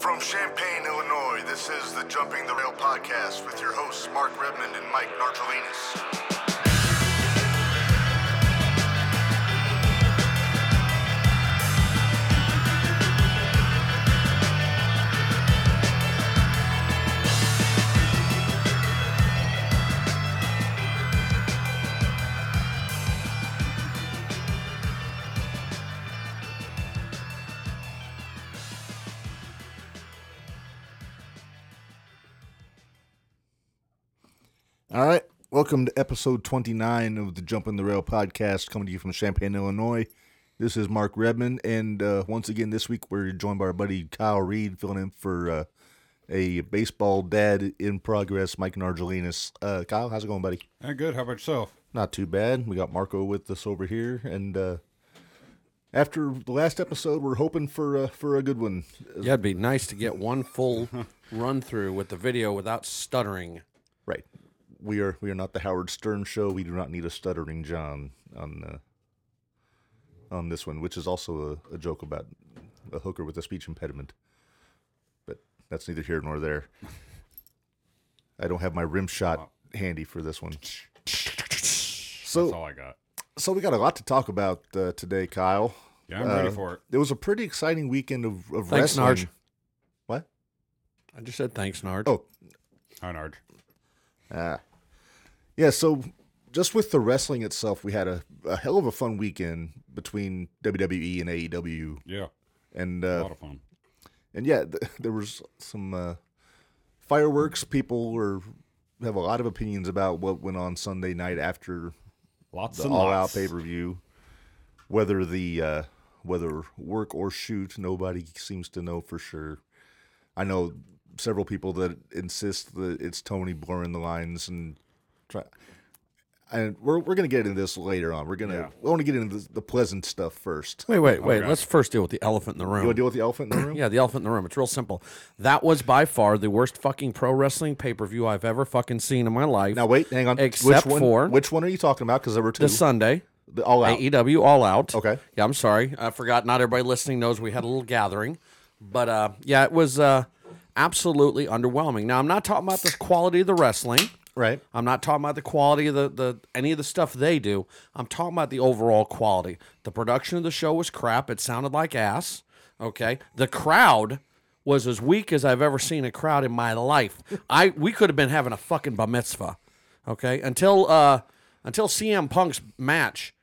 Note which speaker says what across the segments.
Speaker 1: From Champaign, Illinois, this is the Jumping the Rail podcast with your hosts, Mark Redmond and Mike Nartolinis. All right. Welcome to episode 29 of the Jumping the Rail podcast, coming to you from Champaign, Illinois. This is Mark Redmond. And uh, once again, this week we're joined by our buddy Kyle Reed, filling in for uh, a baseball dad in progress, Mike Nargelinas. Uh, Kyle, how's it going, buddy?
Speaker 2: Uh, good. How about yourself?
Speaker 1: Not too bad. We got Marco with us over here, and uh, after the last episode, we're hoping for uh, for a good one.
Speaker 3: Yeah, it'd be nice to get one full run through with the video without stuttering.
Speaker 1: Right. We are we are not the Howard Stern show. We do not need a stuttering John on uh, on this one, which is also a, a joke about a hooker with a speech impediment. But that's neither here nor there. I don't have my rim shot handy for this one.
Speaker 2: That's
Speaker 1: So
Speaker 2: all I got.
Speaker 1: so we got a lot to talk about uh, today, Kyle.
Speaker 2: Yeah, I'm
Speaker 1: Uh,
Speaker 2: ready for it.
Speaker 1: It was a pretty exciting weekend of, of
Speaker 3: Thanks,
Speaker 1: wrestling.
Speaker 3: Narge.
Speaker 1: What?
Speaker 3: I just said thanks, Nard.
Speaker 1: Oh,
Speaker 2: Hi, Narge.
Speaker 1: Yeah, so just with the wrestling itself, we had a, a hell of a fun weekend between WWE and AEW,
Speaker 2: Yeah,
Speaker 1: and
Speaker 2: a
Speaker 1: uh,
Speaker 2: lot of fun.
Speaker 1: and yeah, th- there was some uh, fireworks. People were have a lot of opinions about what went on Sunday night after
Speaker 2: Lots
Speaker 1: the
Speaker 2: and
Speaker 1: All
Speaker 2: lots.
Speaker 1: Out pay per view. Whether the uh, whether work or shoot, nobody seems to know for sure. I know several people that insist that it's Tony blurring the lines and try. And we're, we're gonna get into this later on. We're gonna
Speaker 2: Yeah.
Speaker 1: we want to get into the, the pleasant stuff first.
Speaker 3: Wait, wait, wait.
Speaker 2: Okay.
Speaker 3: Let's first deal with the elephant in the
Speaker 1: Oh You
Speaker 3: room.
Speaker 1: want to deal with the elephant in the room?
Speaker 3: Yeah, the elephant in the room. It's real simple. That was by far the worst fucking pro wrestling pay per view I've ever fucking seen in my life.
Speaker 1: Now wait, hang on. which
Speaker 3: Except
Speaker 1: one,
Speaker 3: for-
Speaker 1: which one are you talking about? Because there were two.
Speaker 3: the E Sunday,
Speaker 1: The all out.
Speaker 3: AEW All Out.
Speaker 1: Okay.
Speaker 3: Yeah, I'm sorry. I forgot. Not everybody listening knows we had a little gathering, but uh, yeah, it was uh, absolutely underwhelming. Now I'm not talking about the quality of the wrestling.
Speaker 1: Right.
Speaker 3: I'm not talking about the quality of the, the any of the stuff they do. I'm talking about the overall quality. The production of the show was crap. It sounded like ass. Okay. The crowd was as weak as I've ever seen a crowd in my life. I we could have been having a fucking bar mitzvah. Okay. Until uh until CM Punk's match,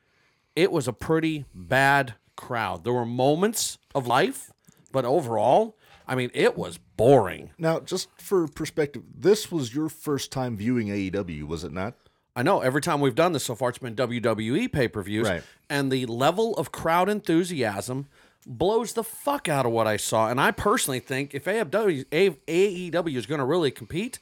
Speaker 3: it was a pretty bad crowd. There were moments of life, but overall, I mean, it was boring.
Speaker 1: Now, just for perspective, this was your first time viewing AEW, was it not?
Speaker 3: I know every time we've done this so far, it's been WWE pay per views.
Speaker 1: Right.
Speaker 3: And the level of crowd enthusiasm blows the fuck out of what I saw. And I personally think if AEW, A- AEW is going to really compete,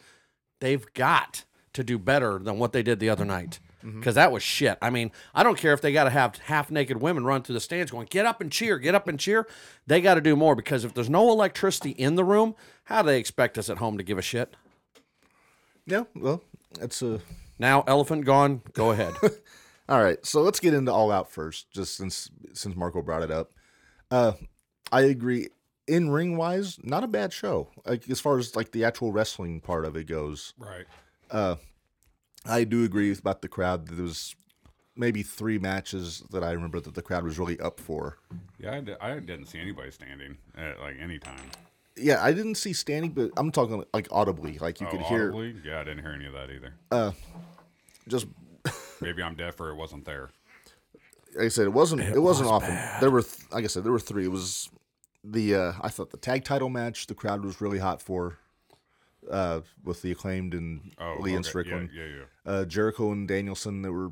Speaker 3: they've got to do better than what they did the other night. Because that was shit. I mean, I don't care if they got to have half naked women run through the stands going, get up and cheer, get up and cheer. They got to do more because if there's no electricity in the room, how do they expect us at home to give a shit?
Speaker 1: Yeah. Well, that's a
Speaker 3: Now, elephant gone, go ahead.
Speaker 1: All right, so let's get into All Out first, just since since Marco brought it up. Uh, I agree. In ring wise, not a bad show. Like as far as like the actual wrestling part of it goes,
Speaker 2: Right.
Speaker 1: I do agree with- about the crowd. There was maybe three matches that I remember that the crowd was really up for.
Speaker 2: Yeah, I, di- I didn't see anybody standing at like any time.
Speaker 1: Yeah, I didn't see standing, but I'm talking like audibly, like you
Speaker 2: oh,
Speaker 1: could hear Uh,
Speaker 2: audibly? Yeah, I didn't hear any of that either.
Speaker 1: just.
Speaker 2: Maybe I'm deaf or it wasn't there.
Speaker 1: Like I said, it wasn't. It, wasn't often. There were, th- like I said, there were three. It was the uh, I thought the tag title match. The crowd was really hot for, uh, with the acclaimed and
Speaker 2: Oh,
Speaker 1: Lee and
Speaker 2: okay.
Speaker 1: Strickland,
Speaker 2: Yeah, yeah, yeah.
Speaker 1: Uh, Jericho and Danielson. They were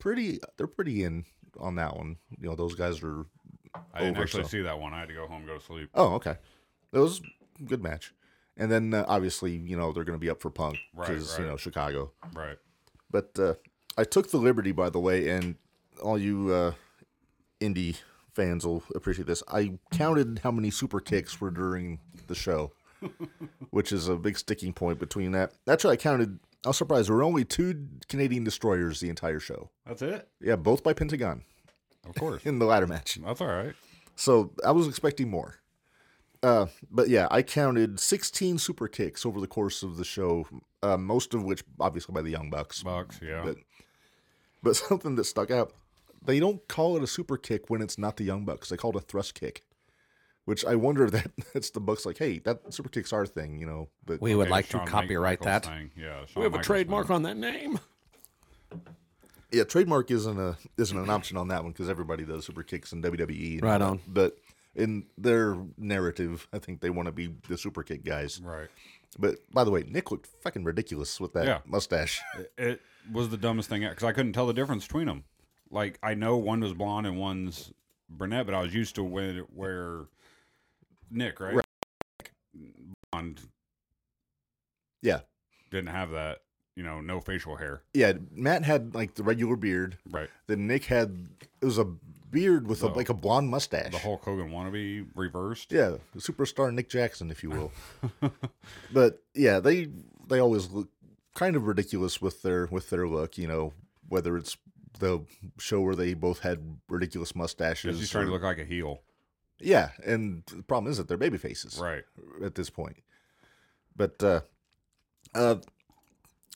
Speaker 1: pretty. They're pretty in on that one. You know, those guys are.
Speaker 2: I didn't
Speaker 1: Over,
Speaker 2: actually
Speaker 1: so.
Speaker 2: see that one. I had to go home, go to sleep.
Speaker 1: Oh, okay. That was a good match. And then uh, obviously, you know, they're going to be up for Punk
Speaker 2: Right,
Speaker 1: because you
Speaker 2: right.
Speaker 1: know Chicago.
Speaker 2: Right.
Speaker 1: But uh, I took the liberty, by the way, and all you uh, indie fans will appreciate this. I counted how many super kicks were during the show, which is a big sticking point between that. Actually, I counted. I was surprised there were only two Canadian destroyers the entire show.
Speaker 2: That's it.
Speaker 1: Yeah, both by Pentagon
Speaker 2: Of course.
Speaker 1: in the ladder match.
Speaker 2: That's all right.
Speaker 1: So I was expecting more. Uh, but yeah, I counted 16 super kicks over the course of the show, uh, most of which obviously by the Young Bucks.
Speaker 2: Bucks, yeah.
Speaker 1: But, but something that stuck out, they don't call it a super kick when it's not the Young Bucks. They call it a thrust kick, which I wonder if that that's the Bucks like, hey, that super kick's our thing, you know. But
Speaker 3: We would
Speaker 2: Okay,
Speaker 3: like
Speaker 2: Shawn
Speaker 3: to
Speaker 2: Mi-
Speaker 3: copyright
Speaker 2: Michaels
Speaker 3: that.
Speaker 2: thing, Yeah,
Speaker 3: We
Speaker 2: Shawn
Speaker 3: have a
Speaker 2: Michaels
Speaker 3: trademark
Speaker 2: thing.
Speaker 3: on that name.
Speaker 1: yeah, trademark isn't a isn't an option on that one because everybody does super kicks in WWE. and all
Speaker 3: Right
Speaker 1: that.
Speaker 3: on.
Speaker 1: But in their narrative, I think they want to be the super kick guys.
Speaker 2: Right.
Speaker 1: But by the way, Nick looked fucking ridiculous with that
Speaker 2: Yeah.
Speaker 1: mustache.
Speaker 2: It was the dumbest thing because I couldn't tell the difference between them. Like I know one was blonde and one's brunette, but I was used to when where Nick right,
Speaker 1: Right.
Speaker 2: blonde
Speaker 1: yeah.
Speaker 2: didn't have that. You know, no facial hair.
Speaker 1: Yeah, Matt had like the regular beard.
Speaker 2: Right.
Speaker 1: Then Nick had it was a beard with a, like a blonde mustache.
Speaker 2: The Hulk Hogan wannabe reversed.
Speaker 1: yeah, the superstar Nick Jackson, if you will. but yeah, they they always look kind of ridiculous with their with their look. You know, whether it's the show where they both had ridiculous mustaches.
Speaker 2: Because he's trying
Speaker 1: or-
Speaker 2: to look like a heel.
Speaker 1: Yeah, and the problem is that they're baby faces.
Speaker 2: Right.
Speaker 1: at this point. But uh, uh,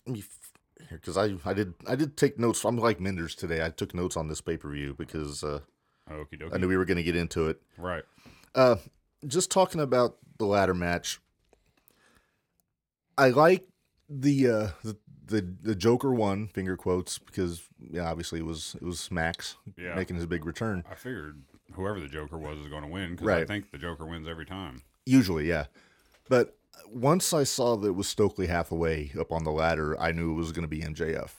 Speaker 1: let me f- here because I I did I did take notes. I'm like Menders today. I took notes on this pay per view because uh,
Speaker 2: Okie
Speaker 1: I
Speaker 2: dokie.
Speaker 1: knew we were going to get into it.
Speaker 2: Right.
Speaker 1: Uh, just talking about the ladder match. I like the uh the the, the Joker one finger quotes because yeah obviously it was it was Max
Speaker 2: Yeah.
Speaker 1: making his big return.
Speaker 2: I figured whoever the Joker was is going to win because I
Speaker 1: Right.
Speaker 2: think the Joker wins every time.
Speaker 1: Usually, yeah. But once I saw that it was Stokely Hathaway up on the ladder, I knew it was going to be MJF.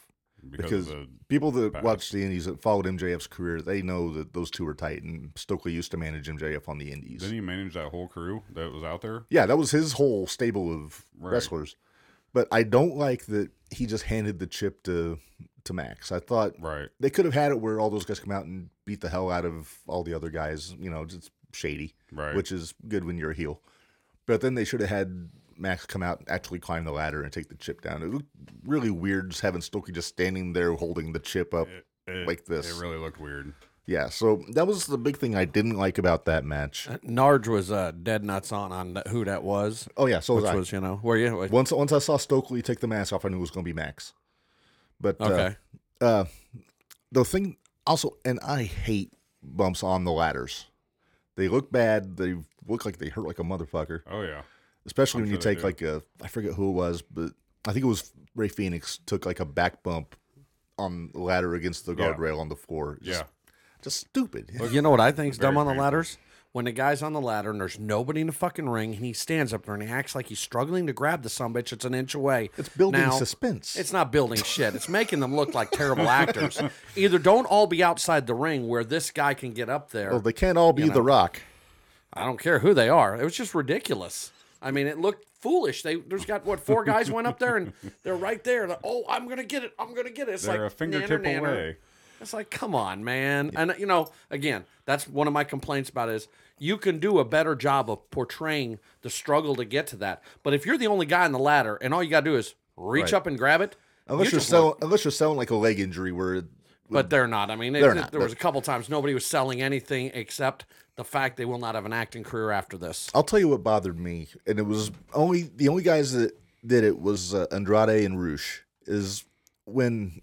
Speaker 2: Because,
Speaker 1: Because
Speaker 2: the,
Speaker 1: people that
Speaker 2: past.
Speaker 1: watch the Indies that followed MJF's career, they know that those two are tight. And Stokely used to manage MJF on the Indies.
Speaker 2: didn't he manage that whole crew that was out there?
Speaker 1: yeah, that was his whole stable of
Speaker 2: Right.
Speaker 1: wrestlers. But I don't like that he just handed the chip to to Max. I thought
Speaker 2: Right.
Speaker 1: they could have had it where all those guys come out and beat the hell out of all the other guys. You know, it's shady,
Speaker 2: Right.
Speaker 1: Which is good when you're a heel. But then they should have had Max come out, and actually climb the ladder, and take the chip down. It looked really weird just having Stokely just standing there holding the chip up.
Speaker 2: It- it-
Speaker 1: Like this.
Speaker 2: It really looked weird.
Speaker 1: Yeah, so that was the big thing I didn't like about that match.
Speaker 3: Narge was uh, dead nuts on on th- who that was,
Speaker 1: Oh yeah, so was
Speaker 3: which
Speaker 1: I.
Speaker 3: was you know where you like,
Speaker 1: once once I saw Stokely take the mask off, I knew it was going to be Max. But uh,
Speaker 3: okay.
Speaker 1: uh, the thing also, and I hate bumps on the ladders. They look bad. They look like they hurt like a motherfucker,
Speaker 2: Oh, yeah.
Speaker 1: especially
Speaker 2: I'm
Speaker 1: when you
Speaker 2: sure they
Speaker 1: take
Speaker 2: do.
Speaker 1: like a I forget who it was, but I think it was Ray Phoenix took like a back bump on the ladder against the
Speaker 2: Yeah.
Speaker 1: guardrail on the floor. Just,
Speaker 2: Yeah.
Speaker 1: just stupid.
Speaker 3: you know what I think's dumb on the
Speaker 2: painful.
Speaker 3: ladders? When the guy's on the ladder and there's nobody in the fucking ring, and he stands up there and he acts like he's struggling to grab the some bitch. It's an inch away.
Speaker 1: It's building
Speaker 3: Now,
Speaker 1: suspense.
Speaker 3: It's not building shit. It's making them look like terrible actors. Either don't all be outside the ring where this guy can get up there.
Speaker 1: well, they can't all be the Rock.
Speaker 3: I don't care who they are. It was just ridiculous. I mean, it looked foolish. They there's got what four guys went up there and they're right there. Like, oh, I'm gonna get it. I'm gonna get it. It's
Speaker 2: They're
Speaker 3: like
Speaker 2: a fingertip
Speaker 3: nanner, nanner.
Speaker 2: away.
Speaker 3: It's like, come on, man. And you know, again, that's one of my complaints about is you can do a better job of portraying the struggle to get to that. But if you're the only guy on the ladder and all you gotta do is reach
Speaker 1: Right.
Speaker 3: up and grab it,
Speaker 1: Unless
Speaker 3: you
Speaker 1: you are
Speaker 3: just look-
Speaker 1: selling, unless you're selling like a leg injury where it-
Speaker 3: but they're not. I mean, it,
Speaker 1: They're
Speaker 3: it-
Speaker 1: not.
Speaker 3: there was a couple times nobody was selling anything except the fact they will not have an acting career after this.
Speaker 1: I'll tell you what bothered me, and it was only the only guys that did it was uh, Andrade and Roosh. Is when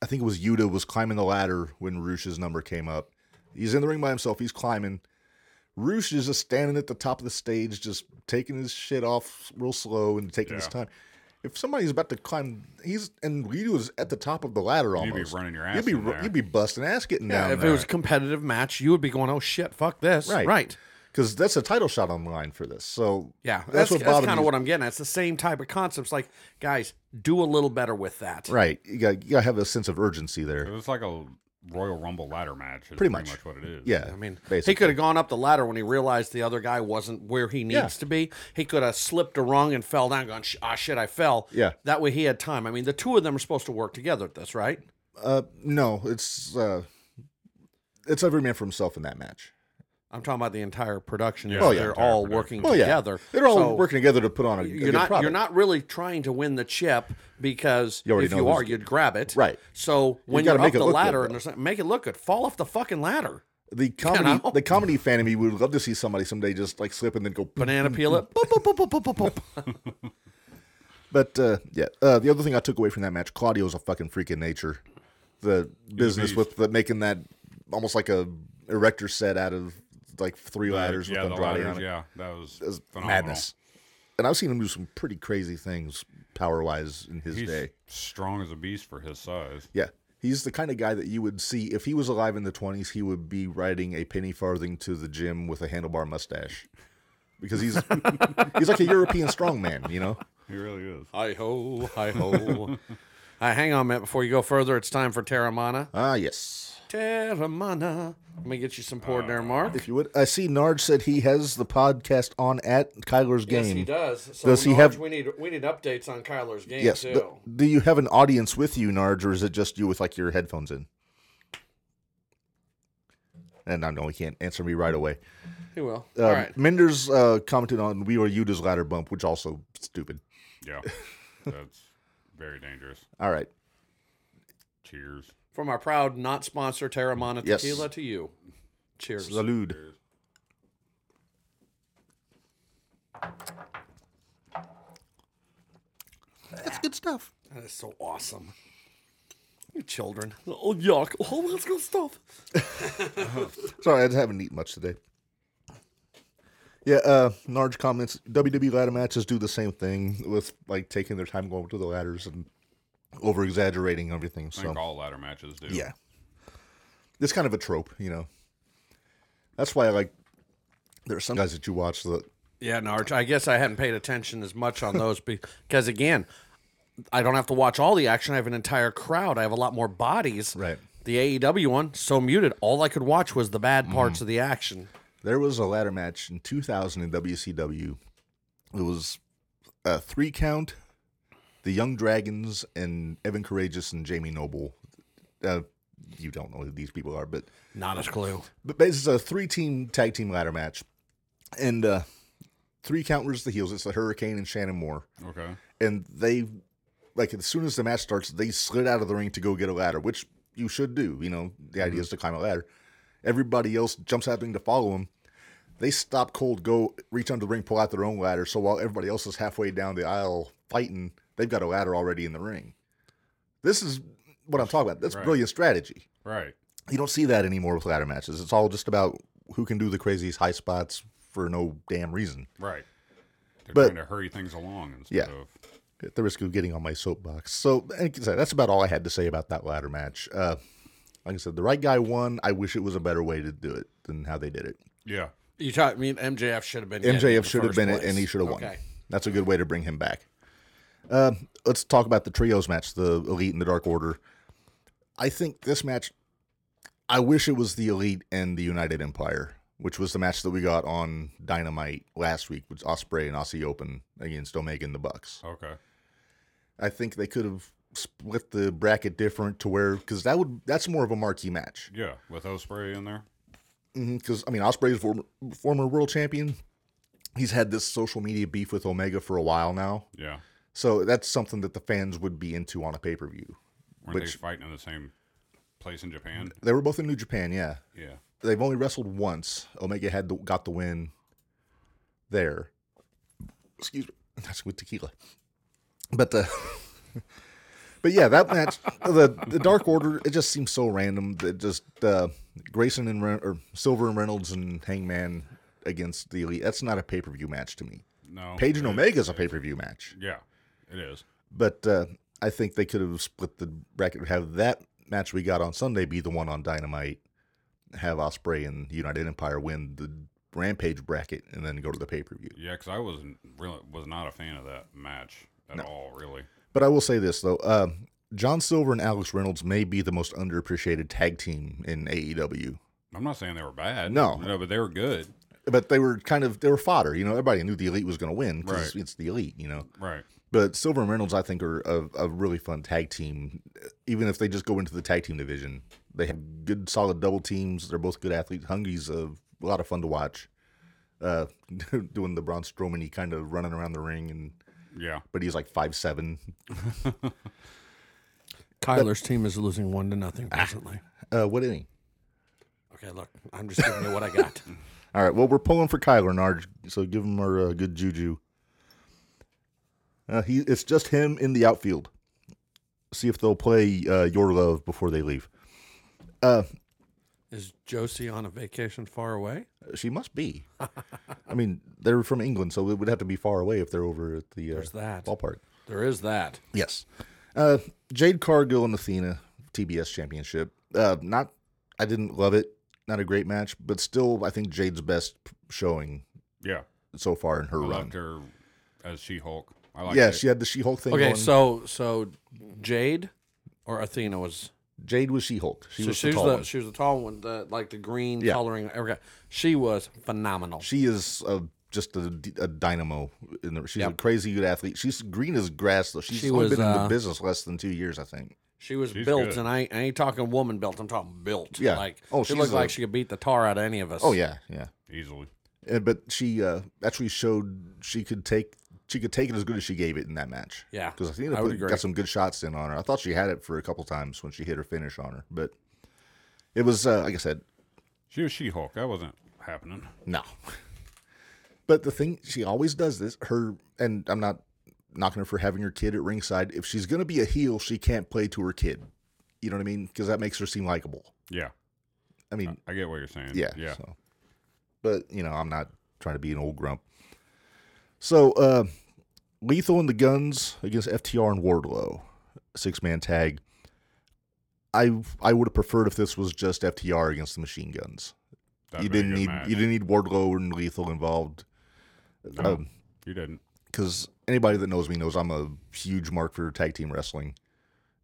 Speaker 1: I think it was Yuta was climbing the ladder when Roosh's number came up. He's in the ring by himself. He's climbing. Roosh is just standing at the top of the stage, just taking his shit off real slow and taking his
Speaker 2: Yeah.
Speaker 1: time. If somebody's about to climb, he's and Yuta's at the top of the ladder
Speaker 2: be
Speaker 1: almost.
Speaker 2: running your ass
Speaker 1: You'd be
Speaker 2: in
Speaker 1: ru-
Speaker 2: there.
Speaker 1: you'd be busting ass getting down
Speaker 3: if
Speaker 1: there.
Speaker 3: it was a competitive match, you would be going, "Oh shit, fuck this!"
Speaker 1: Right.
Speaker 3: right.
Speaker 1: because that's a title shot on the line for this. So
Speaker 3: Yeah, that's,
Speaker 1: that's, what bothered
Speaker 3: kind
Speaker 1: me.
Speaker 3: of what I'm getting. at. It's the same type of concepts. Like, guys, do a little better with that.
Speaker 1: Right. You got you got to have a sense of urgency
Speaker 2: It
Speaker 1: there.
Speaker 2: was like a Royal Rumble ladder match. Is
Speaker 1: Pretty much.
Speaker 2: what it is.
Speaker 1: Yeah.
Speaker 3: I mean, he
Speaker 1: basically.
Speaker 3: could have gone up the ladder when he realized the other guy wasn't where he needs
Speaker 1: Yeah.
Speaker 3: to be. He could have slipped a rung and fell down, gone, "Sh- ah, shit, I fell.
Speaker 1: Yeah.
Speaker 3: That way he had time. I mean, the two of them are supposed to work together at this, right?
Speaker 1: uh no, it's uh it's every man for himself in that match.
Speaker 3: I'm talking about the entire production. is
Speaker 2: Oh, yeah,
Speaker 3: They're
Speaker 2: entire
Speaker 3: all
Speaker 2: production.
Speaker 3: working
Speaker 1: Well, Oh, yeah.
Speaker 3: together.
Speaker 1: They're all
Speaker 3: So-
Speaker 1: working together to put on a, a
Speaker 3: you're
Speaker 1: good
Speaker 3: not
Speaker 1: product.
Speaker 3: you're not really trying to win the chip because
Speaker 1: You already
Speaker 3: if
Speaker 1: know
Speaker 3: you
Speaker 1: who's-
Speaker 3: are, you'd grab it.
Speaker 1: Right.
Speaker 3: So when
Speaker 1: gotta
Speaker 3: you're up
Speaker 1: make it
Speaker 3: the
Speaker 1: look good,
Speaker 3: ladder
Speaker 1: though.
Speaker 3: and there's not- make it look good, fall off the fucking ladder.
Speaker 1: The comedy,
Speaker 3: know?
Speaker 1: the comedy fan of me would love to see somebody someday just like slip and then go.
Speaker 3: Banana peel it. Boop, boop, boop, boop, boop, boop, boop.
Speaker 1: But uh, yeah, uh, the other thing I took away from that match, Claudio's a fucking freak in nature. The business
Speaker 2: beast.
Speaker 1: with the, making that almost like a erector set out of like three ladders
Speaker 2: yeah,
Speaker 1: with
Speaker 2: the
Speaker 1: Andrade
Speaker 2: ladders.
Speaker 1: on it.
Speaker 2: Yeah, that was
Speaker 1: It's
Speaker 2: phenomenal.
Speaker 1: madness. And I've seen him do some pretty crazy things power wise in his
Speaker 2: He's
Speaker 1: day.
Speaker 2: strong as a beast for his size.
Speaker 1: Yeah. He's the kind of guy that you would see if he was alive in the 20s, he would be riding a penny farthing to the gym with a handlebar mustache. Because he's he's like a European strongman, you know?
Speaker 2: He really is.
Speaker 3: Hi ho, hi ho. Uh, hang on a minute before you go further. It's time for Terramana.
Speaker 1: Ah, yes.
Speaker 3: Terramana. Let me get you some poured there, Mark.
Speaker 1: If you would, I see Nard said he has the podcast on at Kyler's game.
Speaker 3: Yes, he does. So
Speaker 1: Does he
Speaker 3: Narge,
Speaker 1: have-
Speaker 3: We need we need updates on Kyler's game
Speaker 1: Yes.
Speaker 3: too.
Speaker 1: th- do you have an audience with you, Narge, or is it just you with like your headphones in? And I know he can't answer me right away.
Speaker 3: He will.
Speaker 1: Um,
Speaker 3: All right.
Speaker 1: Menders uh, commented on "We Were Yuda's ladder bump," which also stupid.
Speaker 2: Yeah, that's very dangerous.
Speaker 1: All right,
Speaker 2: Cheers.
Speaker 3: From our proud not sponsor Terramana
Speaker 1: Yes.
Speaker 3: Tequila to you. Cheers.
Speaker 1: salud. That's good stuff.
Speaker 3: That is so awesome. You children. Oh yuck. Oh that's good stuff.
Speaker 1: Sorry, I haven't eaten much today. Yeah, uh, Narge comments WWE ladder matches do the same thing with like taking their time going to the ladders and over exaggerating everything.
Speaker 2: I
Speaker 1: So
Speaker 2: think all ladder matches do.
Speaker 1: Yeah. It's kind of a trope, you know. That's why I like there are some guys that you watch that
Speaker 3: Yeah, Narch. I guess I hadn't paid attention as much on those because again, I don't have to watch all the action. I have an entire crowd. I have a lot more bodies.
Speaker 1: Right.
Speaker 3: The AEW one so muted. All I could watch was the bad parts
Speaker 1: Mm-hmm.
Speaker 3: of the action.
Speaker 1: there was a ladder match in 2000 in WCW. It was a three count, the Young Dragons and Evan Courageous and Jamie Noble. Uh, you don't know who these people are, but
Speaker 3: Not a clue.
Speaker 1: but it's a three team tag team ladder match, and uh, three count versus the heels. It's the Hurricane and Shannon Moore.
Speaker 2: Okay.
Speaker 1: and they like as soon as the match starts, they slid out of the ring to go get a ladder, which you should do. You know, the idea is to climb a ladder. Everybody else jumps out of the ring to follow them. They stop cold, go reach under the ring, pull out their own ladder. So while everybody else is halfway down the aisle fighting, they've got a ladder already in the ring. This is what I'm talking about. That's
Speaker 2: Right.
Speaker 1: brilliant strategy.
Speaker 2: Right.
Speaker 1: You don't see that anymore with ladder matches. It's all just about who can do the craziest high spots for no damn reason.
Speaker 2: Right. They're
Speaker 1: But-
Speaker 2: trying to hurry things along instead
Speaker 1: Yeah.
Speaker 2: of
Speaker 1: at the risk of getting on my soapbox. So, like I said, that's about all I had to say about that ladder match. Uh, like I said, the right guy won. I wish it was a better way to do it than how they did it.
Speaker 2: yeah.
Speaker 3: You taught me MJF should have been. getting it in
Speaker 1: MJF
Speaker 3: the
Speaker 1: should have
Speaker 3: first
Speaker 1: been it,
Speaker 3: place.
Speaker 1: and he should have won.
Speaker 3: Okay.
Speaker 1: That's a good way to bring him back. Um, let's talk about the trios match, the Elite and the Dark Order. I think this match, I wish it was the Elite and the United Empire, which was the match that we got on Dynamite last week, which Osprey and Aussie Open against Omega and the Bucks.
Speaker 2: Okay.
Speaker 1: I think they could have split the bracket different to where because that would that's more of a marquee match.
Speaker 2: Yeah. With Osprey in there.
Speaker 1: Because I mean, Osprey's former, former world champion. He's had this social media beef with Omega for a while now,
Speaker 2: Yeah.
Speaker 1: so that's something that the fans would be into on a pay per view.
Speaker 2: Weren't
Speaker 1: Which-
Speaker 2: they fighting in the same place in Japan?
Speaker 1: They were both in New Japan, yeah.
Speaker 2: Yeah.
Speaker 1: They've only wrestled once. Omega had the, got the win there. Excuse me, that's with tequila. But the, but yeah, that match, the the Dark Order, it just seems so random. That just uh, Grayson and Ren- or Silver and Reynolds and Hangman against the Elite. That's not a pay per view match to me.
Speaker 2: No.
Speaker 1: Page and
Speaker 2: it-
Speaker 1: Omega is a pay per view match,
Speaker 2: Yeah. It is.
Speaker 1: but uh, I think they could have split the bracket. Have that match we got on Sunday be the one on Dynamite. Have Osprey and United Empire win the Rampage bracket, and then go to the pay per view.
Speaker 2: Yeah, because I wasn't really was not a fan of that match at all. Really.
Speaker 1: But I will say this though: um, John Silver and Alex Reynolds may be the most underappreciated tag team in E AEW.
Speaker 2: I'm not saying they were bad.
Speaker 1: No.
Speaker 2: No, but they were good.
Speaker 1: But they were kind of they were fodder, you know. Everybody knew the elite was going to win because
Speaker 2: Right.
Speaker 1: it's the elite, you know.
Speaker 2: Right.
Speaker 1: But Silver and Reynolds, I think, are a, a really fun tag team. Even if they just go into the tag team division, they have good, solid double teams. They're both good athletes. Hungy's a lot of fun to watch. Uh, doing the Braun Strowman, he kind of running around the ring, and
Speaker 2: Yeah.
Speaker 1: but he's like five seven, Ah.
Speaker 3: Kyler's team is losing one to nothing recently.
Speaker 1: Uh, what inning?
Speaker 3: Okay, look, I'm just giving you what I got.
Speaker 1: All right. Well, we're pulling for Kyler Narge, so give him our uh, good juju. Uh, he, it's just him in the outfield. See if they'll play uh, your love before they leave.
Speaker 3: Is Josie on a vacation far away?
Speaker 1: She must be. I mean, they're from England, so it would have to be far away if they're over at the uh,
Speaker 3: There's that.
Speaker 1: ballpark.
Speaker 3: There is that.
Speaker 1: Yes. Uh, Jade Cargill and Athena TBS Championship. Uh, not, I didn't love it. Not a great match, but still, I think Jade's best p- showing
Speaker 2: Yeah,
Speaker 1: so far in her
Speaker 2: I
Speaker 1: run.
Speaker 2: loved her as She Hulk. I like
Speaker 1: yeah,
Speaker 2: it.
Speaker 1: she had the She Hulk thing.
Speaker 3: Okay,
Speaker 1: going.
Speaker 3: so so Jade or Athena was
Speaker 1: Jade was She Hulk. She
Speaker 3: so
Speaker 1: was
Speaker 3: she
Speaker 1: the
Speaker 3: was
Speaker 1: tall
Speaker 3: the
Speaker 1: one.
Speaker 3: she was the tall one, the like the green
Speaker 1: Yeah.
Speaker 3: coloring. Okay, she was phenomenal.
Speaker 1: She is uh just a, d- a dynamo. In the, she's a
Speaker 3: Yep.
Speaker 1: crazy good athlete. She's green as grass, though. She's
Speaker 3: She
Speaker 1: only
Speaker 3: was,
Speaker 1: been in the
Speaker 3: uh,
Speaker 1: business less than two years, I think.
Speaker 3: She was
Speaker 2: She's
Speaker 3: built,
Speaker 2: good.
Speaker 3: and I, I ain't talking woman built. I'm talking built.
Speaker 1: Yeah.
Speaker 3: Like
Speaker 1: Oh,
Speaker 3: she
Speaker 1: she's
Speaker 3: looked
Speaker 1: a-
Speaker 3: like she could beat the tar out of any of us.
Speaker 1: Oh yeah, yeah.
Speaker 2: easily.
Speaker 1: And, but she uh, actually showed she could take she could take it as good as she gave it in that match.
Speaker 3: Yeah,
Speaker 1: because Athena
Speaker 3: I would
Speaker 1: put,
Speaker 3: agree.
Speaker 1: got some good shots in on her. I thought she had it for a couple times when she hit her finish on her, but it was uh, like I said,
Speaker 2: She was She Hulk. That wasn't happening.
Speaker 1: No. But the thing she always does this her and I'm not knocking her for having her kid at ringside. If she's gonna be a heel, she can't play to her kid. You know what I mean? Because that makes her seem likable.
Speaker 2: Yeah,
Speaker 1: I mean,
Speaker 2: I get what you're saying.
Speaker 1: yeah,
Speaker 2: yeah.
Speaker 1: so. But you know, I'm not trying to be an old grump. So, uh, Lethal and the Guns against FTR and Wardlow, six man tag. I I would have preferred if this was just FTR against the Machine Guns
Speaker 2: That'd
Speaker 1: you
Speaker 2: been
Speaker 1: didn't
Speaker 2: a good
Speaker 1: need
Speaker 2: match.
Speaker 1: you didn't need Wardlow and Lethal involved.
Speaker 2: No,
Speaker 1: oh.
Speaker 2: you didn't.
Speaker 1: because anybody that knows me knows I'm a huge mark for tag team wrestling,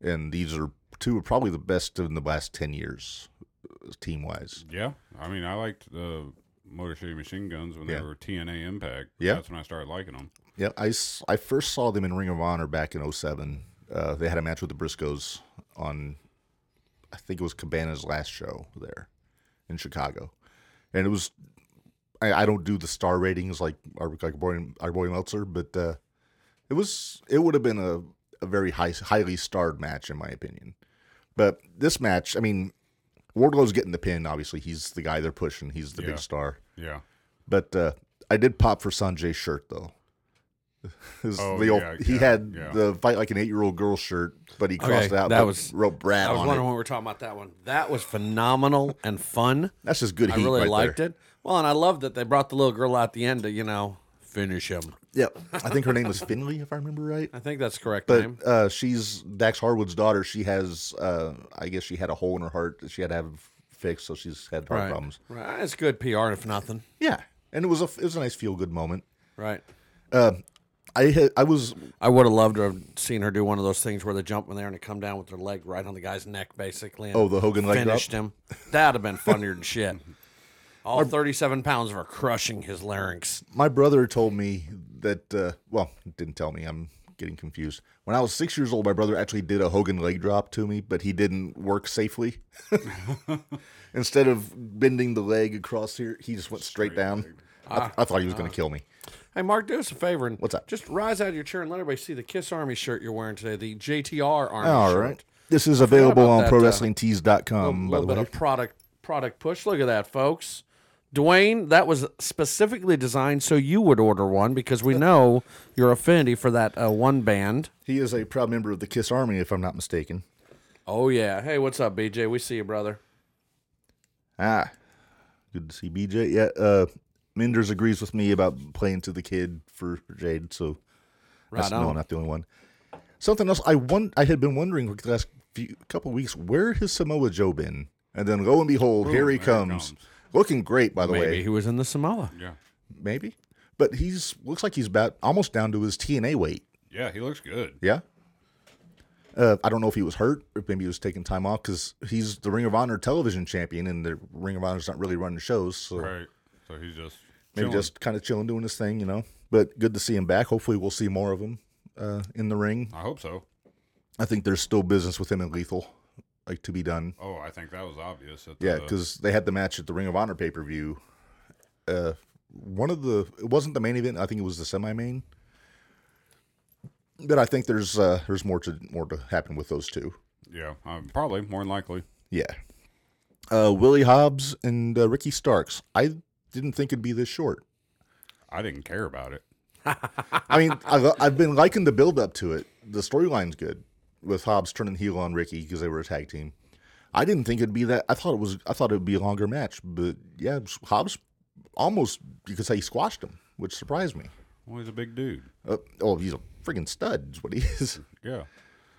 Speaker 1: and these are two of probably the best in the last ten years, uh, team wise.
Speaker 2: Yeah, I mean, I liked the Motor City Machine Guns when
Speaker 1: Yeah.
Speaker 2: they were TNA Impact.
Speaker 1: Yeah.
Speaker 2: that's when I started liking them.
Speaker 1: Yeah, I, s- I first saw them in Ring of Honor back in 07. Uh, they had a match with the Briscoes on, I think it was Cabana's last show there in Chicago, and it was. I, I don't do the star ratings like our like boy our boy Meltzer, but uh, it was it would have been a, a very high highly starred match in my opinion. But this match, I mean, Wardlow's getting the pin. Obviously, he's the guy they're pushing. He's the
Speaker 2: Yeah.
Speaker 1: big star.
Speaker 2: Yeah,
Speaker 1: But uh, I did pop for Sanjay's shirt though. His-
Speaker 2: Oh,
Speaker 1: the old-
Speaker 2: yeah,
Speaker 1: he
Speaker 2: yeah,
Speaker 1: had
Speaker 2: yeah.
Speaker 1: the fight like an eight-year-old girl shirt, but he crossed
Speaker 3: Okay,
Speaker 1: it out.
Speaker 3: that
Speaker 1: but
Speaker 3: was-
Speaker 1: wrote Brad
Speaker 3: I was
Speaker 1: on
Speaker 3: wondering
Speaker 1: it.
Speaker 3: when we were talking about that one. That was phenomenal and fun.
Speaker 1: That's just good
Speaker 3: I
Speaker 1: heat.
Speaker 3: really
Speaker 1: right
Speaker 3: liked
Speaker 1: there.
Speaker 3: it. Well, and I loved that they brought the little girl out the end to you know finish him.
Speaker 1: Yep, I think her name was Finley, if I remember right.
Speaker 3: I think that's the correct name.
Speaker 1: But uh, she's Dax Harwood's daughter. She has, uh, I guess, she had a hole in her heart that she had to have fixed, so she's had heart
Speaker 3: Right.
Speaker 1: problems.
Speaker 3: Right. It's good PR if nothing.
Speaker 1: Yeah, and it was a it was a nice feel good moment. Uh,
Speaker 3: Right.
Speaker 1: I had, I was
Speaker 3: I would have loved to have seen her do one of those things where they jump in there and they come down with their leg right on the guy's neck, basically. And
Speaker 1: Oh, the Hogan leg drop?
Speaker 3: finished him. That'd have been funnier than shit. All thirty-seven pounds of her crushing his larynx.
Speaker 1: my brother told me that uh, well didn't tell me i'm getting confused when i was six years old my brother actually did a hogan leg drop to me but he didn't work safely instead of bending the leg across here he just went straight, down I, th- I thought he was
Speaker 3: Ah.
Speaker 1: going to kill me
Speaker 3: Hey, Mark, do us a favor and
Speaker 1: What's up?
Speaker 3: Just rise out of your chair and let everybody see the Kiss Army shirt you're wearing today, the JTR Army
Speaker 1: All right,
Speaker 3: shirt.
Speaker 1: this is available
Speaker 3: about
Speaker 1: on
Speaker 3: that, uh, A
Speaker 1: prowrestlingtees.com by
Speaker 3: little
Speaker 1: the
Speaker 3: bit
Speaker 1: way
Speaker 3: of product product push. Look at that, folks. Dwayne, that was specifically designed so you would order one because we know your affinity for that uh, one band.
Speaker 1: he is a proud member of the kiss army if i'm not mistaken
Speaker 3: Oh yeah. Hey, what's up, BJ? We see you, brother.
Speaker 1: ah good to see bj yeah uh menders agrees with me about playing to the kid for jade so
Speaker 3: Right
Speaker 1: That's-
Speaker 3: on.
Speaker 1: No, I'm not the only one. Something else I won- I had been wondering for the last few couple weeks where has Samoa Joe been? And then lo and behold, here he
Speaker 2: there he
Speaker 1: comes.
Speaker 2: comes.
Speaker 1: Looking great, by the
Speaker 3: Maybe
Speaker 1: way.
Speaker 3: he was in the Samoa.
Speaker 2: yeah,
Speaker 1: Maybe. But he's looks like he's about almost down to his TNA weight.
Speaker 2: yeah. He looks good.
Speaker 1: Yeah. Uh, I don't know if he was hurt or maybe he was taking time off because he's the Ring of Honor television champion and the Ring of Honor's not really running shows. So
Speaker 2: Right. So he's just
Speaker 1: maybe
Speaker 2: chilling.
Speaker 1: just kind of chilling, doing his thing, you know. But good to see him back. Hopefully, we'll see more of him uh, in the ring.
Speaker 2: I hope so.
Speaker 1: I think there's still business with him and Lethal, like to be done.
Speaker 2: Oh, I think that was obvious. At the,
Speaker 1: Yeah, because they had the match at the Ring of Honor pay per view. Uh, one of the it wasn't the main event. I think it was the semi main. But I think there's uh, there's more to more to happen with those two.
Speaker 2: yeah, um, probably more than likely.
Speaker 1: Yeah. Uh, Willie Hobbs and uh, Ricky Starks. I didn't think it'd be this short.
Speaker 2: I didn't care about it.
Speaker 1: I mean, I've, I've been liking the build up to it. The storyline's good with Hobbs turning heel on Ricky because they were a tag team. I didn't think it'd be that. I thought it was. I thought it would be a longer match, but yeah, Hobbs almost you could say he squashed him, which surprised me.
Speaker 2: Well, he's a big dude.
Speaker 1: Uh, oh, he's a freaking stud. Is what he is.
Speaker 2: Yeah.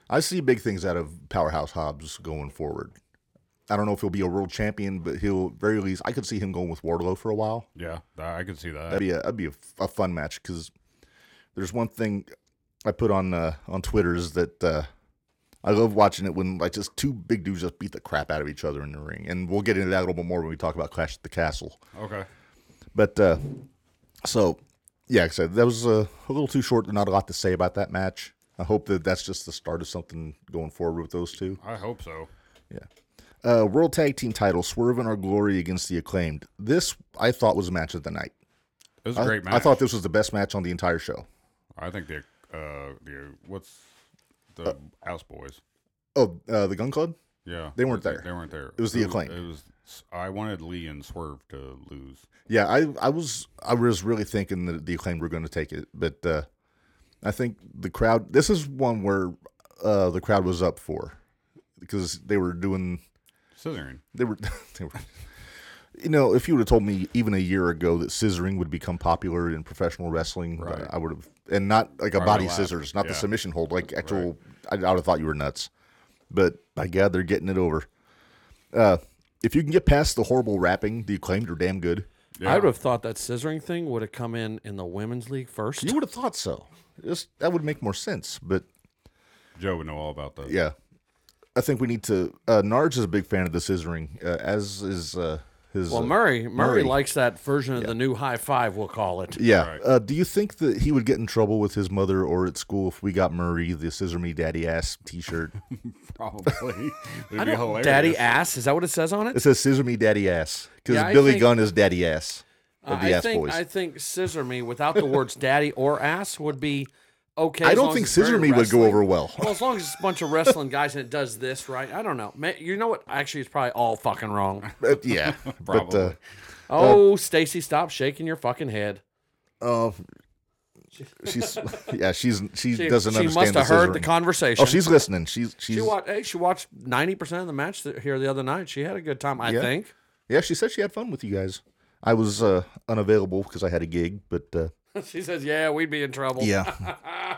Speaker 1: I see big things out of Powerhouse Hobbs going forward. I don't know if he'll be a world champion, but he'll at very least. I could see him going with Wardlow for a while.
Speaker 2: Yeah. Th- I could see that.
Speaker 1: That'd be a that'd be a, f- a fun match because there's one thing I put on uh, on Twitter is that uh, I love watching it when like just two big dudes just beat the crap out of each other in the ring, and we'll get into that a little bit more when we talk about Clash at the Castle.
Speaker 2: Okay.
Speaker 1: But uh, so yeah, like I said that was uh, a little too short. Not a lot to say about that match. I hope that that's just the start of something going forward with those two.
Speaker 2: I hope so.
Speaker 1: Yeah. Uh, World Tag Team title, Swerve and Our Glory against the Acclaimed. This, I thought, was a match of the night.
Speaker 2: It was a
Speaker 1: I,
Speaker 2: great match.
Speaker 1: I thought this was the best match on the entire show.
Speaker 2: I think the uh the what's
Speaker 1: Uh,
Speaker 2: the House Boys.
Speaker 1: Oh, uh, the Gun Club?
Speaker 2: Yeah.
Speaker 1: they weren't
Speaker 2: They-
Speaker 1: there.
Speaker 2: They weren't there.
Speaker 1: It was the Acclaim.
Speaker 2: It was. I wanted Lee and Swerve to lose.
Speaker 1: Yeah, I, I was I was really thinking that the Acclaimed were going to take it, but uh, I think the crowd. This is one where uh, the crowd was up for because they were doing
Speaker 2: Scissoring.
Speaker 1: they were they were. You know, if you would have told me even a year ago that scissoring would become popular in professional wrestling,
Speaker 2: Right.
Speaker 1: I would have, and not like a
Speaker 2: Probably
Speaker 1: body
Speaker 2: laugh.
Speaker 1: scissors, not the
Speaker 2: Yeah.
Speaker 1: submission hold, like actual. I, I would have thought you were nuts, but by God, they're getting it over. Uh, if you can get past the horrible rapping, the acclaimed are damn good.
Speaker 3: I would have thought that scissoring thing would have come in in the women's league first.
Speaker 1: You would have thought so. Just that would make more sense, but
Speaker 2: Joe would know all about that.
Speaker 1: yeah, I think we need to. Uh, Narge is a big fan of the scissoring, uh, as is uh, his.
Speaker 3: well,
Speaker 1: uh,
Speaker 3: Murray, Murray
Speaker 1: Murray.
Speaker 3: likes that version of the new high five. We'll call it.
Speaker 1: Yeah.
Speaker 2: Right.
Speaker 1: Uh, do you think that he would get in trouble with his mother or at school if we got Murray the Scissor Me Daddy Ass T-shirt?
Speaker 2: Probably. It'd
Speaker 3: I
Speaker 2: be
Speaker 3: don't-
Speaker 2: hilarious.
Speaker 3: Daddy ass. Is that what it says on
Speaker 1: It
Speaker 3: it?
Speaker 1: says Scissor Me Daddy Ass because
Speaker 3: Yeah, I
Speaker 1: Billy
Speaker 3: think-
Speaker 1: Gunn is Daddy Ass of the
Speaker 3: I
Speaker 1: Ass
Speaker 3: think
Speaker 1: Boys.
Speaker 3: I
Speaker 1: I,
Speaker 3: think scissor me without the words daddy or ass would be okay. as
Speaker 1: don't
Speaker 3: long
Speaker 1: think
Speaker 3: as it's
Speaker 1: Scissor
Speaker 3: very
Speaker 1: Me would go
Speaker 3: wrestling.
Speaker 1: over well.
Speaker 3: Well, as long as it's a bunch of wrestling guys and it does this right, I don't know. Man, you know what? Actually, it's probably all fucking wrong.
Speaker 1: But, Uh, yeah, but uh,
Speaker 2: Probably.
Speaker 3: Oh, Stacy, stop shaking your fucking head.
Speaker 1: uh, she's yeah, she's she,
Speaker 3: She,
Speaker 1: doesn't
Speaker 3: she
Speaker 1: understand
Speaker 3: must have
Speaker 1: the
Speaker 3: heard the
Speaker 1: scissoring.
Speaker 3: conversation.
Speaker 1: Oh, she's listening. She's she's
Speaker 3: she watched. Hey, she watched ninety percent of the match th- here the other night. She had a good time, I
Speaker 1: Yeah.
Speaker 3: think.
Speaker 1: yeah. She said she had fun with you guys. I was uh, unavailable because I had a gig, but uh,
Speaker 3: she says, "Yeah, we'd be in trouble."
Speaker 1: Yeah,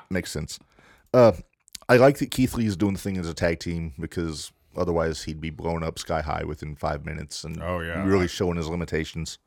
Speaker 1: makes sense. Uh, I like that Keith Lee is doing the thing as a tag team because otherwise he'd be blown up sky high within five minutes and
Speaker 2: Oh, yeah.
Speaker 1: really showing his limitations.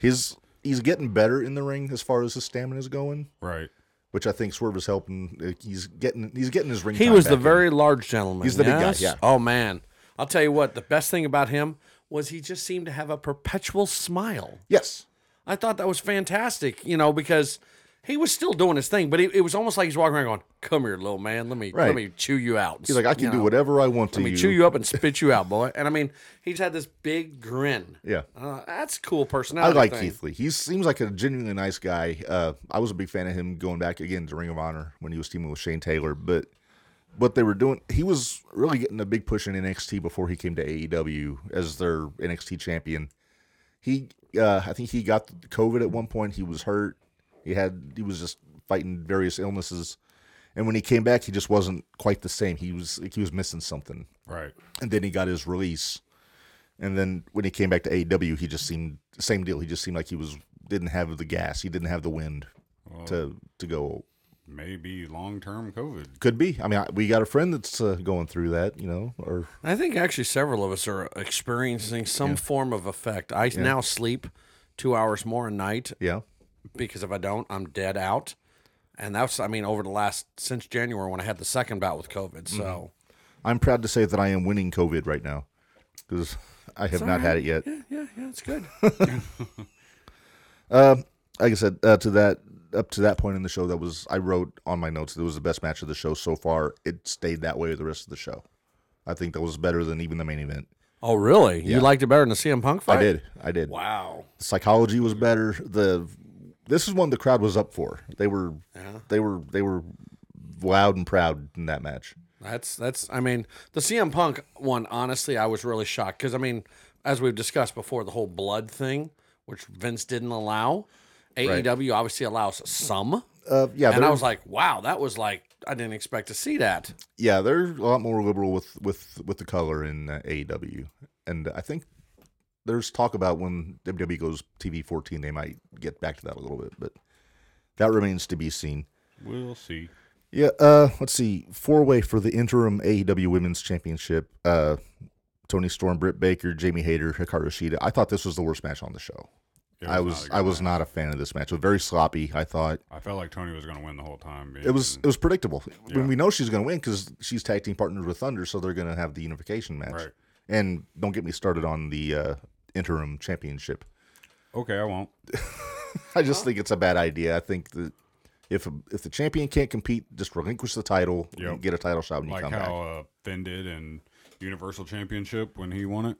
Speaker 1: His he's getting better in the ring as far as his stamina is going,
Speaker 2: Right.
Speaker 1: which I think Swerve is helping. Uh, He's getting he's getting his ring.
Speaker 3: He
Speaker 1: time
Speaker 3: was
Speaker 1: back
Speaker 3: the
Speaker 1: in.
Speaker 3: very large gentleman.
Speaker 1: He's the big guy,
Speaker 3: yes?
Speaker 1: yeah.
Speaker 3: Oh man, I'll tell you what. The best thing about him was he just seemed to have a perpetual smile.
Speaker 1: yes.
Speaker 3: I thought that was fantastic. You know, because he was still doing his thing, but it, it was almost like he's walking around going, "Come here, little man. Let me
Speaker 1: Right.
Speaker 3: let me chew you out."
Speaker 1: He's like I can do whatever I want to
Speaker 3: Let me
Speaker 1: you.
Speaker 3: chew you up and spit you out, boy. And I mean, he's had this big grin.
Speaker 1: Yeah.
Speaker 3: Uh, that's a cool
Speaker 1: I
Speaker 3: personality.
Speaker 1: like
Speaker 3: thing.
Speaker 1: Keith Lee. He seems like a genuinely nice guy. Uh, I was a big fan of him going back again to Ring of Honor when he was teaming with Shane Taylor. But what they were doing, he was really getting a big push in NXT before he came to AEW as their NXT champion. He, uh, I think he got COVID at one point. He was hurt. He had he was just fighting various illnesses, and when he came back, he just wasn't quite the same. He was like he was missing something
Speaker 2: Right.
Speaker 1: and then he got his release. And then when he came back to AEW, he just seemed same deal. He just seemed like he was didn't have the gas. He didn't have the wind to to go.
Speaker 2: Maybe long term COVID.
Speaker 1: Could be. I mean, I, we got a friend that's uh, going through that, you know. Or
Speaker 3: I think actually several of us are experiencing some form of effect. I now sleep two hours more a night
Speaker 1: yeah,
Speaker 3: because if I don't, I'm dead out. And that's, I mean, over the last, since January when I had the second bout with COVID. So,
Speaker 1: I'm proud to say that I am winning COVID right now because I have not had it yet.
Speaker 3: yeah, yeah, it's good.
Speaker 1: Like I said, uh, to that up to that point in the show, that was I wrote on my notes. That was the best match of the show so far. It stayed that way the rest of the show. I think that was better than even the main event.
Speaker 3: oh, really? You liked it better than the CM Punk fight?
Speaker 1: I did. I did.
Speaker 3: Wow.
Speaker 1: psychology was better. The this is one the crowd was up for. They were they were they were loud and proud in that match.
Speaker 3: That's, that's, I mean, the CM Punk one, honestly, I was really shocked because, I mean, as we've discussed before, the whole blood thing, which Vince didn't allow. AEW obviously allows some.
Speaker 1: Uh, yeah,
Speaker 3: and
Speaker 1: they're-
Speaker 3: I was like, wow, that was like, I didn't expect to see that.
Speaker 1: yeah, they're a lot more liberal with with with the color in uh, AEW, and I think there's talk about when WWE goes TV 14, they might get back to that a little bit, but that remains to be seen.
Speaker 2: We'll see.
Speaker 1: Yeah, uh, let's see. Four way for the interim AEW Women's Championship. Uh, Tony Storm, Britt Baker, Jamie Hayter, Hikaru Shida. I thought this was the worst match on the show.
Speaker 2: It
Speaker 1: I
Speaker 2: not
Speaker 1: was
Speaker 2: a good
Speaker 1: I was
Speaker 2: match.
Speaker 1: not a fan of this match. It was very sloppy. I thought
Speaker 2: I felt like Tony was going to win the whole time.
Speaker 1: it was it was predictable.
Speaker 2: Mm-hmm. Yeah.
Speaker 1: When we know she's going to win because she's tag team partnered with Thunder, so they're going to have the unification match.
Speaker 2: Right.
Speaker 1: And don't get me started on the uh, interim championship.
Speaker 2: okay. I won't.
Speaker 1: I just think it's a bad idea. I think that if if the champion can't compete, just relinquish the title,
Speaker 2: Yep.
Speaker 1: get a title shot when you
Speaker 2: Like
Speaker 1: come back.
Speaker 2: how uh, Finn did in Universal Championship when he won it.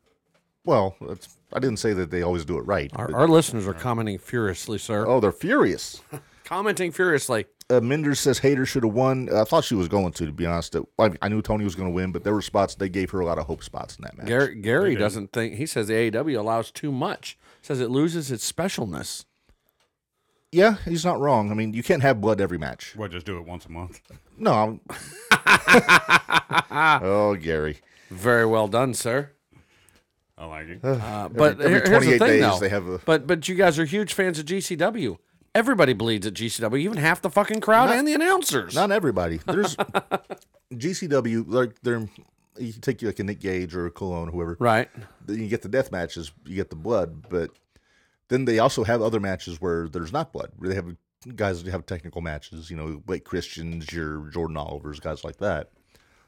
Speaker 1: Well, that's, I didn't say that they always do it right.
Speaker 3: Our, our listeners are commenting furiously, sir.
Speaker 1: Oh, they're furious.
Speaker 3: Commenting furiously.
Speaker 1: Uh, Mender says Hater should have won. I thought she was going to, to be honest. It- I, I knew Tony was going to win, but there were spots they gave her a lot of hope spots in that match.
Speaker 3: Gary, Gary doesn't think, he says the AEW allows too much, says it loses its specialness.
Speaker 1: Yeah, he's not wrong. I mean, you can't have blood every match.
Speaker 2: What? Just do it once a month.
Speaker 1: No. I'm- oh, Gary.
Speaker 3: Very well done, sir.
Speaker 2: I like it.
Speaker 1: Uh-huh.
Speaker 3: Uh, but
Speaker 1: every
Speaker 3: here- here's the
Speaker 1: 28
Speaker 3: thing,
Speaker 1: days,
Speaker 3: though.
Speaker 1: they have a-
Speaker 3: But but you guys are huge fans of GCW. Everybody bleeds at GCW, even half the fucking crowd and the announcers.
Speaker 1: Not everybody. There's GCW. Like they're you can take you like a Nick Gage or a Cologne, whoever.
Speaker 3: right.
Speaker 1: Then you get the death matches, you get the blood, but then they also have other matches where there's not blood. Where they have guys that have technical matches, you know, like Christians, your Jordan Oliver's, guys like that.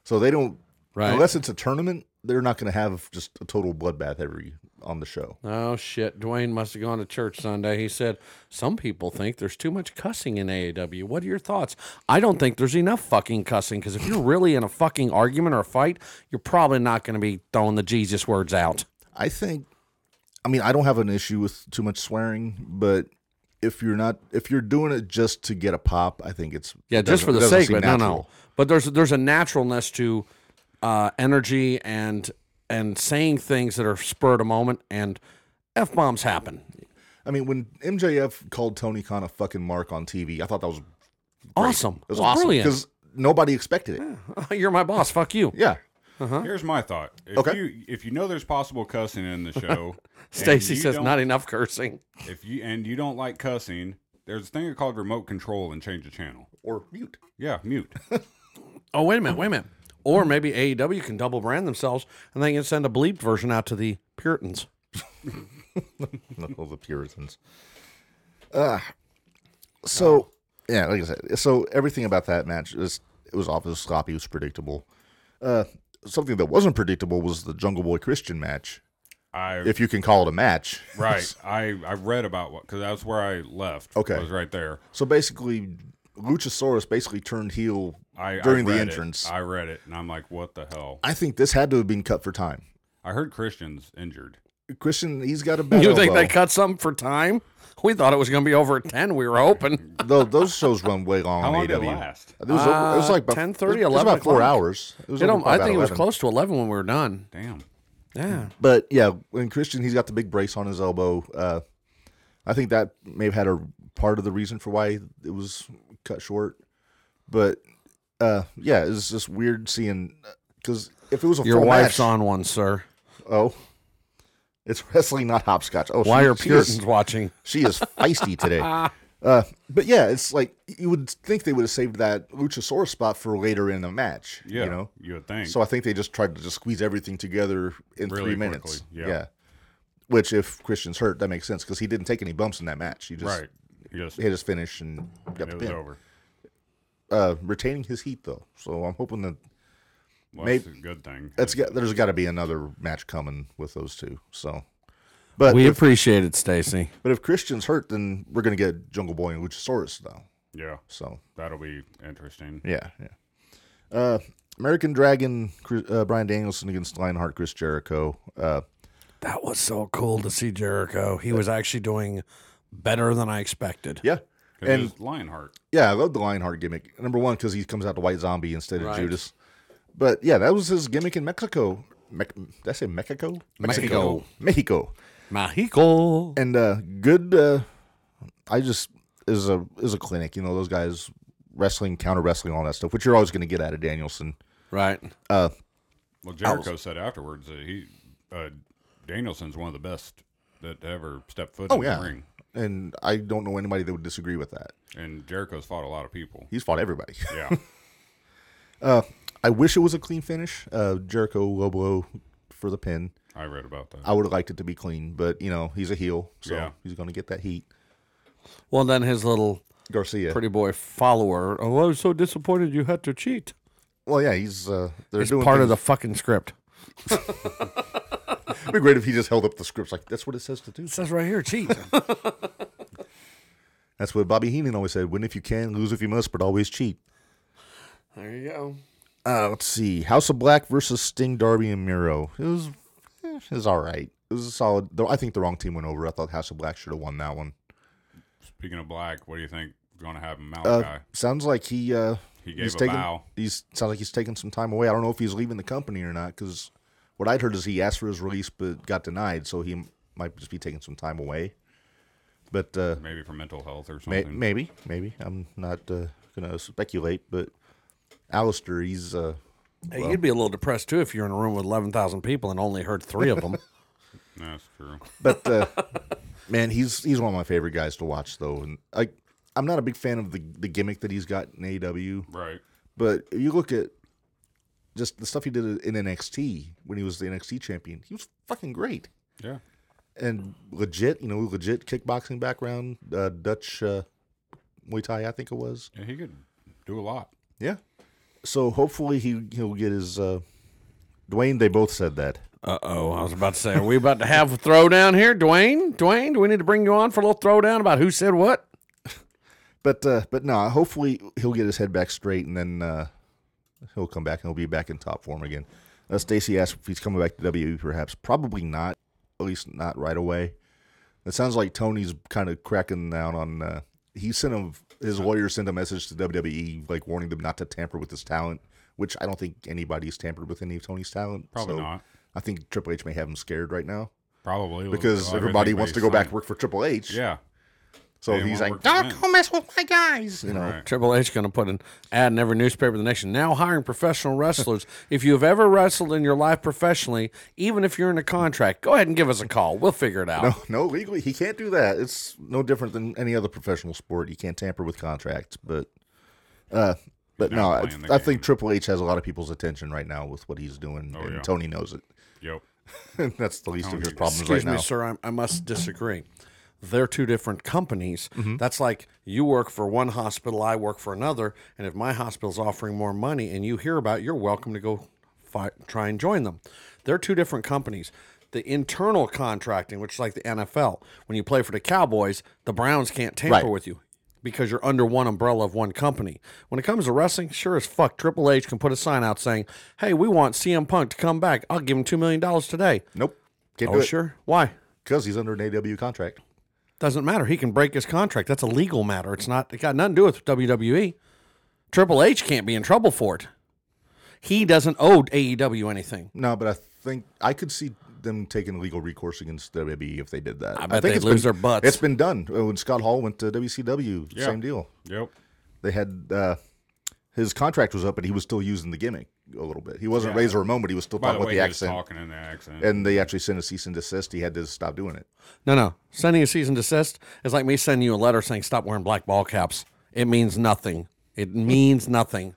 Speaker 1: So they don't
Speaker 3: Right.
Speaker 1: unless it's a tournament, they're not going to have just a total bloodbath every on the show.
Speaker 3: Oh shit! Dwayne must have gone to church Sunday. He said some people think there's too much cussing in AAW. What are your thoughts? I don't think there's enough fucking cussing because if you're really in a fucking argument or a fight, you're probably not going to be throwing the Jesus words out.
Speaker 1: I think I mean, I don't have an issue with too much swearing, but if you're not if you're doing it just to get a pop, I think it's
Speaker 3: Yeah,
Speaker 1: it
Speaker 3: just
Speaker 1: doesn't-
Speaker 3: for
Speaker 1: it
Speaker 3: the
Speaker 1: doesn't
Speaker 3: sake,
Speaker 1: seem
Speaker 3: but no, no.
Speaker 1: natural.
Speaker 3: But there's there's a naturalness to uh, energy and and saying things that are spur of the moment, and f bombs happen.
Speaker 1: I mean, when MJF called Tony Khan a fucking mark on TV, I thought that was
Speaker 3: Awesome,
Speaker 1: It was
Speaker 3: Well,
Speaker 1: awesome
Speaker 3: brilliant.
Speaker 1: because nobody expected it.
Speaker 3: You're my boss. Fuck you.
Speaker 1: Yeah,
Speaker 2: Here's my thought. If
Speaker 1: Okay.
Speaker 2: You, if you know there's possible cussing in the show, and
Speaker 3: Stacy
Speaker 2: you
Speaker 3: says
Speaker 2: don't-
Speaker 3: not enough cursing.
Speaker 2: If you and you don't like cussing, there's a thing called remote control and change the channel.
Speaker 1: or mute.
Speaker 2: Yeah, mute.
Speaker 3: Oh wait a minute, wait a minute. Or maybe AEW can double brand themselves and they can send a bleeped version out to the Puritans.
Speaker 1: All the Puritans. Uh, so yeah, like I said, so everything about that match is it was off, it was sloppy, it was predictable. Uh, something that wasn't predictable was the Jungle Boy Christian match,
Speaker 2: I
Speaker 1: if you can call it a match.
Speaker 2: right. I I read about what because that's where I left.
Speaker 1: Okay.
Speaker 2: was right there.
Speaker 1: So basically, Luchasaurus basically turned heel
Speaker 2: I I
Speaker 1: during the
Speaker 2: read it.
Speaker 1: entrance.
Speaker 2: I read it and I'm like, what the hell?
Speaker 1: I think this had to have been cut for time.
Speaker 2: I heard Christian's injured.
Speaker 1: Christian, he's got a bad
Speaker 3: you think
Speaker 1: elbow.
Speaker 3: they cut something for time? We thought it was going to be over at ten. We were hoping.
Speaker 1: Though those shows run way long
Speaker 2: How
Speaker 1: on
Speaker 2: long
Speaker 1: AW.
Speaker 2: did it last?
Speaker 1: It was, over, it was
Speaker 3: Uh,
Speaker 1: like about
Speaker 3: 10:30,
Speaker 1: it was
Speaker 3: 11
Speaker 1: about four
Speaker 3: o'clock.
Speaker 1: hours. It was
Speaker 3: You know,
Speaker 1: over by
Speaker 3: I
Speaker 1: about
Speaker 3: think it was
Speaker 1: 11.
Speaker 3: close to eleven when we were done.
Speaker 2: Damn.
Speaker 3: Yeah.
Speaker 1: But yeah, when Christian, he's got the big brace on his elbow. Uh, I think that may have had a part of the reason for why it was cut short. But uh, yeah, it's just weird seeing because if it was a
Speaker 3: Your
Speaker 1: full
Speaker 3: wife's
Speaker 1: match,
Speaker 3: on one, sir.
Speaker 1: oh, it's wrestling, not hopscotch. Oh,
Speaker 3: Why
Speaker 1: she-
Speaker 3: are
Speaker 1: she is-
Speaker 3: Puritans watching?
Speaker 1: She is feisty today.
Speaker 2: Ah.
Speaker 1: Uh, but yeah, it's like you would think they would have saved that Luchasaurus spot for later in the match.
Speaker 2: Yeah.
Speaker 1: You know.
Speaker 2: would think.
Speaker 1: So I think they just tried to just squeeze everything together in
Speaker 2: Really
Speaker 1: three minutes.
Speaker 2: quickly, yeah.
Speaker 1: Which, if Christian's hurt, that makes sense because he didn't take any bumps in that match. He just
Speaker 2: right. You just
Speaker 1: hit his finish and got
Speaker 2: it
Speaker 1: the
Speaker 2: was
Speaker 1: pin.
Speaker 2: over.
Speaker 1: Uh, retaining his heat though, so I'm hoping that
Speaker 2: Well,
Speaker 1: Maybe-
Speaker 2: that's a good thing.
Speaker 1: that's got, there's got to be another match coming with those two. So, but
Speaker 3: We
Speaker 1: if,
Speaker 3: appreciate it, Stacy.
Speaker 1: but if Christian's hurt, then we're gonna get Jungle Boy and Luchasaurus though.
Speaker 2: yeah.
Speaker 1: So
Speaker 2: That'll be interesting.
Speaker 1: Yeah, yeah. Uh, American Dragon, Chris- uh, Brian Danielson against Lionheart, Chris Jericho. Uh,
Speaker 3: That was so cool to see Jericho. He was actually doing better than I expected.
Speaker 1: yeah,
Speaker 2: 'Cause
Speaker 1: and
Speaker 2: it's Lionheart.
Speaker 1: yeah, I love the Lionheart gimmick. Number one because he comes out the White Zombie instead of
Speaker 3: Right.
Speaker 1: Judas. But yeah, that was his gimmick in Mexico. Mex- did I say Mexico?
Speaker 3: Mexico.
Speaker 1: Mexico.
Speaker 3: Mexico.
Speaker 1: and uh good uh i just is a is a clinic you know those guys wrestling counter wrestling all that stuff which you're always going to get out of danielson
Speaker 3: Right.
Speaker 2: Well, Jericho said afterwards that he uh, Danielson's one of the best that ever stepped
Speaker 3: Oh,
Speaker 2: foot in
Speaker 1: Oh, yeah.
Speaker 2: the ring,
Speaker 1: and i don't know anybody that would disagree with that
Speaker 2: and Jericho's fought a lot of people.
Speaker 1: he's fought everybody
Speaker 2: Yeah,
Speaker 1: i wish it was a clean finish uh jericho low blow for the pin
Speaker 2: I read about that.
Speaker 1: i would have liked it to be clean but you know he's a heel so
Speaker 2: Yeah.
Speaker 1: he's going to get that heat
Speaker 3: Well, then his little
Speaker 1: garcia
Speaker 3: pretty boy follower. Oh, I was so disappointed you had to cheat.
Speaker 1: well yeah he's uh they're
Speaker 3: It's
Speaker 1: doing
Speaker 3: part of the fucking script.
Speaker 1: it'd be great if he just held up the scripts like that's what it says to do
Speaker 4: says right here, cheat.
Speaker 1: that's what bobby heenan always said win if you can lose if you must but always cheat
Speaker 3: There you go.
Speaker 1: Uh, let's see. House of Black versus Sting, Darby, and Miro. It was, eh, it was all right. It was a solid. Though I think the wrong team went over. I thought House of Black should have won that one.
Speaker 2: Speaking of black, what do you think is going to happen,
Speaker 1: Uh,
Speaker 2: Malachi?
Speaker 1: Sounds like he uh,
Speaker 2: He gave
Speaker 1: he's
Speaker 2: a
Speaker 1: taking,
Speaker 2: bow.
Speaker 1: He's sounds like he's taking some time away. I don't know if he's leaving the company or not. Because what I'd heard is he asked for his release but got denied, so he m- might just be taking some time away. But uh,
Speaker 2: Maybe for mental health or
Speaker 1: may,
Speaker 2: something.
Speaker 1: maybe, maybe I'm not uh, gonna speculate. But Alistair, he's uh,
Speaker 3: you'd be a little depressed too if you're in a room with 11,000 people and only heard three of them.
Speaker 2: That's true.
Speaker 1: But uh, man, he's he's one of my favorite guys to watch though, and like I'm not a big fan of the the gimmick that he's got in E AEW,
Speaker 2: Right.
Speaker 1: but if you look at just the stuff he did in NXT when he was the NXT champion, he was fucking great
Speaker 2: Yeah.
Speaker 1: and legit. You know, legit kickboxing background, uh, Dutch uh, Muay Thai, I think it was.
Speaker 2: Yeah, he could do a lot.
Speaker 1: Yeah. So hopefully he he'll get his. Uh, Dwayne, they both said that.
Speaker 3: Uh oh. I was about to say, are we about to have a throwdown here? Dwayne? Dwayne, do we need to bring you on for a little throwdown about who said what?
Speaker 1: But uh, but no, hopefully he'll get his head back straight and then uh, he'll come back and he'll be back in top form again. Uh, Stacy asked if he's coming back to WWE, perhaps. Probably not, at least not right away. It sounds like Tony's kind of cracking down on. Uh, he sent him his lawyer sent a message to WWE, like warning them not to tamper with his talent, which I don't think anybody's tampered with any of Tony's talent.
Speaker 2: Probably
Speaker 1: so
Speaker 2: not.
Speaker 1: I think Triple H may have him scared right now
Speaker 2: Probably
Speaker 1: because
Speaker 2: Well,
Speaker 1: everybody
Speaker 2: everything
Speaker 1: wants to
Speaker 2: we
Speaker 1: go back
Speaker 2: signed.
Speaker 1: work for Triple H.
Speaker 2: Yeah.
Speaker 1: So
Speaker 2: They
Speaker 1: he's like,
Speaker 2: wanna work for
Speaker 1: "Don't
Speaker 2: him."
Speaker 1: go mess with my guys," you know.
Speaker 2: Right.
Speaker 3: Triple H going to put an ad in every newspaper in the nation. Now hiring professional wrestlers. if you've ever wrestled in your life professionally, even if you're in a contract, go ahead and give us a call. We'll figure it out.
Speaker 1: No, no, legally he can't do that. It's no different than any other professional sport. You can't tamper with contracts, but uh but no,
Speaker 2: not
Speaker 1: I,
Speaker 2: playing the
Speaker 1: I
Speaker 2: game. Oh,
Speaker 1: think Triple H has a lot of people's attention right now with what he's doing, and
Speaker 2: yeah.
Speaker 1: Tony knows it.
Speaker 2: Yep.
Speaker 1: That's the least of his
Speaker 2: Tony-
Speaker 1: problems
Speaker 3: Excuse
Speaker 1: right
Speaker 3: me,
Speaker 1: now.
Speaker 3: sir. I, I must disagree. They're two different companies.
Speaker 1: Mm-hmm.
Speaker 3: That's like you work for one hospital, I work for another. And if my hospital's offering more money and you hear about it, you're welcome to go fi- try and join them. They're two different companies. The internal contracting, which is like the NFL, when you play for the Cowboys, the Browns can't tamper
Speaker 1: Right.
Speaker 3: with you because you're under one umbrella of one company. When it comes to wrestling, sure as fuck, Triple H can put a sign out saying, hey, we want CM Punk to come back. I'll give him $2 million today.
Speaker 1: Nope, can't
Speaker 3: Oh,
Speaker 1: do it
Speaker 3: sure. Why?
Speaker 1: because he's under an AW contract.
Speaker 3: Doesn't matter. He can break his contract. That's a legal matter. It's not. It got nothing to do with WWE. Triple H can't be in trouble for it. He doesn't owe AEW anything.
Speaker 1: No, but I think I could see them taking legal recourse against WWE if they did that. I, think
Speaker 3: bet they'd
Speaker 1: it's
Speaker 3: lose
Speaker 1: been-
Speaker 3: their butts.
Speaker 1: It's been done Uh, when Scott Hall went to WCW. Same deal.
Speaker 2: Yep.
Speaker 1: they had uh, his contract was up, but he was still using the gimmick a little bit. He wasn't
Speaker 2: Yeah.
Speaker 1: Razor Ramon, but he was still
Speaker 2: By
Speaker 1: talking
Speaker 2: the
Speaker 1: about
Speaker 2: way,
Speaker 1: the
Speaker 2: he was
Speaker 1: accent.
Speaker 2: talking in the accent.
Speaker 1: And they actually sent a cease and desist. He had to stop doing it.
Speaker 3: No, no. Sending a cease and desist is like me sending you a letter saying stop wearing black ball caps. It means nothing. It means nothing.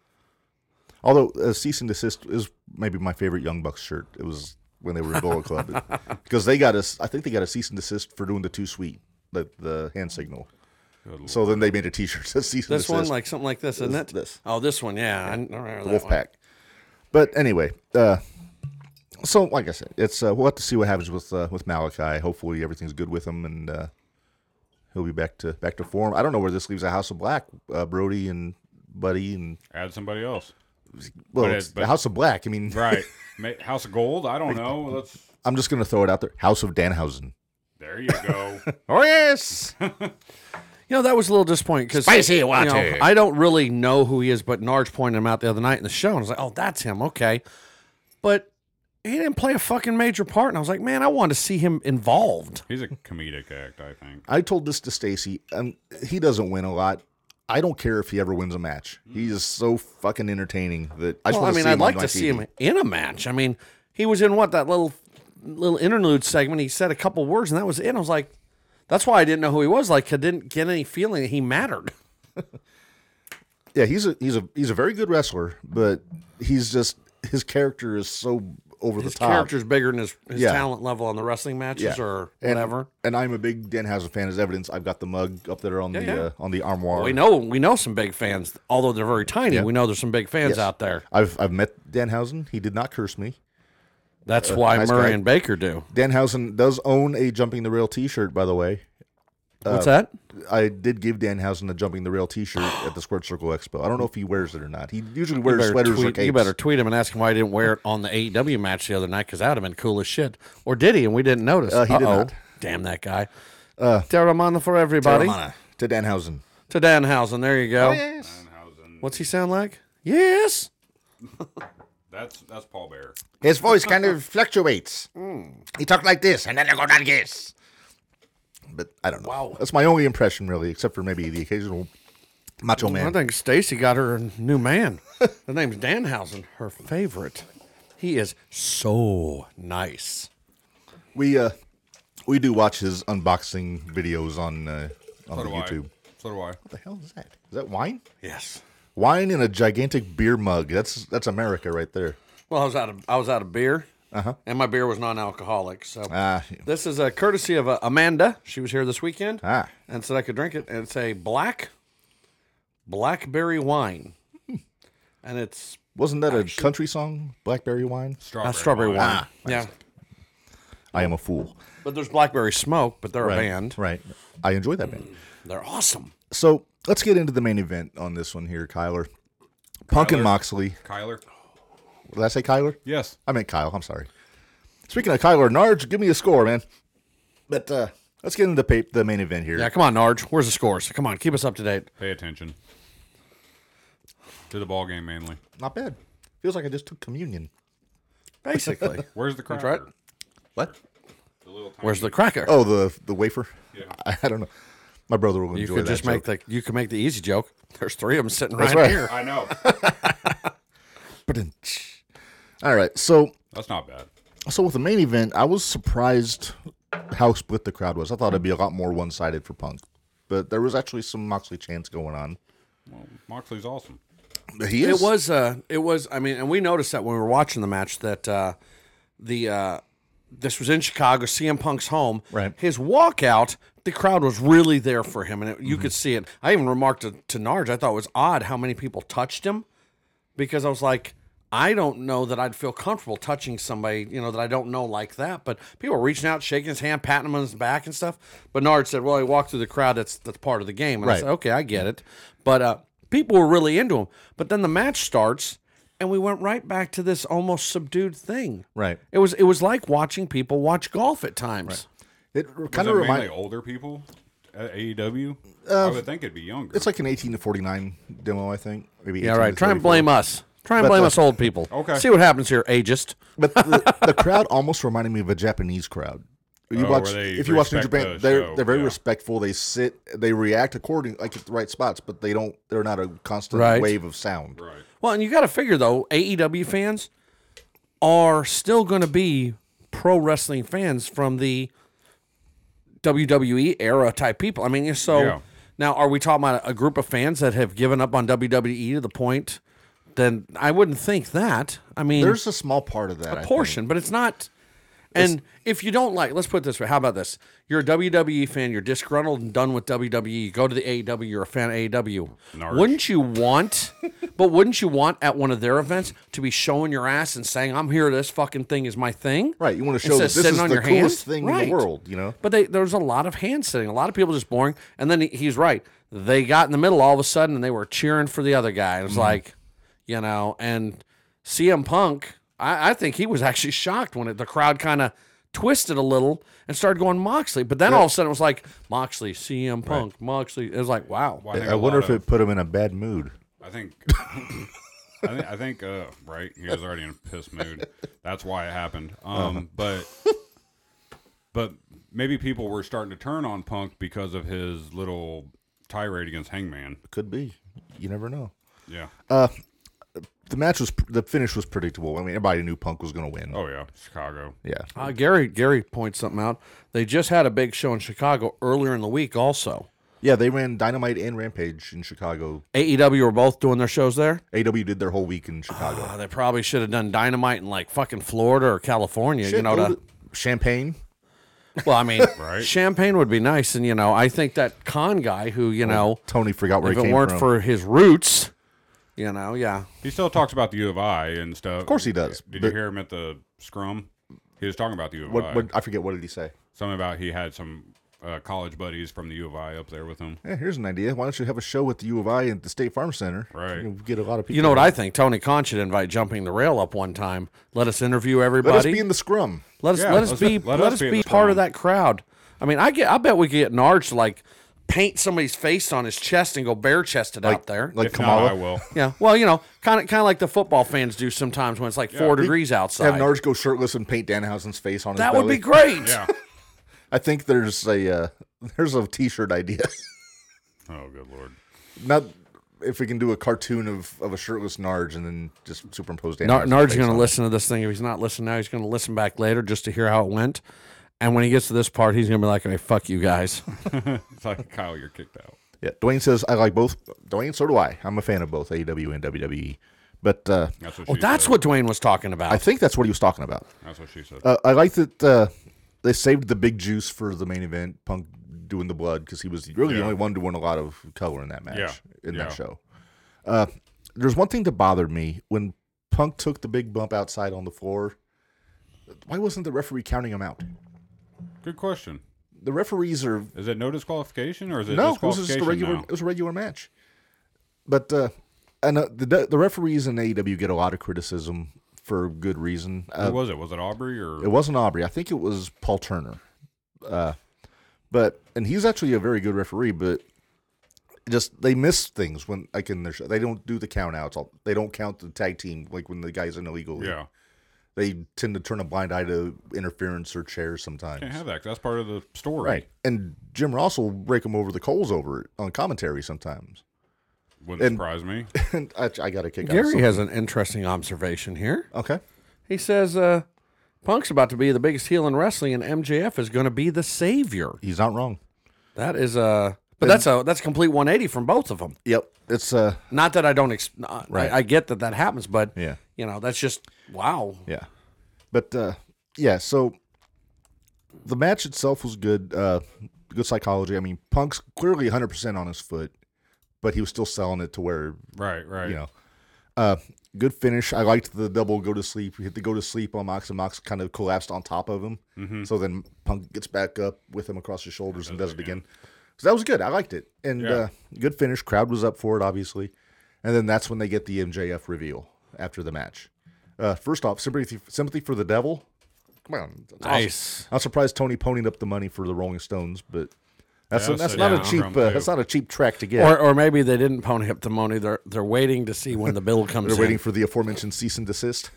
Speaker 1: Although uh, cease and desist is maybe my favorite Young Bucks shirt. It was when they were in Bullet Club because they got us. I think they got a cease and desist for doing the too sweet, the the hand signal. So then they made a T-shirt that says cease and
Speaker 3: This
Speaker 1: desist.
Speaker 3: one, like something like this, isn't it?
Speaker 1: this.
Speaker 3: Oh, this one. Yeah. I, I remember that one.
Speaker 1: Wolfpack. But anyway, uh, so like I said, it's uh, we'll have to see what happens with uh, with Malachi. Hopefully, everything's good with him, and uh, he'll be back to back to form. I don't know where this leaves the House of Black, uh, Brody and Buddy, and
Speaker 2: Add somebody else.
Speaker 1: well,
Speaker 2: But it-
Speaker 1: it's the
Speaker 2: but-
Speaker 1: House of Black. I mean,
Speaker 2: Right. Ma- House of Gold. I don't know. Let's.
Speaker 1: I'm just gonna throw it out there. House of Danhausen.
Speaker 2: There you go.
Speaker 1: Oh yes,
Speaker 3: You know, that was a little disappointing because you know, I don't really know who he is, but Narge pointed him out the other night in the show, and I was like, "Oh, that's him, okay." But he didn't play a fucking major part. And I was like, man, I wanted to see him involved.
Speaker 2: He's a comedic act, I think.
Speaker 1: I told this to Stacy, and he doesn't win a lot. I don't care if he ever wins a match. He is so fucking entertaining that I just
Speaker 3: Well, I
Speaker 1: want
Speaker 3: mean,
Speaker 1: to see
Speaker 3: I'd
Speaker 1: him on
Speaker 3: like
Speaker 1: my
Speaker 3: to see
Speaker 1: TV.
Speaker 3: him in a match. I mean, he was in what that little little interlude segment. He said a couple words, and that was it. I was like, that's why I didn't know who he was. Like, I didn't get any feeling that he mattered.
Speaker 1: Yeah, he's a he's a he's a very good wrestler, but he's just his character is so over
Speaker 3: His
Speaker 1: the top.
Speaker 3: character's bigger than his, his
Speaker 1: Yeah.
Speaker 3: talent level on the wrestling matches or
Speaker 1: And-
Speaker 3: whatever.
Speaker 1: And, I'm a big Dan Housen fan, as evidence. I've got the mug up there on the
Speaker 3: yeah.
Speaker 1: Uh, on the armoire.
Speaker 3: We know we know some big fans, although they're very tiny. We know there's some big fans out there.
Speaker 1: I've I've met Dan Housen. He did not curse me.
Speaker 3: That's why
Speaker 1: uh, nice
Speaker 3: Murray
Speaker 1: guy.
Speaker 3: and Baker do.
Speaker 1: Dan Housen does own a jumping the rail T-shirt, by the way. Uh,
Speaker 3: What's that?
Speaker 1: I did give Dan Housen a jumping the rail T-shirt at the Squared Circle Expo. I don't know if he wears it or not. He usually wears
Speaker 3: better
Speaker 1: sweaters or
Speaker 3: tweet,
Speaker 1: capes.
Speaker 3: you better tweet him and ask him why he didn't wear it on the AEW match the other night because that would have been cool as shit. Or did he? And we didn't notice.
Speaker 1: Uh, he did
Speaker 3: Uh-oh.
Speaker 1: not.
Speaker 3: Damn that guy. Uh, Terramana for everybody.
Speaker 1: Ramana, to Dan Housen.
Speaker 3: To Danhausen. There you
Speaker 1: Oh,
Speaker 3: go.
Speaker 2: Danhausen.
Speaker 3: What's he sound like? Yes.
Speaker 2: That's that's Paul Bear.
Speaker 1: His voice kind of fluctuates.
Speaker 3: Hmm.
Speaker 1: He talked like this, and then I go like this. But I don't know.
Speaker 3: Wow.
Speaker 1: That's my only impression, really, except for maybe the occasional Macho
Speaker 3: I
Speaker 1: Man.
Speaker 3: think Stacy got her a new man. the name's Danhausen, her favorite. He is so nice.
Speaker 1: We uh, we do watch his unboxing videos on uh, on
Speaker 2: So
Speaker 1: the
Speaker 2: do
Speaker 1: YouTube.
Speaker 2: I. So do I.
Speaker 1: What the hell is that? Is that wine?
Speaker 3: Yes.
Speaker 1: Wine in a gigantic beer mug. That's that's America right there.
Speaker 3: Well, I was out of I was out of beer, and my beer was non-alcoholic. So
Speaker 1: Uh-huh. Ah,
Speaker 3: this is a courtesy of uh, Amanda. She was here this weekend
Speaker 1: Ah.
Speaker 3: and said I could drink it. And it's a black blackberry wine, and it's
Speaker 1: wasn't that a country song? Blackberry wine.
Speaker 2: Strawberry.
Speaker 3: not strawberry
Speaker 2: wine.
Speaker 3: wine.
Speaker 1: Ah,
Speaker 3: yeah,
Speaker 1: I am a fool.
Speaker 3: but there's blackberry smoke. But they're a band.
Speaker 1: Right. I enjoy that band.
Speaker 3: They're awesome.
Speaker 1: So let's get into the main event on this one here, Kyler. Punk and
Speaker 2: Kyler.
Speaker 1: Moxley.
Speaker 2: Kyler.
Speaker 1: Did I say Kyler?
Speaker 2: Yes.
Speaker 1: I meant Kyle. I'm sorry. Speaking of Kyler, Narge, give me a score, man. But uh, let's get into the, pa- the main event here.
Speaker 3: Yeah, come on, Narge. Where's the scores? Come on, keep us up to date.
Speaker 2: Pay attention to the ball game mainly.
Speaker 1: Not bad. Feels like I just took communion.
Speaker 3: Basically,
Speaker 2: Where's the cracker?
Speaker 3: right.
Speaker 1: What?
Speaker 2: The little tiny-
Speaker 3: where's the cracker?
Speaker 1: Oh, the the wafer.
Speaker 2: Yeah.
Speaker 1: I, I don't know. My brother will
Speaker 3: you
Speaker 1: enjoy
Speaker 3: could
Speaker 1: that.
Speaker 3: just make
Speaker 1: joke.
Speaker 3: the you could make the easy joke. There's three of them sitting
Speaker 1: That's
Speaker 3: right,
Speaker 1: right.
Speaker 3: here.
Speaker 2: I know.
Speaker 1: Ba-dum-tsh. All right. So
Speaker 2: That's not bad.
Speaker 1: so with the main event, I was surprised how split the crowd was. I thought it'd be a lot more one sided for Punk, but there was actually some Moxley chants going on.
Speaker 2: Well, Moxley's awesome.
Speaker 1: He
Speaker 3: It
Speaker 1: is.
Speaker 3: was uh it was I mean, and we noticed that when we were watching the match that uh the uh this was in Chicago, CM Punk's home.
Speaker 1: Right.
Speaker 3: His walkout, the crowd was really there for him, and it,
Speaker 1: Mm-hmm.
Speaker 3: you could see it. I even remarked to, to Narge, I thought it was odd how many people touched him, because I was like, I don't know that I'd feel comfortable touching somebody, you know, that I don't know like that. But people were reaching out, shaking his hand, patting him on his back and stuff. But Narge said, "Well, he walked through the crowd. That's that's part of the game." And I
Speaker 1: Right.
Speaker 3: said, "Okay, I get it." But uh, people were really into him. But then the match starts, and we went right back to this almost subdued thing.
Speaker 1: Right.
Speaker 3: It was it was like watching people watch golf at times.
Speaker 1: It
Speaker 2: Is
Speaker 1: kind
Speaker 2: that
Speaker 1: of
Speaker 2: mainly
Speaker 1: reminds.
Speaker 2: older people at AEW? I would think it'd be younger.
Speaker 1: Uh, It's like an 18 to 49 demo, I think. Maybe
Speaker 3: Yeah,
Speaker 1: 18 to
Speaker 3: right. Try and
Speaker 1: 34.
Speaker 3: blame uh, us. Try and blame
Speaker 1: the-
Speaker 3: us old people.
Speaker 2: Okay.
Speaker 3: See what happens here, ageist.
Speaker 1: But the, the crowd almost reminded me of a Japanese crowd. You
Speaker 2: Oh,
Speaker 1: watch
Speaker 2: where they
Speaker 1: if you watch New
Speaker 2: respect
Speaker 1: Japan,
Speaker 2: the
Speaker 1: they're
Speaker 2: show,
Speaker 1: they're very
Speaker 2: yeah.
Speaker 1: respectful. They sit, they react according like at the right spots, but they don't. They're not a constant
Speaker 3: Right.
Speaker 1: wave of sound.
Speaker 2: right.
Speaker 3: Well, and you got to figure though, AEW fans are still going to be pro wrestling fans from the WWE era type people. I mean, so
Speaker 2: Yeah.
Speaker 3: now are we talking about a group of fans that have given up on WWE to the point? Then I wouldn't think that. I mean,
Speaker 1: There's a small part of that. I think.
Speaker 3: portion, but it's not. And if you don't like, let's put it this way. How about this? You're a WWE fan. You're disgruntled and done with WWE. You go to the AEW. You're a fan of AEW.
Speaker 2: Narsh.
Speaker 3: Wouldn't you want? but wouldn't you want at one of their events to be showing your ass and saying, "I'm here. This fucking thing is my thing."
Speaker 1: Right. You want to
Speaker 3: Instead
Speaker 1: show that
Speaker 3: of
Speaker 1: this is
Speaker 3: sitting
Speaker 1: the
Speaker 3: on your
Speaker 1: coolest
Speaker 3: hand?
Speaker 1: thing in
Speaker 3: Right.
Speaker 1: the world. You know.
Speaker 3: But they, there was a lot of hand sitting. A lot of people just boring. And then he, he's right. They got in the middle all of a sudden, and they were cheering for the other guy. It was like, you know, and CM Punk. I, I think he was actually shocked when it, the crowd kind of twisted a little and started going Moxley. But then all of a sudden, it was like Moxley, CM Punk, Moxley. It was like, wow.
Speaker 2: Well, I, think
Speaker 1: I
Speaker 2: a
Speaker 1: wonder
Speaker 2: lot
Speaker 1: if
Speaker 2: of-
Speaker 1: it put him in a bad mood.
Speaker 2: I think I think, I think uh, right. He was already in a piss mood. That's why it happened. Um,
Speaker 1: Uh-huh.
Speaker 2: but but maybe people were starting to turn on Punk because of his little tirade against Hangman.
Speaker 1: Could be. You never know.
Speaker 2: Yeah.
Speaker 1: Uh, The match was the finish was predictable. I mean, everybody knew Punk was going to win.
Speaker 2: oh yeah, Chicago.
Speaker 1: Yeah.
Speaker 3: Uh, Gary Gary points something out. They just had a big show in Chicago earlier in the week. Also,
Speaker 1: Yeah, they ran Dynamite and Rampage in Chicago.
Speaker 3: AEW E were both doing their shows there.
Speaker 1: AW did their whole week in Chicago.
Speaker 3: Uh, they probably should have done Dynamite in like fucking Florida or California. you know, to,
Speaker 1: champagne.
Speaker 3: well, I mean,
Speaker 2: Right.
Speaker 3: champagne would be nice. And you know, I think that con guy who you know,
Speaker 1: Tony forgot where
Speaker 3: if
Speaker 1: he
Speaker 3: it
Speaker 1: came
Speaker 3: weren't
Speaker 1: from.
Speaker 3: for his roots, you know, yeah,
Speaker 2: He still talks about the U of I and stuff. Of
Speaker 1: course he does,
Speaker 2: Did
Speaker 1: but-
Speaker 2: you hear him at the scrum? He was talking about the U of I.
Speaker 1: what, what I forget what did he say?
Speaker 2: Something about he had some uh, college buddies from the U of I up there with him.
Speaker 1: Yeah, here's an idea. Why don't you have a show at the U of I and the State Farm Center?
Speaker 2: Right.
Speaker 1: You'll get a lot of people.
Speaker 3: you know what I think. Tony Khan should invite jumping the rail up one time. Let us interview
Speaker 1: Let
Speaker 3: everybody.
Speaker 1: us be in the scrum.
Speaker 3: Let us
Speaker 2: Yeah,
Speaker 3: let us
Speaker 2: let's-
Speaker 3: be let,
Speaker 2: let us
Speaker 3: us
Speaker 2: be
Speaker 3: be,
Speaker 2: in the
Speaker 3: part of
Speaker 2: throng.
Speaker 3: that crowd. I mean, I get I bet we could get Narge to like paint somebody's face on his chest and go bare chested out there.
Speaker 1: Like
Speaker 2: If
Speaker 1: Kamala.
Speaker 2: not, I will.
Speaker 3: yeah, well, you know, kind of kind of like the football fans do sometimes when it's like four degrees
Speaker 1: Have
Speaker 3: outside.
Speaker 1: Narge go shirtless and paint Danhausen's face on his
Speaker 3: that
Speaker 1: belly.
Speaker 3: would be great.
Speaker 2: Yeah.
Speaker 1: I think there's a uh, there's a t-shirt idea.
Speaker 2: Oh good lord.
Speaker 1: Not if we can do a cartoon of, of a shirtless Narge and then just superimpose Danhausen's
Speaker 3: Nar- Narge's
Speaker 1: face
Speaker 3: going to
Speaker 1: on it.
Speaker 3: listen to this thing. If he's not listening now, he's going to listen back later just to hear how it went. And when he gets to this part, he's going to be like, "Hey, fuck you guys."
Speaker 2: It's like Kyle, you're kicked out.
Speaker 1: Yeah, Dwayne says I like both. Dwayne, so do I. I'm a fan of both AEW and WWE. But uh,
Speaker 2: That's what
Speaker 3: Oh,
Speaker 2: she
Speaker 3: that's
Speaker 2: said.
Speaker 3: what Dwayne was talking
Speaker 1: I
Speaker 3: about.
Speaker 1: think that's what he was talking about.
Speaker 2: That's what she said.
Speaker 1: Uh, I like that uh, they saved the big juice for the main event. Punk doing the blood because he was really the
Speaker 2: Yeah.
Speaker 1: only one doing a lot of color in that match
Speaker 2: Yeah,
Speaker 1: in
Speaker 2: yeah.
Speaker 1: that show. Uh, there's one thing that bothered me when Punk took the big bump outside on the floor. Why wasn't the referee counting him out?
Speaker 2: Good question.
Speaker 1: The referees are
Speaker 2: Is it no disqualification or is it
Speaker 1: no, it was
Speaker 2: disqualification
Speaker 1: just a regular.
Speaker 2: now?
Speaker 1: It was a regular match. But uh, and uh, the the referees in AEW get a lot of criticism for good reason. Uh,
Speaker 2: Who was it? Was it Aubrey or
Speaker 1: it wasn't Aubrey. I think it was Paul Turner. Uh, but and he's actually a very good referee, but just they miss things when like in their show. They don't do the count outs. They don't count the tag team like when the guy's in illegal.
Speaker 2: yeah?
Speaker 1: They tend to turn a blind eye to interference or chairs sometimes.
Speaker 2: Can't have that. 'cause That's part of the story.
Speaker 1: Right. And Jim Ross will break them over the coals over it on commentary sometimes.
Speaker 2: Wouldn't
Speaker 1: And-
Speaker 2: surprise me.
Speaker 1: And I, I got a kick out of
Speaker 3: Gary
Speaker 1: some-
Speaker 3: has an interesting observation here.
Speaker 1: Okay.
Speaker 3: He says, uh, Punk's about to be the biggest heel in wrestling, and MJF is going to be the savior.
Speaker 1: He's not wrong.
Speaker 3: That is a, but that's a that's a complete 180 from both of them.
Speaker 1: Yep. It's uh
Speaker 3: Not that I don't, ex- uh,
Speaker 1: Right.
Speaker 3: I, I get that that happens, but
Speaker 1: Yeah.
Speaker 3: you know, that's just wow.
Speaker 1: Yeah. But uh yeah, so the match itself was good. Uh good psychology. I mean, Punk's clearly 100% on his foot, but he was still selling it to where,
Speaker 2: Right. Right.
Speaker 1: you know. Uh good finish. I liked the double go to sleep. He hit the go to sleep on Mox and Mox kind of collapsed on top of him. So then Punk gets back up with him across his shoulders and does it again. So that was good. I liked it. And
Speaker 2: Yeah.
Speaker 1: uh good finish. Crowd was up for it obviously. And then that's when they get the MJF reveal after the match. Uh, first off, sympathy, sympathy for the devil. Come on, that's awesome.
Speaker 3: Nice.
Speaker 1: I'm surprised Tony ponied up the money for the Rolling Stones, but that's
Speaker 2: Yeah,
Speaker 1: that's
Speaker 2: so
Speaker 1: not
Speaker 2: down
Speaker 1: a cheap
Speaker 2: from
Speaker 1: uh,
Speaker 2: two.
Speaker 1: that's not a cheap track to get.
Speaker 3: Or, or maybe they didn't pony up the money. They're they're waiting to see when the bill comes
Speaker 1: They're
Speaker 3: in.
Speaker 1: waiting for the aforementioned cease and desist.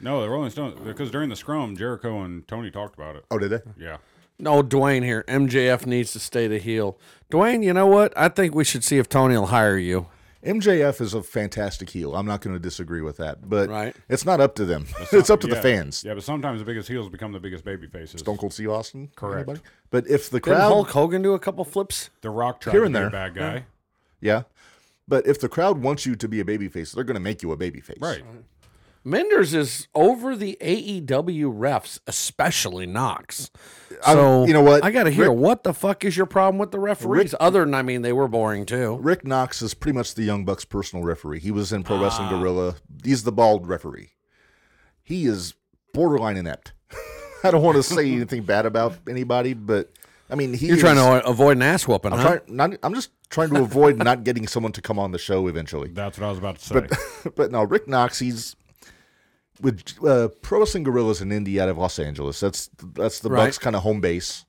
Speaker 2: No, the Rolling Stones. Because during the scrum, Jericho and Tony talked about it.
Speaker 1: Oh, did they?
Speaker 2: Yeah.
Speaker 3: no, Dwayne here. MJF needs to stay the heel. Dwayne, you know what? I think we should see if Tony will hire you.
Speaker 1: MJF is a fantastic heel. I'm not going to disagree with that, but
Speaker 3: Right.
Speaker 1: it's not up to them. it's up to the
Speaker 2: Yeah.
Speaker 1: fans.
Speaker 2: Yeah, but sometimes the biggest heels become the biggest baby faces.
Speaker 1: Stone Cold Steve Austin,
Speaker 2: Correct.
Speaker 1: anybody? But if the
Speaker 3: Didn't
Speaker 1: crowd,
Speaker 3: Hulk Hogan do a couple flips?
Speaker 2: The Rock tried
Speaker 1: Here
Speaker 2: to
Speaker 1: and
Speaker 2: be a
Speaker 1: there.
Speaker 2: bad guy.
Speaker 1: yeah, but if the crowd wants you to be a babyface, they're going to make you a babyface.
Speaker 2: Right.
Speaker 3: Menders is over the AEW refs, especially Knox.
Speaker 1: I-
Speaker 3: So
Speaker 1: you know what?
Speaker 3: I got to hear
Speaker 1: Rick-
Speaker 3: what the fuck is your problem with the referees? other than I mean, they were boring too.
Speaker 1: Rick Knox is pretty much the Young Bucks' personal referee. He was in Pro Wrestling
Speaker 2: Ah.
Speaker 1: Gorilla. He's the bald referee. He is borderline inept. I don't want to say anything bad about anybody, but I mean, he
Speaker 3: You're trying
Speaker 1: is-
Speaker 3: to avoid an ass whooping, huh?
Speaker 1: Try, not, I'm just trying to avoid not getting someone to come on the show eventually.
Speaker 2: That's what I was about to say.
Speaker 1: but no, Rick Knox, he's with uh, Pro Wrestling Gorillas in Indy out of Los Angeles. That's that's the
Speaker 3: Right.
Speaker 1: Bucks kind of home base,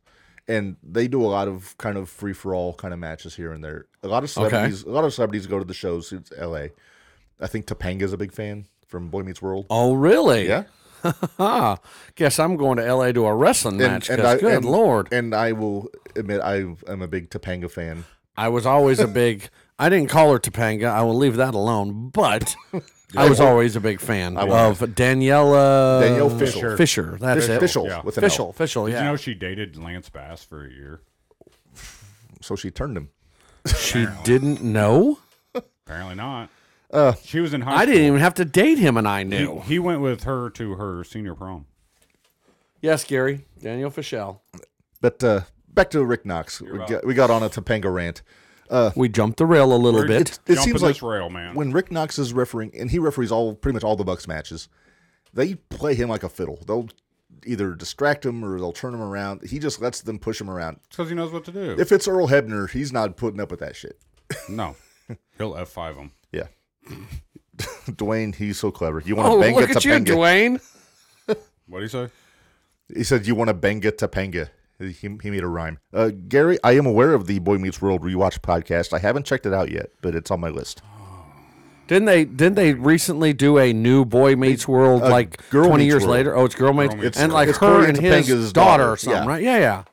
Speaker 1: and they do a lot of kind of free for all kind of matches here and there. A lot of celebrities, a lot of celebrities go to the shows. It's L.A. I think Topanga's a big fan from Boy Meets World.
Speaker 3: Oh, really?
Speaker 1: Yeah.
Speaker 3: Ah, guess I'm going to LA to a wrestling match. 'cause good
Speaker 1: and-
Speaker 3: lord,
Speaker 1: And I will admit I am a big Topanga fan.
Speaker 3: I was always a big. I didn't call her Topanga. I will leave that alone. But I was always a big fan of Daniela
Speaker 1: Danielle Fishel.
Speaker 3: Fisher. That's it.
Speaker 1: Fishel
Speaker 2: Yeah.
Speaker 1: with an L.
Speaker 3: Fishel. Fishel.
Speaker 2: Did
Speaker 3: Yeah.
Speaker 2: you know she dated Lance Bass for a year?
Speaker 1: So she turned him.
Speaker 3: she didn't know.
Speaker 2: Apparently not.
Speaker 1: Uh,
Speaker 2: she was in high
Speaker 3: I
Speaker 2: school.
Speaker 3: didn't even have to date him, and I
Speaker 2: He-
Speaker 3: knew.
Speaker 2: He, went with her to her senior prom.
Speaker 3: Yes, Gary. Daniel Fischel.
Speaker 1: But uh, back to Rick Knox. We
Speaker 2: welcome.
Speaker 1: got, we got on a Topanga rant. Uh,
Speaker 3: We jumped the rail a little bit.
Speaker 1: It
Speaker 2: Jumping
Speaker 1: seems like
Speaker 2: this rail, man.
Speaker 1: when Rick Knox is refereeing, and he referees all pretty much all the Bucks matches, they play him like a fiddle. They'll either distract him or they'll turn him around. He just lets them push him around.
Speaker 2: because he knows what to do.
Speaker 1: If it's Earl Hebner, he's not putting up with that shit.
Speaker 2: no, he'll F five him.
Speaker 1: Yeah. Dwayne, he's so clever. You want to
Speaker 3: Oh,
Speaker 1: bang
Speaker 3: look
Speaker 1: a
Speaker 3: at you,
Speaker 1: Topanga?
Speaker 3: Dwayne.
Speaker 2: What do you say?
Speaker 1: He said, "You want to banga Topanga." He, he made a rhyme. Uh, Gary, I am aware of the Boy Meets World rewatch podcast. I haven't checked it out yet, but it's on my list.
Speaker 3: Didn't they? Didn't they recently do a new Boy Meets World like
Speaker 1: Girl
Speaker 3: twenty
Speaker 1: Meets
Speaker 3: years
Speaker 1: World.
Speaker 3: later? Oh, it's Girl Meets,
Speaker 2: Meets
Speaker 3: and
Speaker 2: World.
Speaker 3: like
Speaker 1: It's
Speaker 3: her
Speaker 1: Gloria
Speaker 3: and his
Speaker 1: Topanga's
Speaker 3: daughter,
Speaker 1: daughter,
Speaker 3: or something,
Speaker 1: yeah.
Speaker 3: right? Yeah, yeah.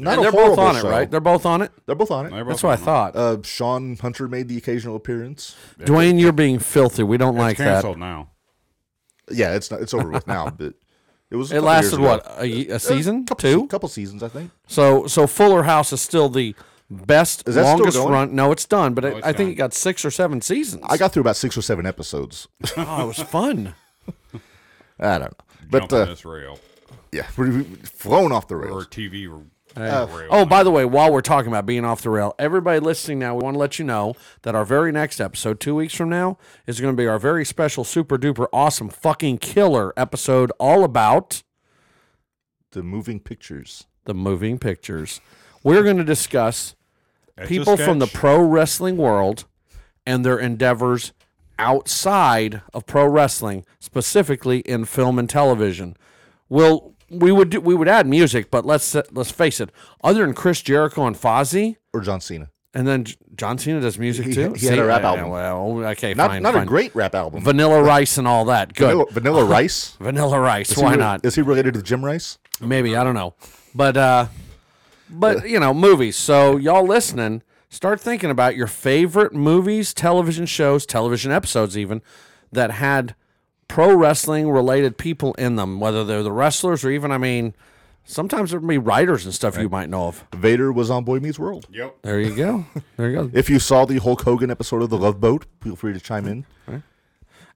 Speaker 1: Not
Speaker 3: And
Speaker 1: a
Speaker 3: they're both
Speaker 1: horrible
Speaker 3: on it,
Speaker 1: show.
Speaker 3: right? They're both on it.
Speaker 1: They're both on it.
Speaker 2: They're both
Speaker 3: That's what I
Speaker 2: on.
Speaker 3: thought.
Speaker 1: Uh, Sean Hunter made the occasional appearance.
Speaker 3: Dwayne, you're being filthy. We don't like that.
Speaker 2: Canceled now.
Speaker 1: Yeah, it's not, it's over with now, but it was. a
Speaker 3: It
Speaker 1: couple years
Speaker 3: lasted
Speaker 1: ago. Uh,
Speaker 3: what a, ye- a season,
Speaker 1: couple,
Speaker 3: two.
Speaker 1: couple seasons, I think.
Speaker 3: So so Fuller House is still the best
Speaker 1: that still
Speaker 3: longest
Speaker 1: going?
Speaker 3: run. No, it's done, but it,
Speaker 2: it's
Speaker 3: I
Speaker 2: done.
Speaker 3: think it got six or seven seasons.
Speaker 1: I got through about six or seven episodes.
Speaker 3: oh, it was fun.
Speaker 1: I don't know, but
Speaker 2: Jumping
Speaker 1: uh,
Speaker 2: this rail
Speaker 1: yeah, we- we've flown off the
Speaker 2: or
Speaker 1: rails.
Speaker 2: TV r- rail.
Speaker 3: Oh, by the way, while we're talking about being off the rail, everybody listening now, we want to let you know that our very next episode, two weeks from now, is going to be our very special, super duper, awesome, fucking killer episode all about
Speaker 1: The moving pictures.
Speaker 3: the moving pictures. We're going to discuss
Speaker 2: Etch a
Speaker 3: people from the
Speaker 2: sketch.
Speaker 3: pro wrestling world and their endeavors outside of pro wrestling, specifically in film and television. Well, we would do, we would add music, but let's let's face it. Other than Chris Jericho and Fozzy,
Speaker 1: Or John Cena.
Speaker 3: and then J- John Cena does music
Speaker 1: He-
Speaker 3: too.
Speaker 1: he had a rap
Speaker 3: yeah,
Speaker 1: album.
Speaker 3: Well, okay,
Speaker 1: Not
Speaker 3: fine,
Speaker 1: not
Speaker 3: fine.
Speaker 1: a great rap album.
Speaker 3: Vanilla Rice and all that. Good.
Speaker 1: Vanilla,
Speaker 3: Vanilla,
Speaker 1: Vanilla Rice.
Speaker 3: Rice.
Speaker 1: Is
Speaker 3: Why
Speaker 1: he re-
Speaker 3: not?
Speaker 1: Is he related to Jim Rice?
Speaker 3: Maybe I don't know, but uh, but you know, movies. So y'all listening, start thinking about your favorite movies, television shows, television episodes, even that had pro wrestling related people in them, whether they're the wrestlers or even, I mean, sometimes there can be writers and stuff you might know of.
Speaker 1: Vader was on Boy Meets World.
Speaker 2: Yep.
Speaker 3: There you go. There you go.
Speaker 1: If you saw the Hulk Hogan episode of The Love Boat, feel free to chime in.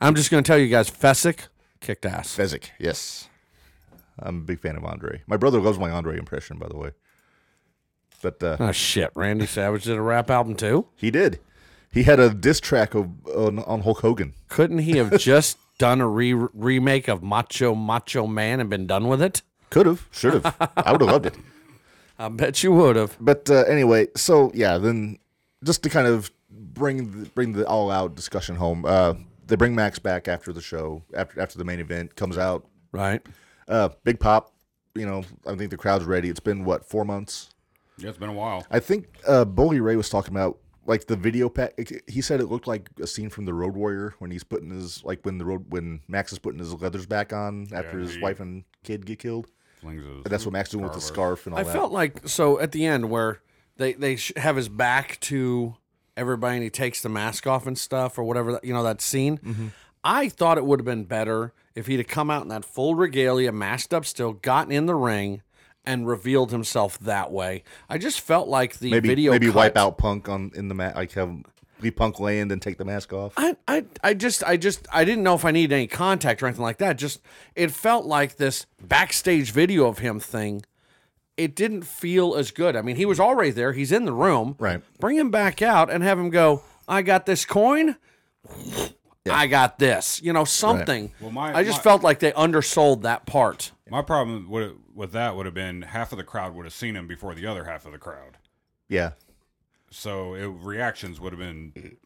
Speaker 3: I'm just gonna tell you guys, Fessick kicked ass.
Speaker 1: Fezzik, yes. I'm a big fan of Andre. My brother loves my Andre impression, by the way. But uh,
Speaker 3: Oh shit! Randy Savage did a rap album too.
Speaker 1: he did. He had a diss track of, on, on Hulk Hogan.
Speaker 3: Couldn't he have just done a re- remake of Macho Macho Man and been done with it?
Speaker 1: Could have, should have. I would have loved it.
Speaker 3: I bet you would have.
Speaker 1: But uh, anyway, so yeah, then just to kind of bring the, bring the all out discussion home, uh, they bring Max back after the show, after after the main event comes out.
Speaker 3: Right.
Speaker 1: Uh, Big Pop, you know, I think the crowd's ready. It's been what four months
Speaker 2: Yeah, it's been a while.
Speaker 1: I think uh, Bully Ray was talking about like the video pack. He said it looked like a scene from The Road Warrior when he's putting his like when the road when Max is putting his leathers back on after his
Speaker 2: he-
Speaker 1: wife and kid get killed.
Speaker 2: Flings his-
Speaker 1: That's what Max doing with the scarf and all
Speaker 3: I
Speaker 1: that.
Speaker 3: felt like so at the end where they they sh- have his back to everybody and he takes the mask off and stuff or whatever that, you know that scene. I thought it would have been better if he'd have come out in that full regalia, masked up, still gotten in the ring and revealed himself that way. I just felt like the
Speaker 1: maybe
Speaker 3: video
Speaker 1: maybe
Speaker 3: cut-
Speaker 1: wipe out Punk on in the mat. Like have leave Punk land and take the mask off.
Speaker 3: I, I I just I just I didn't know if I needed any contact or anything like that. Just it felt like this backstage video of him thing. It didn't feel as good. I mean, he was already there. He's in the room.
Speaker 1: Right.
Speaker 3: Bring him back out and have him go. I got this coin. I got this. You know something.
Speaker 2: Well, my-
Speaker 3: I just
Speaker 2: my-
Speaker 3: felt like they undersold that part.
Speaker 2: My problem would with that would have been half of the crowd would have seen him before the other half of the crowd,
Speaker 1: Yeah,
Speaker 2: so it, reactions would have been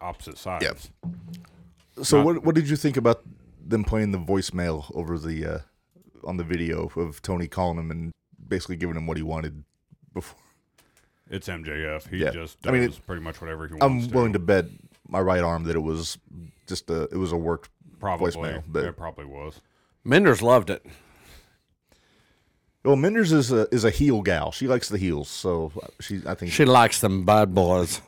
Speaker 2: opposite sides.
Speaker 1: yeah. So what what did you think about them playing the voicemail over the uh, on the video of Tony calling him and basically giving him what he wanted before?
Speaker 2: It's MJF. He
Speaker 1: Yeah.
Speaker 2: just does
Speaker 1: I mean, it-
Speaker 2: pretty much whatever he wants.
Speaker 1: I'm
Speaker 2: to.
Speaker 1: willing to bet my right arm that it was just a it was a worked
Speaker 2: Probably.
Speaker 1: voicemail. But
Speaker 2: It probably was.
Speaker 3: Menders loved it.
Speaker 1: well, Menders is a is a heel gal. She likes the heels, so she I think
Speaker 3: She likes them bad boys.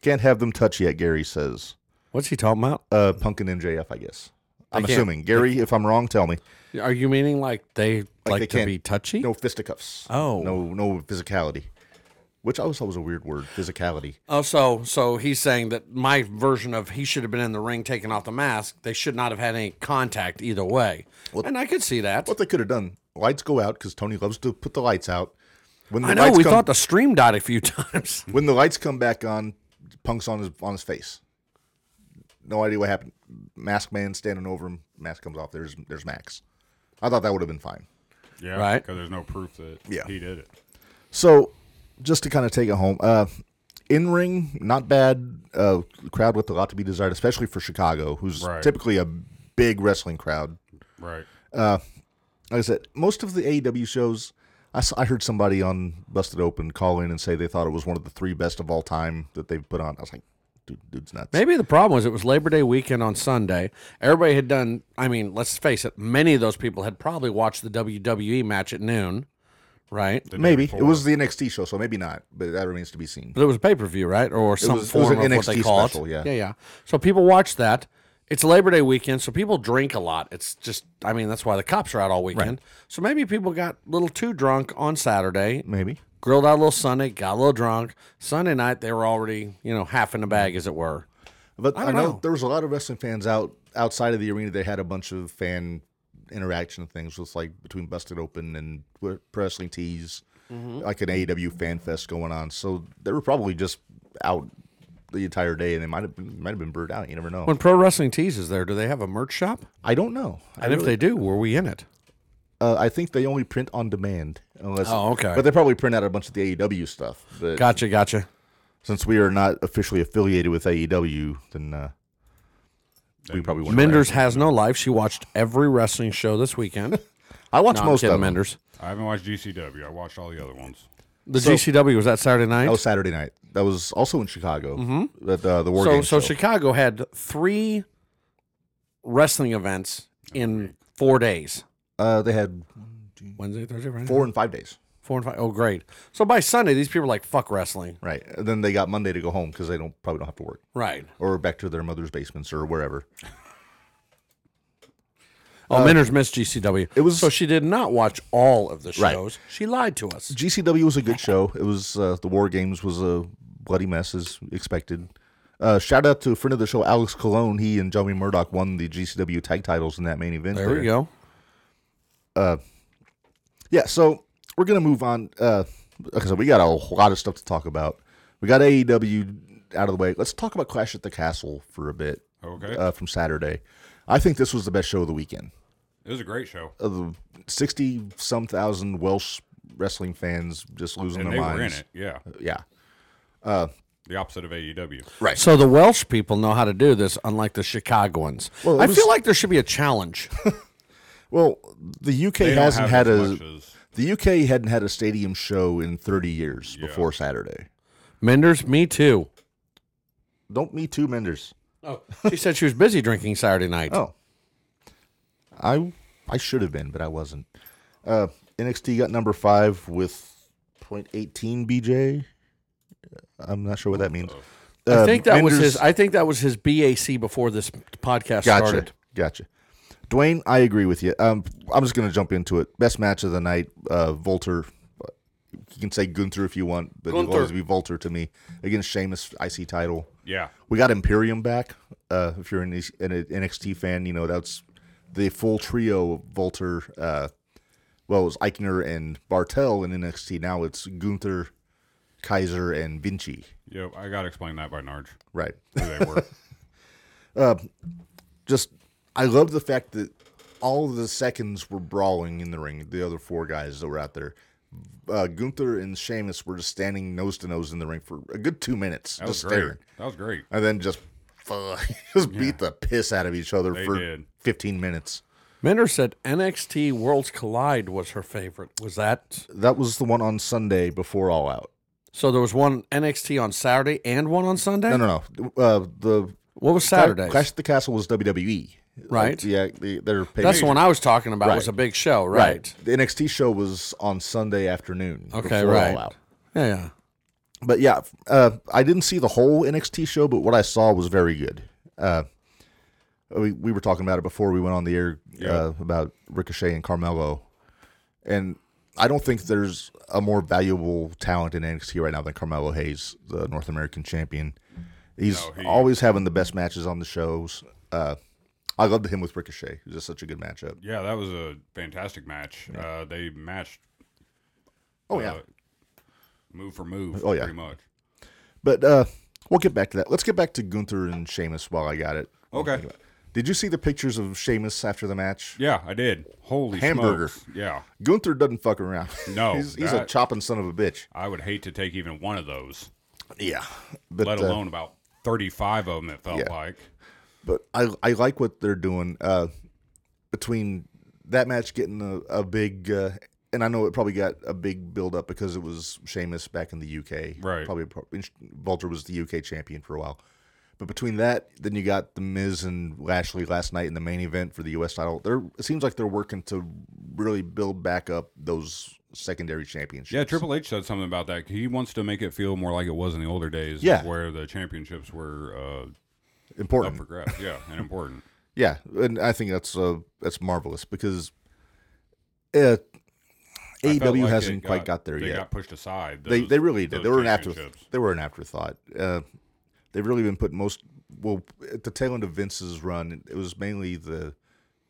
Speaker 1: can't have them touch yet. Gary says,
Speaker 3: What's he talking about?
Speaker 1: uh, "Punk and MJF." I guess I'm
Speaker 3: can't-
Speaker 1: assuming Gary. If I'm wrong, tell me.
Speaker 3: Are you meaning like they
Speaker 1: they
Speaker 3: like, to
Speaker 1: can't-
Speaker 3: be touchy?
Speaker 1: No fisticuffs.
Speaker 3: Oh.
Speaker 1: no, no physicality. Which I always thought was a weird word, physicality.
Speaker 3: Oh, so so he's saying that my version of he should have been in the ring taking off the mask. They should not have had any contact either way. and I could see that.
Speaker 1: What they could have done: lights go out because Tony loves to put the lights out. When the
Speaker 3: I know
Speaker 1: lights
Speaker 3: we
Speaker 1: come,
Speaker 3: thought the stream died a few times.
Speaker 1: when the lights come back on, Punk's on his on his face. No idea what happened. Mask man standing over him. Mask comes off. There's there's Max. I thought that would have been fine.
Speaker 2: Yeah.
Speaker 3: Right.
Speaker 2: Because there's no proof that
Speaker 1: Yeah.
Speaker 2: he did it.
Speaker 1: So, just to kind of take it home, uh, in ring, not bad. Uh, crowd with a lot to be desired, especially for Chicago, who's
Speaker 2: Right.
Speaker 1: typically a big wrestling crowd.
Speaker 2: Right.
Speaker 1: Like I said, most of the AEW shows, I, s- I heard somebody on Busted Open call in and say they thought it was one of the three best of all time that they've put on. I was like, dude, dude's nuts.
Speaker 3: Maybe the problem was it was Labor Day weekend on Sunday. Everybody had done. I mean, let's face it. Many of those people had probably watched the WWE match at noon, right?
Speaker 2: The day
Speaker 1: Maybe it
Speaker 2: before.
Speaker 1: was the NXT show, so maybe not, but that remains to be seen.
Speaker 3: But it was pay per view, right? Or some
Speaker 1: was- it was an
Speaker 3: form of what
Speaker 1: NXT
Speaker 3: they call
Speaker 1: special,
Speaker 3: it.
Speaker 1: yeah.
Speaker 3: yeah, yeah. So people watch that. It's Labor Day weekend, so people drink a lot. It's just, I mean, that's why the cops are out all weekend. So maybe people got a little too drunk on Saturday,
Speaker 1: Maybe
Speaker 3: grilled out a little Sunday, got a little drunk. Sunday night, they were already, you know, half in the bag, as it were.
Speaker 1: But I,
Speaker 3: don't
Speaker 1: know,
Speaker 3: know.
Speaker 1: there was a lot of wrestling fans out outside of the arena. They had a bunch of fan interaction things, just like between Busted Open and w- Pro Wrestling Tees, like an AEW fan fest going on. So they were probably just out the entire day, and they might have been, might have been burned out. You never know.
Speaker 3: When Pro Wrestling Tees is there, do they have a merch shop?
Speaker 1: I don't know. I,
Speaker 3: And if they do, were we in it?
Speaker 1: uh, I think they only print on demand, unless.
Speaker 3: Oh, okay.
Speaker 1: But they probably print out a bunch of the AEW stuff. But
Speaker 3: Gotcha, gotcha.
Speaker 1: since we are not officially affiliated with AEW, then uh, we probably won't.
Speaker 3: Menders has no life. She watched every wrestling show this weekend.
Speaker 1: I watch
Speaker 3: No, I'm
Speaker 1: most
Speaker 3: kidding,
Speaker 1: of them.
Speaker 3: Menders.
Speaker 2: I haven't watched GCW. I watched all the other ones.
Speaker 3: The GCW was that Saturday night.
Speaker 1: That was Saturday night. That was also in Chicago. Mm-hmm. That uh, the war
Speaker 3: so
Speaker 1: game
Speaker 3: so
Speaker 1: show.
Speaker 3: Chicago had three wrestling events in four days.
Speaker 1: uh, they had
Speaker 3: Wednesday, Thursday, Friday,
Speaker 1: four and five days.
Speaker 3: four and five. Oh, great! So by Sunday, these people are like, "Fuck wrestling,"
Speaker 1: Right. And then they got Monday to go home because they don't probably don't have to work
Speaker 3: right?
Speaker 1: or back to their mother's basements or wherever.
Speaker 3: Oh, Miners missed GCW. It
Speaker 1: Uh, was-
Speaker 3: so she did not watch all of the
Speaker 1: Right.
Speaker 3: shows. She lied to us.
Speaker 1: GCW was a good show. It was uh, the war games was a bloody mess as expected. Uh, shout out to a friend of the show, Alex Colon. He and Johnny Murdoch won the GCW tag titles in that main event.
Speaker 3: There we go.
Speaker 1: Yeah, so we're gonna move on. Uh, like I said, we got a lot of stuff to talk about. We got AEW out of the way. Let's talk about Clash at the Castle for a bit.
Speaker 2: Okay.
Speaker 1: Uh, from Saturday, I think this was the best show of the weekend.
Speaker 2: It was a great show.
Speaker 1: Of the sixty some thousand Welsh wrestling fans just losing
Speaker 2: And
Speaker 1: their
Speaker 2: they
Speaker 1: minds.
Speaker 2: were in it. Yeah.
Speaker 1: Yeah,
Speaker 2: The opposite of E AEW.
Speaker 1: right.
Speaker 3: So the Welsh people know how to do this, unlike the Chicagoans.
Speaker 1: Well, it
Speaker 3: I
Speaker 1: was-
Speaker 3: feel like there should be a challenge.
Speaker 1: Well, the UK
Speaker 2: They don't
Speaker 1: hasn't
Speaker 2: have
Speaker 1: had
Speaker 2: as
Speaker 1: a
Speaker 2: much as-
Speaker 1: the UK hadn't had a stadium show in thirty years before Saturday.
Speaker 3: Menders, me too.
Speaker 1: Don't me too, Menders.
Speaker 3: Oh, she said she was busy drinking Saturday night.
Speaker 1: Oh. I I should have been, but I wasn't. Uh, NXT got number five with .18 BJ. Uh, I'm not sure what that means.
Speaker 3: I think
Speaker 1: Uh,
Speaker 3: that was
Speaker 1: Menders-
Speaker 3: his. I think that was his BAC before this podcast
Speaker 1: Gotcha.
Speaker 3: started.
Speaker 1: Gotcha. Dwayne, I agree with you. Um, I'm just going to jump into it. Best match of the night, uh, Volter. You can say Gunther if you want, but it'll
Speaker 3: Gunther.
Speaker 1: always be Volter to me against Sheamus IC title.
Speaker 2: Yeah.
Speaker 1: We got Imperium back. Uh, if you're an, an NXT fan, you know that's the full trio of Volter. Uh, well, it was Eichner and Bartel in NXT. Now it's Gunther, Kaiser, and Vinci.
Speaker 2: Yep. I got to explain that by Narge.
Speaker 1: Right.
Speaker 2: Who they were.
Speaker 1: Just I love the fact that all of the seconds were brawling in the ring. The other four guys that were out there. Uh, Gunther and Sheamus were just standing nose to nose in the ring for a good two minutes,
Speaker 2: That was
Speaker 1: just
Speaker 2: great.
Speaker 1: staring,
Speaker 2: That was great.
Speaker 1: and then just fuck, just beat the piss out of each other
Speaker 2: They
Speaker 1: for
Speaker 2: did.
Speaker 1: fifteen minutes.
Speaker 3: Mender said NXT Worlds Collide was her favorite. Was that
Speaker 1: That was the one on Sunday before All Out.
Speaker 3: So there was one NXT on Saturday and one on Sunday.
Speaker 1: No, no, no. Uh, the
Speaker 3: What was Saturday?
Speaker 1: Clash of the Castle was WWE.
Speaker 3: Right.
Speaker 1: Like, yeah, they, they're paid.
Speaker 3: That's the one I was talking about.
Speaker 1: Right.
Speaker 3: Was a big show, right?
Speaker 1: Right. The NXT show was on Sunday afternoon.
Speaker 3: Okay,
Speaker 1: before
Speaker 3: right.
Speaker 1: All Out.
Speaker 3: Yeah, yeah.
Speaker 1: But yeah, uh, I didn't see the whole NXT show, but what I saw was very good. Uh, we, we were talking about it before we went on the air uh, about Ricochet and Carmelo. And I don't think there's a more valuable talent in NXT right now than Carmelo Hayes, the North American champion. He's always having the best matches on the shows. Uh, I loved him with Ricochet. It was just such a good matchup.
Speaker 2: Yeah, that was a fantastic match. Uh, they matched.
Speaker 1: Oh, yeah.
Speaker 2: uh, move for move.
Speaker 1: Oh, yeah.
Speaker 2: pretty much.
Speaker 1: But uh, we'll get back to that. Let's get back to Gunther and Sheamus while I got it.
Speaker 2: Okay.
Speaker 1: Did you see the pictures of Sheamus after the match?
Speaker 2: Yeah, I did. Holy
Speaker 1: Hamburger.
Speaker 2: smokes. Yeah,
Speaker 1: Gunther doesn't fuck around.
Speaker 2: No,
Speaker 1: he's, he's a
Speaker 2: that-
Speaker 1: chopping son of a bitch.
Speaker 2: I would hate to take even one of those,
Speaker 1: Yeah, but
Speaker 2: let
Speaker 1: uh,
Speaker 2: alone about thirty-five of them. It felt
Speaker 1: Yeah.
Speaker 2: like.
Speaker 1: but I I like what they're doing. Uh, between that match getting a, a big, uh, and I know it probably got a big build up because it was Sheamus back in the UK.
Speaker 2: Right.
Speaker 1: Probably pro- Walter was the UK champion for a while. But between that, then you got the Miz and Lashley last night in the main event for the US title. They're it seems like they're working to really build back up those secondary championships.
Speaker 2: Yeah, Triple H said something about that. He wants to make it feel more like it was in the older days,
Speaker 1: Yeah.
Speaker 2: where the championships were uh, up
Speaker 1: important.
Speaker 2: for grabs. Yeah, and important.
Speaker 1: Yeah, and I think that's uh that's marvelous because uh,
Speaker 2: I felt
Speaker 1: AEW
Speaker 2: like
Speaker 1: E hasn't
Speaker 2: it
Speaker 1: quite got there
Speaker 2: they
Speaker 1: yet.
Speaker 2: Got pushed aside.
Speaker 1: they
Speaker 2: those-
Speaker 1: they really did.
Speaker 2: those
Speaker 1: They were an after
Speaker 2: championships.
Speaker 1: they were an afterthought. Uh, they've really been putting most well at the tail end of Vince's run. It was mainly the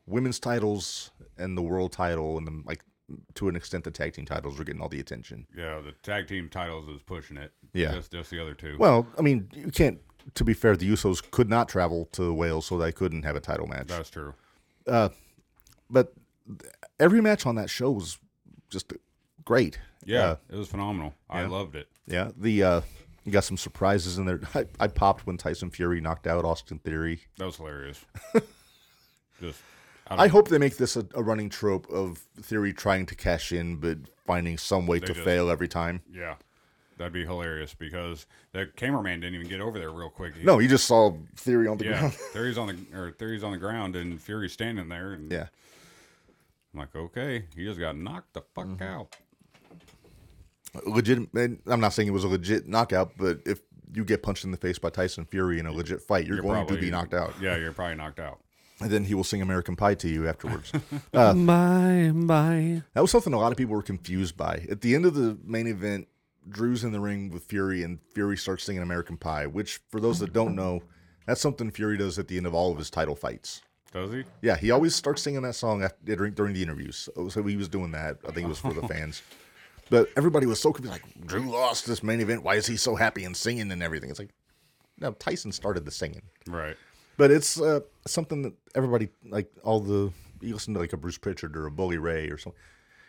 Speaker 1: women's titles and the world title, and then like to an extent the tag team titles were getting all the attention.
Speaker 2: Yeah, the tag team titles is pushing it.
Speaker 1: Yeah.
Speaker 2: just, just the other two.
Speaker 1: Well, I mean, you can't. To be fair, the Usos could not travel to Wales, so they couldn't have a title match.
Speaker 2: That's true.
Speaker 1: but th- every match on that show was just great.
Speaker 2: Yeah,
Speaker 1: Uh,
Speaker 2: it was phenomenal. I loved it.
Speaker 1: yeah. The uh, you got some surprises in there. I, I popped when Tyson Fury knocked out Austin Theory.
Speaker 2: That was hilarious. Just out
Speaker 1: I hope they make this a, a running trope of Theory trying to cash in but finding some way to
Speaker 2: just-
Speaker 1: fail every time.
Speaker 2: yeah, that'd be hilarious because the cameraman didn't even get over there real quick. He-
Speaker 1: No, you just saw Theory on the
Speaker 2: yeah,
Speaker 1: ground.
Speaker 2: Theory's on the or Theory's on the ground and Fury's standing there. And
Speaker 1: Yeah.
Speaker 2: I'm like, okay, he just got knocked the fuck
Speaker 1: Mm-hmm.
Speaker 2: out.
Speaker 1: Legit. And I'm not saying it was a legit knockout, but if you get punched in the face by Tyson Fury in a legit fight, you're, going to be knocked out.
Speaker 2: Yeah, you're probably knocked out.
Speaker 1: And then he will sing American Pie to you afterwards. Uh,
Speaker 3: my my.
Speaker 1: That was something a lot of people were confused by. At the end of the main event, Drew's in the ring with Fury, and Fury starts singing American Pie, which, for those that don't know, that's something Fury does at the end of all of his title fights.
Speaker 2: Does he?
Speaker 1: Yeah, he always starts singing that song after, during, during the interviews. So, so he was doing that. I think it was for the fans. But everybody was so confused, like, Drew lost this main event. Why is he so happy and singing and everything? It's like, no, Tyson started the singing.
Speaker 2: Right.
Speaker 1: But it's uh, something that everybody like all the you listen to like a Bruce Pritchard or a Bully Ray or something.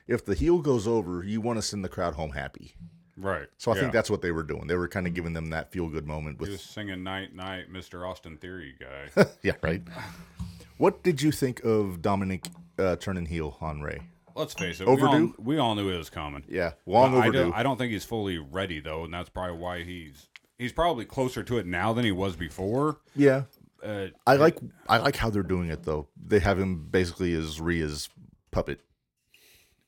Speaker 1: If the heel goes over, you want to send the crowd home happy.
Speaker 2: Right.
Speaker 1: So I think
Speaker 2: Yeah.
Speaker 1: that's what they were doing. They were kind of giving them that feel good moment
Speaker 2: he
Speaker 1: with
Speaker 2: was singing "Night Night," Mr. Austin Theory guy.
Speaker 1: yeah, right. What did you think of Dominic uh, turning heel on Ray?
Speaker 2: Let's face it,
Speaker 1: Overdue?
Speaker 2: We all, we all knew it was coming.
Speaker 1: Yeah, long
Speaker 2: But I
Speaker 1: overdue.
Speaker 2: don't, I don't think he's fully ready though, and that's probably why he's he's probably closer to it now than he was before.
Speaker 1: yeah,
Speaker 2: Uh,
Speaker 1: I like I like how they're doing it though. They have him basically as Rhea's puppet.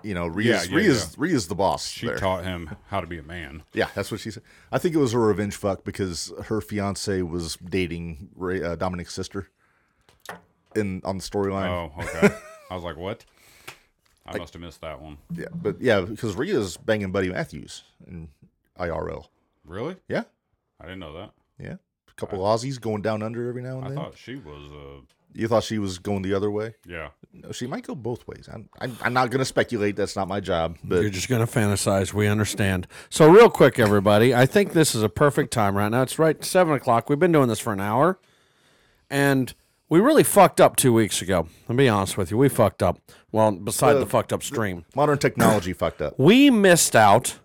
Speaker 1: You know, Rhea's
Speaker 2: yeah,
Speaker 1: Rhea's Rhea's the boss.
Speaker 2: she
Speaker 1: there.
Speaker 2: taught him how to be a man.
Speaker 1: Yeah, that's what she said. I think it was a revenge fuck because her fiance was dating Ray, uh, Dominic's sister, in on the storyline.
Speaker 2: Oh, okay. I was like, what? I must have missed that one.
Speaker 1: Yeah, but yeah, because Rhea's banging Buddy Matthews in IRL.
Speaker 2: Really?
Speaker 1: Yeah,
Speaker 2: I didn't know that.
Speaker 1: yeah, a couple Aussies going down under every now and
Speaker 2: I
Speaker 1: then.
Speaker 2: thought she was. Uh,
Speaker 1: you thought she was going the other way?
Speaker 2: yeah.
Speaker 1: No, she might go both ways. I'm I'm, I'm not gonna speculate. That's not my job. But
Speaker 3: You're just going to fantasize. We understand. So, real quick, everybody, I think this is a perfect time right now. It's right seven o'clock. We've been doing this for an hour, and we really fucked up two weeks ago. I'll be honest with you. We fucked up. Well, beside the fucked up stream,
Speaker 1: modern technology fucked up.
Speaker 3: we missed out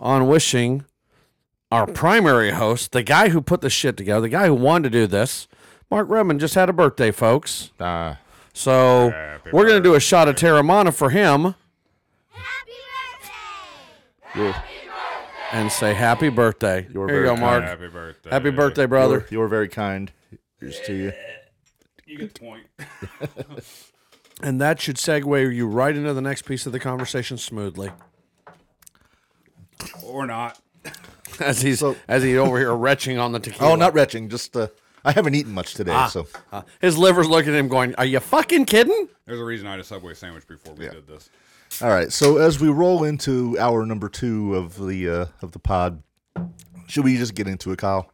Speaker 3: on wishing our primary host, the guy who put the shit together, the guy who wanted to do this, Mark Redmond, just had a birthday, folks.
Speaker 1: Nah.
Speaker 3: So
Speaker 2: Happy
Speaker 3: we're going to do a shot of Terramana for him.
Speaker 4: Happy birthday!
Speaker 1: We'll,
Speaker 3: and say happy birthday.
Speaker 1: You were
Speaker 3: Here you
Speaker 1: very
Speaker 3: go, Mark.
Speaker 2: Happy birthday.
Speaker 3: Happy birthday, brother.
Speaker 1: You were very kind. Here's to you.
Speaker 2: You get the point.
Speaker 3: And that should segue you right into the next piece of the conversation smoothly.
Speaker 2: or not.
Speaker 3: As he's
Speaker 1: So-
Speaker 3: as he's over here retching on the tequila.
Speaker 1: Oh, not retching. Just uh, I haven't eaten much today,
Speaker 2: Ah.
Speaker 1: so
Speaker 3: Uh, his liver's looking at him, going, "Are you fucking kidding?"
Speaker 2: There's a reason I had a Subway sandwich before we did this.
Speaker 1: all right. So as we roll into hour number two of the uh, of the pod, should we just get into it, Kyle?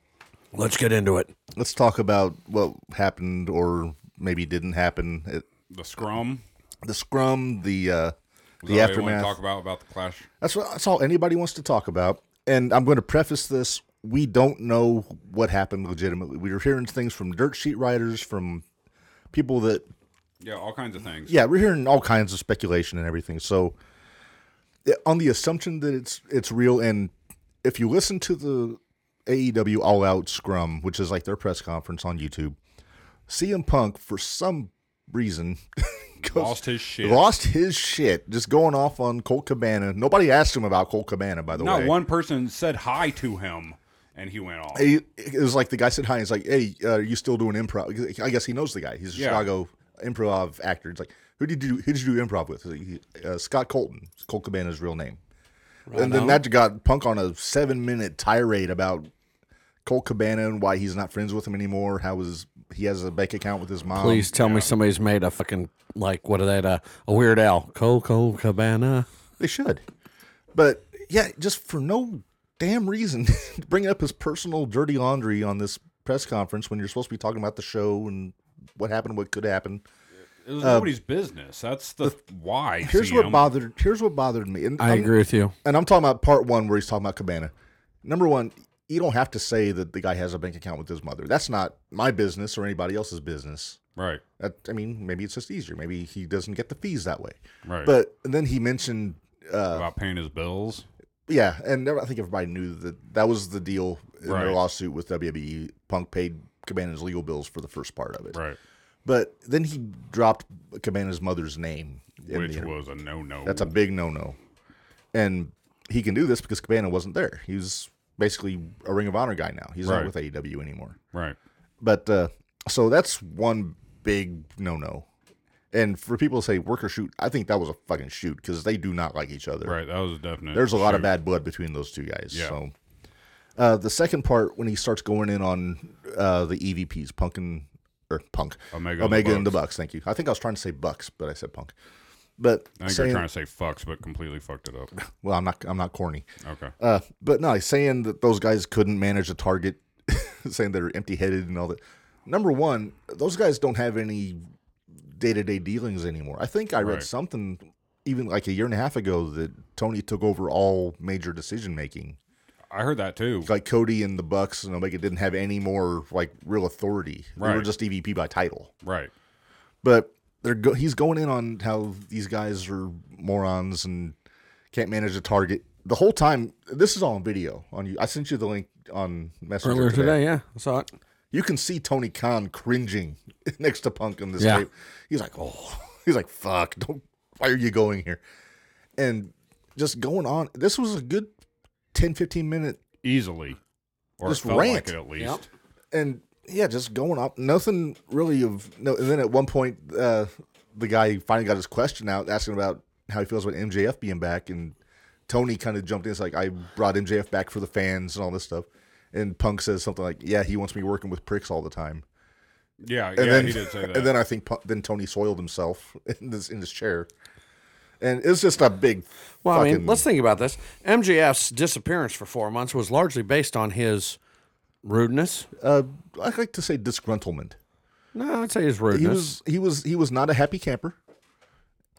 Speaker 3: Let's get into it.
Speaker 1: Let's talk about what happened or maybe didn't happen at
Speaker 2: The scrum.
Speaker 1: the scrum, the uh,
Speaker 2: Is
Speaker 1: the
Speaker 2: that what you want to
Speaker 1: aftermath.
Speaker 2: talk about about the clash.
Speaker 1: That's what that's all anybody wants to talk about. And I'm going to preface this: we don't know what happened legitimately. We are hearing things from dirt sheet writers, from people that
Speaker 2: Yeah, all kinds of things.
Speaker 1: yeah, we're hearing all kinds of speculation and everything. So, i- on the assumption that it's it's real, and if you listen to the AEW All Out Scrum, which is like their press conference on YouTube, CM Punk for some reason goes-
Speaker 2: Lost his shit.
Speaker 1: Lost his shit. Just going off on Colt Cabana. Nobody asked him about Colt Cabana, by the
Speaker 2: Not
Speaker 1: way.
Speaker 2: one person said hi to him, and he went off.
Speaker 1: He- it was like the guy said hi. He's like, "Hey, uh, are you still doing improv?" I guess he knows the guy. He's a
Speaker 2: Yeah.
Speaker 1: Chicago improv actor. He's like, "Who did you who did you do improv with?" He's like, uh, Scott Colton. It's Colt Cabana's real name. and then that got Punk on a seven minute tirade about Colt Cabana and why he's not friends with him anymore. How his he has a bank account with his mom.
Speaker 3: Please tell me somebody's made a fucking like what are they? A, a Weird Al, Coco Cabana.
Speaker 1: They should. But yeah, just for no damn reason, bringing up his personal dirty laundry on this press conference when you're supposed to be talking about the show and what happened, what could happen.
Speaker 2: It was nobody's business. That's the why.
Speaker 1: uh, Here's what
Speaker 2: CM.
Speaker 1: bothered. Here's what bothered me. And
Speaker 3: I
Speaker 1: I'm-
Speaker 3: agree with you.
Speaker 1: And I'm talking about part one where he's talking about Cabana. Number one, you don't have to say that the guy has a bank account with his mother. That's not my business or anybody else's business.
Speaker 2: Right.
Speaker 1: That, I mean, maybe it's just easier. Maybe he doesn't get the fees that way.
Speaker 2: Right.
Speaker 1: But and then he mentioned
Speaker 2: about paying his bills.
Speaker 1: Yeah, and I think everybody knew that that was the deal in their
Speaker 2: Right.
Speaker 1: lawsuit with WWE. Punk paid Cabana's legal bills for the first part of it,
Speaker 2: Right.
Speaker 1: but then he dropped Cabana's mother's name. in
Speaker 2: Which
Speaker 1: the inter-
Speaker 2: was a no no.
Speaker 1: That's a big no-no, and he can do this because Cabana wasn't there. He's basically a Ring of Honor guy now. He's
Speaker 2: Right.
Speaker 1: not with AEW anymore.
Speaker 2: right.
Speaker 1: But uh, so that's one big no-no. And for people to say work or shoot, I think that was a fucking shoot because they do not like each other.
Speaker 2: Right. That was definite.
Speaker 1: There's a lot of
Speaker 2: shoot.
Speaker 1: bad blood between those two guys.
Speaker 2: Yeah.
Speaker 1: So uh, the second part when he starts going in on uh, the EVPs, Punk and or Punk
Speaker 2: Omega and the
Speaker 1: Omega and the Bucks. Thank you. I think I was trying to say Bucks, but I said Punk. But
Speaker 2: I think
Speaker 1: saying,
Speaker 2: you're trying to say fucks, but completely fucked it up.
Speaker 1: well, I'm not. I'm not corny.
Speaker 2: Okay.
Speaker 1: Uh, but no, he's saying that those guys couldn't manage a target, saying they're empty-headed and all that. Number one, those guys don't have any day-to-day dealings anymore. I think I read
Speaker 2: Right.
Speaker 1: something even like a year and a half ago that Tony took over all major decision making
Speaker 2: I heard that too.
Speaker 1: like Cody and the Bucks and Omega didn't have any more like real authority. They were
Speaker 2: Right.
Speaker 1: just EVP by title.
Speaker 2: Right.
Speaker 1: But they're go- he's going in on how these guys are morons and can't manage a target. The whole time, this is all on video. On you, I sent you the link on Messenger
Speaker 3: Earlier
Speaker 1: today.
Speaker 3: today, yeah, I saw it.
Speaker 1: You can see Tony Khan cringing next to Punk in this
Speaker 3: Yeah.
Speaker 1: tape. He's like, oh, he's like, fuck, don't. Why are you going here? And just going on. This was a good 10, 15 minute
Speaker 2: Easily. Or
Speaker 1: Just
Speaker 2: it felt
Speaker 1: rant.
Speaker 2: like it at least.
Speaker 3: Yep.
Speaker 1: and yeah, just going up. Nothing really of no. And then at one point, uh, the guy finally got his question out, asking about how he feels about MJF being back, and Tony kind of jumped in. It's like I brought MJF back for the fans and all this stuff. And Punk says something like, "Yeah, he wants me working with pricks all the time."
Speaker 2: Yeah.
Speaker 1: And
Speaker 2: yeah.
Speaker 1: then,
Speaker 2: he did say that.
Speaker 1: and then I think Punk, then Tony soiled himself in this in his chair, and it's just a big.
Speaker 3: Well, I mean,
Speaker 1: fucking-
Speaker 3: let's think about this. MJF's disappearance for four months was largely based on his rudeness.
Speaker 1: uh, I like to say disgruntlement.
Speaker 3: No, I'd say his
Speaker 1: he
Speaker 3: rudeness.
Speaker 1: was he was he was not a happy camper,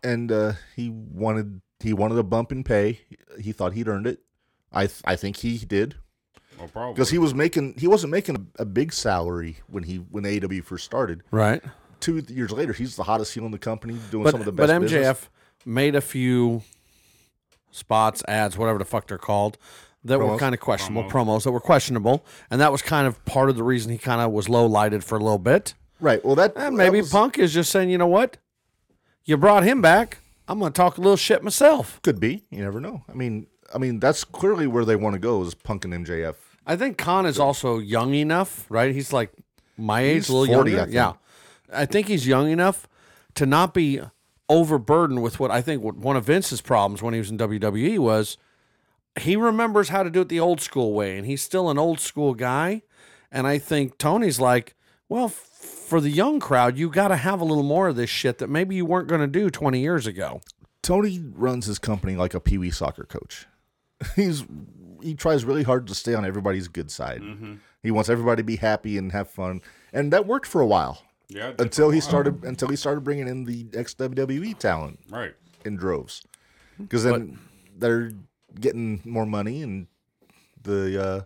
Speaker 1: and uh, he wanted he wanted a bump in pay. He thought he'd earned it. I th- I think he did
Speaker 2: well, Oh, probably.
Speaker 1: because he was making he wasn't making a, a big salary when he when AEW first started.
Speaker 3: right.
Speaker 1: Two years later, he's the hottest heel in the company, doing
Speaker 3: But,
Speaker 1: some of the
Speaker 3: but
Speaker 1: best.
Speaker 3: MJF
Speaker 1: business.
Speaker 3: made a few spots, ads, whatever the fuck they're called, that were
Speaker 1: Promos?
Speaker 3: kind of questionable, promos that were questionable. And that was kind of part of the reason he kind of was low lighted for a little bit.
Speaker 1: right? Well, that
Speaker 3: And Eh, maybe
Speaker 1: that was-
Speaker 3: Punk is just saying, you know what? You brought him back. I'm going to talk a little shit myself.
Speaker 1: could be. You never know. I mean, I mean, that's clearly where they want to go is Punk and MJF.
Speaker 3: I think Khan is also young enough, right? He's like my age,
Speaker 1: He's
Speaker 3: a little
Speaker 1: 40,
Speaker 3: younger.
Speaker 1: I think.
Speaker 3: Yeah, I think he's young enough to not be overburdened with what I think what one of Vince's problems when he was in WWE was he remembers how to do it the old school way, and he's still an old school guy. And I think Tony's like, well, f- for the young crowd, you got to have a little more of this shit that maybe you weren't going to do 20 years ago.
Speaker 1: Tony runs his company like a pee wee soccer coach. He's he tries really hard to stay on everybody's good side. He wants everybody to be happy and have fun, and that worked for a while
Speaker 2: Yeah. it did
Speaker 1: until
Speaker 2: for a
Speaker 1: he
Speaker 2: while.
Speaker 1: started until he started bringing in the ex WWE talent
Speaker 2: Right.
Speaker 1: in droves because then they're getting more money and the uh,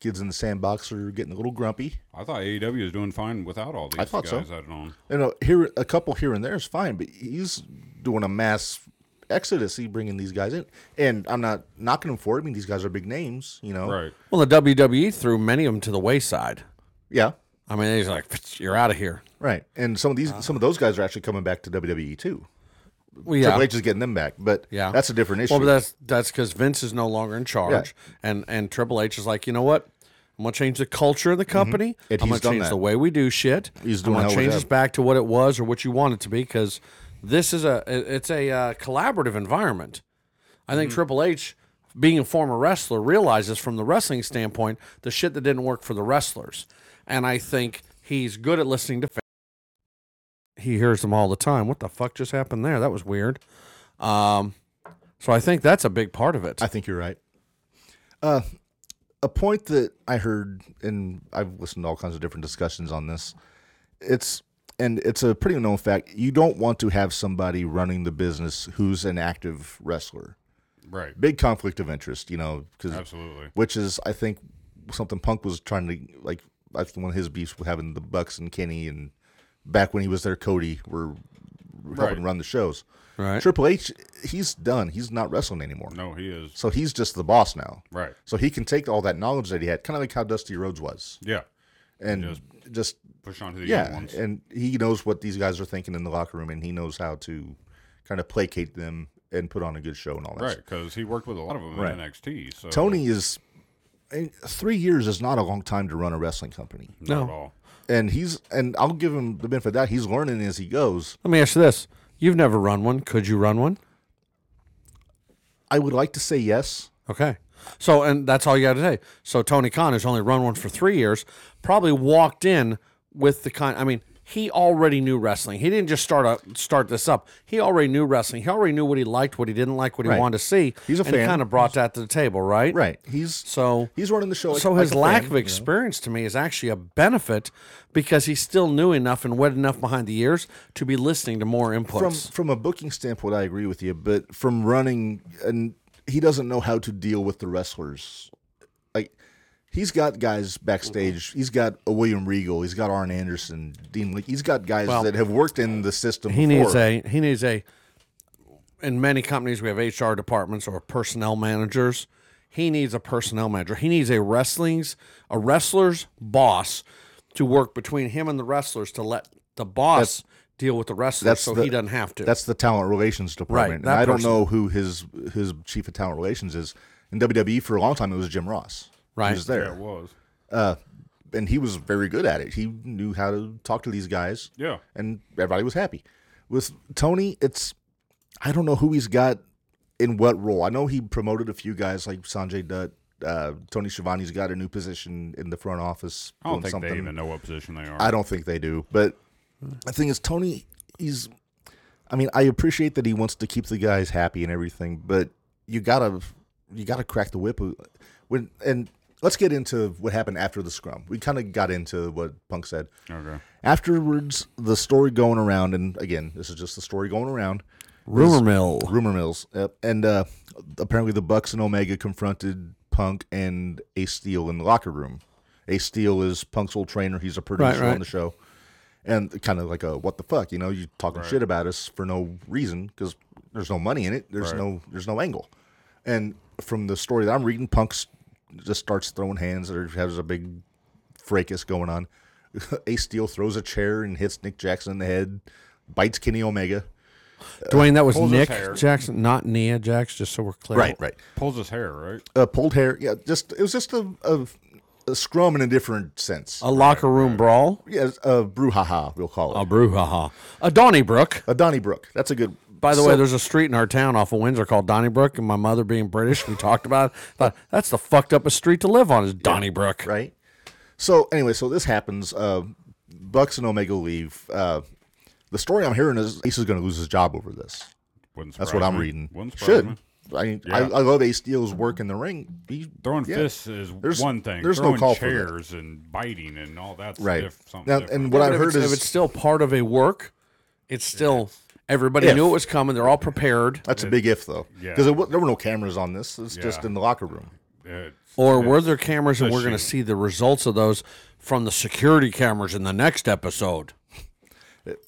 Speaker 1: kids in the sandbox are getting a little grumpy.
Speaker 2: I thought AEW was doing fine without all these
Speaker 1: I thought so.
Speaker 2: guys added on.
Speaker 1: You know, here a couple here and there is fine, but he's doing a mass exodus. He bringing these guys in, and I'm not knocking him for it. I mean, these guys are big names, you know.
Speaker 2: Right.
Speaker 3: Well, the WWE threw many of them to the wayside.
Speaker 1: Yeah.
Speaker 3: I mean, he's like, you're out of here.
Speaker 1: Right. And some of
Speaker 3: Uh-huh.
Speaker 1: these, some of those guys are actually coming back to WWE too.
Speaker 3: Well, yeah.
Speaker 1: Triple H is getting them back, but
Speaker 3: Yeah.
Speaker 1: that's a different issue.
Speaker 3: Well, but that's that's because Vince is no longer in charge, and and Triple H is like, you know what? I'm gonna change the culture of the company.
Speaker 1: Mm-hmm. And
Speaker 3: I'm
Speaker 1: he's
Speaker 3: gonna
Speaker 1: done
Speaker 3: change
Speaker 1: that.
Speaker 3: the way we do shit.
Speaker 1: He's
Speaker 3: I'm
Speaker 1: doing a
Speaker 3: gonna
Speaker 1: hell of a
Speaker 3: change
Speaker 1: job.
Speaker 3: this back to what it was or what you want it to be because this is a it- it's a uh, collaborative environment. I
Speaker 1: Mm-hmm.
Speaker 3: think Triple H, being a former wrestler, realizes from the wrestling standpoint the shit that didn't work for the wrestlers, and I think he's good at listening to. Fans. He hears them all the time. What the fuck just happened there? That was weird. Um, so I think that's a big part of it.
Speaker 1: I think you're right. Uh, a point that I heard, and I've listened to all kinds of different discussions on this. It's and it's a pretty known fact. You don't want to have somebody running the business who's an active wrestler.
Speaker 2: Right.
Speaker 1: Big conflict of interest, you know, because
Speaker 2: Absolutely.
Speaker 1: which is I think something Punk was trying to like. I think one of his beefs with having the Bucks and Kenny and back when he was there, Cody were helping
Speaker 2: Right.
Speaker 1: run the shows.
Speaker 3: Right.
Speaker 1: Triple H, he's done. He's not wrestling anymore.
Speaker 2: No, he is.
Speaker 1: So he's just the boss now.
Speaker 2: Right.
Speaker 1: So he can take all that knowledge that he had, kind of like how Dusty Rhodes was,
Speaker 2: Yeah.
Speaker 1: and
Speaker 2: Just-
Speaker 1: just,
Speaker 2: Push on to the young
Speaker 1: yeah,
Speaker 2: ones.
Speaker 1: and he knows what these guys are thinking in the locker room, and he knows how to kind of placate them and put on a good show and all that.
Speaker 2: Right,
Speaker 1: stuff.
Speaker 2: because he worked with a lot of them
Speaker 1: Right.
Speaker 2: in NXT. So
Speaker 1: Tony is and three years is not a long time to run a wrestling company,
Speaker 2: not
Speaker 3: No.
Speaker 2: at all.
Speaker 1: and he's and I'll give him the benefit of that he's learning as he goes.
Speaker 3: Let me ask you this: You've never run one. Could you run one?
Speaker 1: I would like to say yes.
Speaker 3: Okay. So, and that's all you got to say. So, Tony Khan has only run one for three years. Probably walked in with the kind. I mean, he already knew wrestling. He didn't just start up, start this up. He already knew wrestling. He already knew what he liked, what he didn't like, what he
Speaker 1: Right.
Speaker 3: wanted to see.
Speaker 1: He's a
Speaker 3: and He
Speaker 1: fan.
Speaker 3: kind of brought that to the table, right?
Speaker 1: Right, he's
Speaker 3: So,
Speaker 1: he's running the show. like-
Speaker 3: so
Speaker 1: like
Speaker 3: his
Speaker 1: a
Speaker 3: lack
Speaker 1: fan.
Speaker 3: of experience to me is actually a benefit because he still knew enough and wet enough behind the ears to be listening to more inputs.
Speaker 1: from from a booking standpoint, I agree with you, but from running and he doesn't know how to deal with the wrestlers. Like he's got guys backstage. He's got a William Regal. He's got Arn Anderson, Dean. Like he's got guys that have worked in the system.
Speaker 3: He
Speaker 1: before.
Speaker 3: needs a he needs a. In many companies, we have HR departments or personnel managers. He needs a personnel manager. He needs a wrestling's a wrestler's boss to work between him and the wrestlers to let the boss deal with the wrestlers,
Speaker 1: that's
Speaker 3: so
Speaker 1: the-
Speaker 3: he doesn't have to.
Speaker 1: That's the talent relations department. and
Speaker 3: that
Speaker 1: I don't
Speaker 3: person.
Speaker 1: know who his his chief of talent relations is. In WWE for a long time, it was Jim Ross.
Speaker 3: Right.
Speaker 1: he was
Speaker 2: Yeah, it
Speaker 1: there,
Speaker 2: was.
Speaker 1: and he was very good at it. He knew how to talk to these guys.
Speaker 2: Yeah.
Speaker 1: and everybody was happy. With Tony, it's I don't know who he's got in what role. I know he promoted a few guys like Sanjay Dutt. Uh, Tony Schiavone's got a new position in the front office.
Speaker 2: I don't
Speaker 1: doing
Speaker 2: think
Speaker 1: something.
Speaker 2: they even know what position they are.
Speaker 1: I don't think they do. But the thing is, Tony, he's. I mean, I appreciate that he wants to keep the guys happy and everything, but you gotta, you gotta crack the whip. When and let's get into what happened after the scrum. We kind of got into what Punk said.
Speaker 2: okay.
Speaker 1: Afterwards, the story going around, and again, this is just the story going around.
Speaker 3: rumor mill.
Speaker 1: Rumor mills, yep. and uh, apparently the Bucks and Omega confronted Punk and Ace Steel in the locker room. Ace Steel is Punk's old trainer; he's a producer
Speaker 3: right.
Speaker 1: on the show, and kind of like a "what the fuck," you know, you talking shit about us for no reason because there's no money in it. There's no there's no angle. And from the story that I'm reading, Punk's just starts throwing hands. There has a big fracas going on. Ace Steel throws a chair and hits Nick Jackson in the head, bites Kenny Omega.
Speaker 3: Dwayne, that was
Speaker 2: Pulls his
Speaker 3: Nick
Speaker 2: hair.
Speaker 3: Jackson, not Nia Jax. Just so we're clear.
Speaker 1: Right, right.
Speaker 2: Pulls his hair, right?
Speaker 1: Uh, pulled hair. Yeah, just it was just a, a, a scrum in a different sense.
Speaker 2: Oh.
Speaker 3: A locker room brawl.
Speaker 1: yeah, a brouhaha, we'll call it.
Speaker 3: A brouhaha. A Donnybrook.
Speaker 1: a Donnybrook. That's a good.
Speaker 3: By the
Speaker 1: so-
Speaker 3: way, there's a street in our town off of Windsor called Donnybrook, and my mother being British, we talked about it. Thought that's the fucked up street to live on is Donnybrook.
Speaker 1: right? So anyway, so this happens. Uh, Bucks and Omega leave. Uh, the story I'm hearing is Ace is going to lose his job over this.
Speaker 2: Wouldn't
Speaker 1: That's
Speaker 2: surprise
Speaker 1: what I'm
Speaker 2: me.
Speaker 1: reading.
Speaker 2: Wouldn't surprise
Speaker 1: Should
Speaker 2: me.
Speaker 1: I, mean, I
Speaker 2: Yeah.
Speaker 1: I love Ace Steel's work in the ring. He,
Speaker 2: Throwing
Speaker 1: Yeah.
Speaker 2: fists is
Speaker 1: There's-
Speaker 2: one thing.
Speaker 1: there's no
Speaker 2: Throwing
Speaker 1: call for that.
Speaker 2: chairs and biting and all that's
Speaker 1: right
Speaker 2: diff- something
Speaker 1: now,
Speaker 2: different.
Speaker 1: and what I
Speaker 3: But if
Speaker 1: heard
Speaker 3: it's-
Speaker 1: is
Speaker 3: if it's still part of a work, it's still everybody
Speaker 1: If.
Speaker 3: knew it was coming. They're all prepared.
Speaker 1: that's a big if though,
Speaker 2: Yeah.
Speaker 1: because there were no cameras on this. It's just
Speaker 2: Yeah.
Speaker 1: in the locker room.
Speaker 2: It's-
Speaker 3: Or were there cameras, and
Speaker 2: a
Speaker 3: we're going to
Speaker 2: shame.
Speaker 3: see the results of those from the security cameras in the next episode.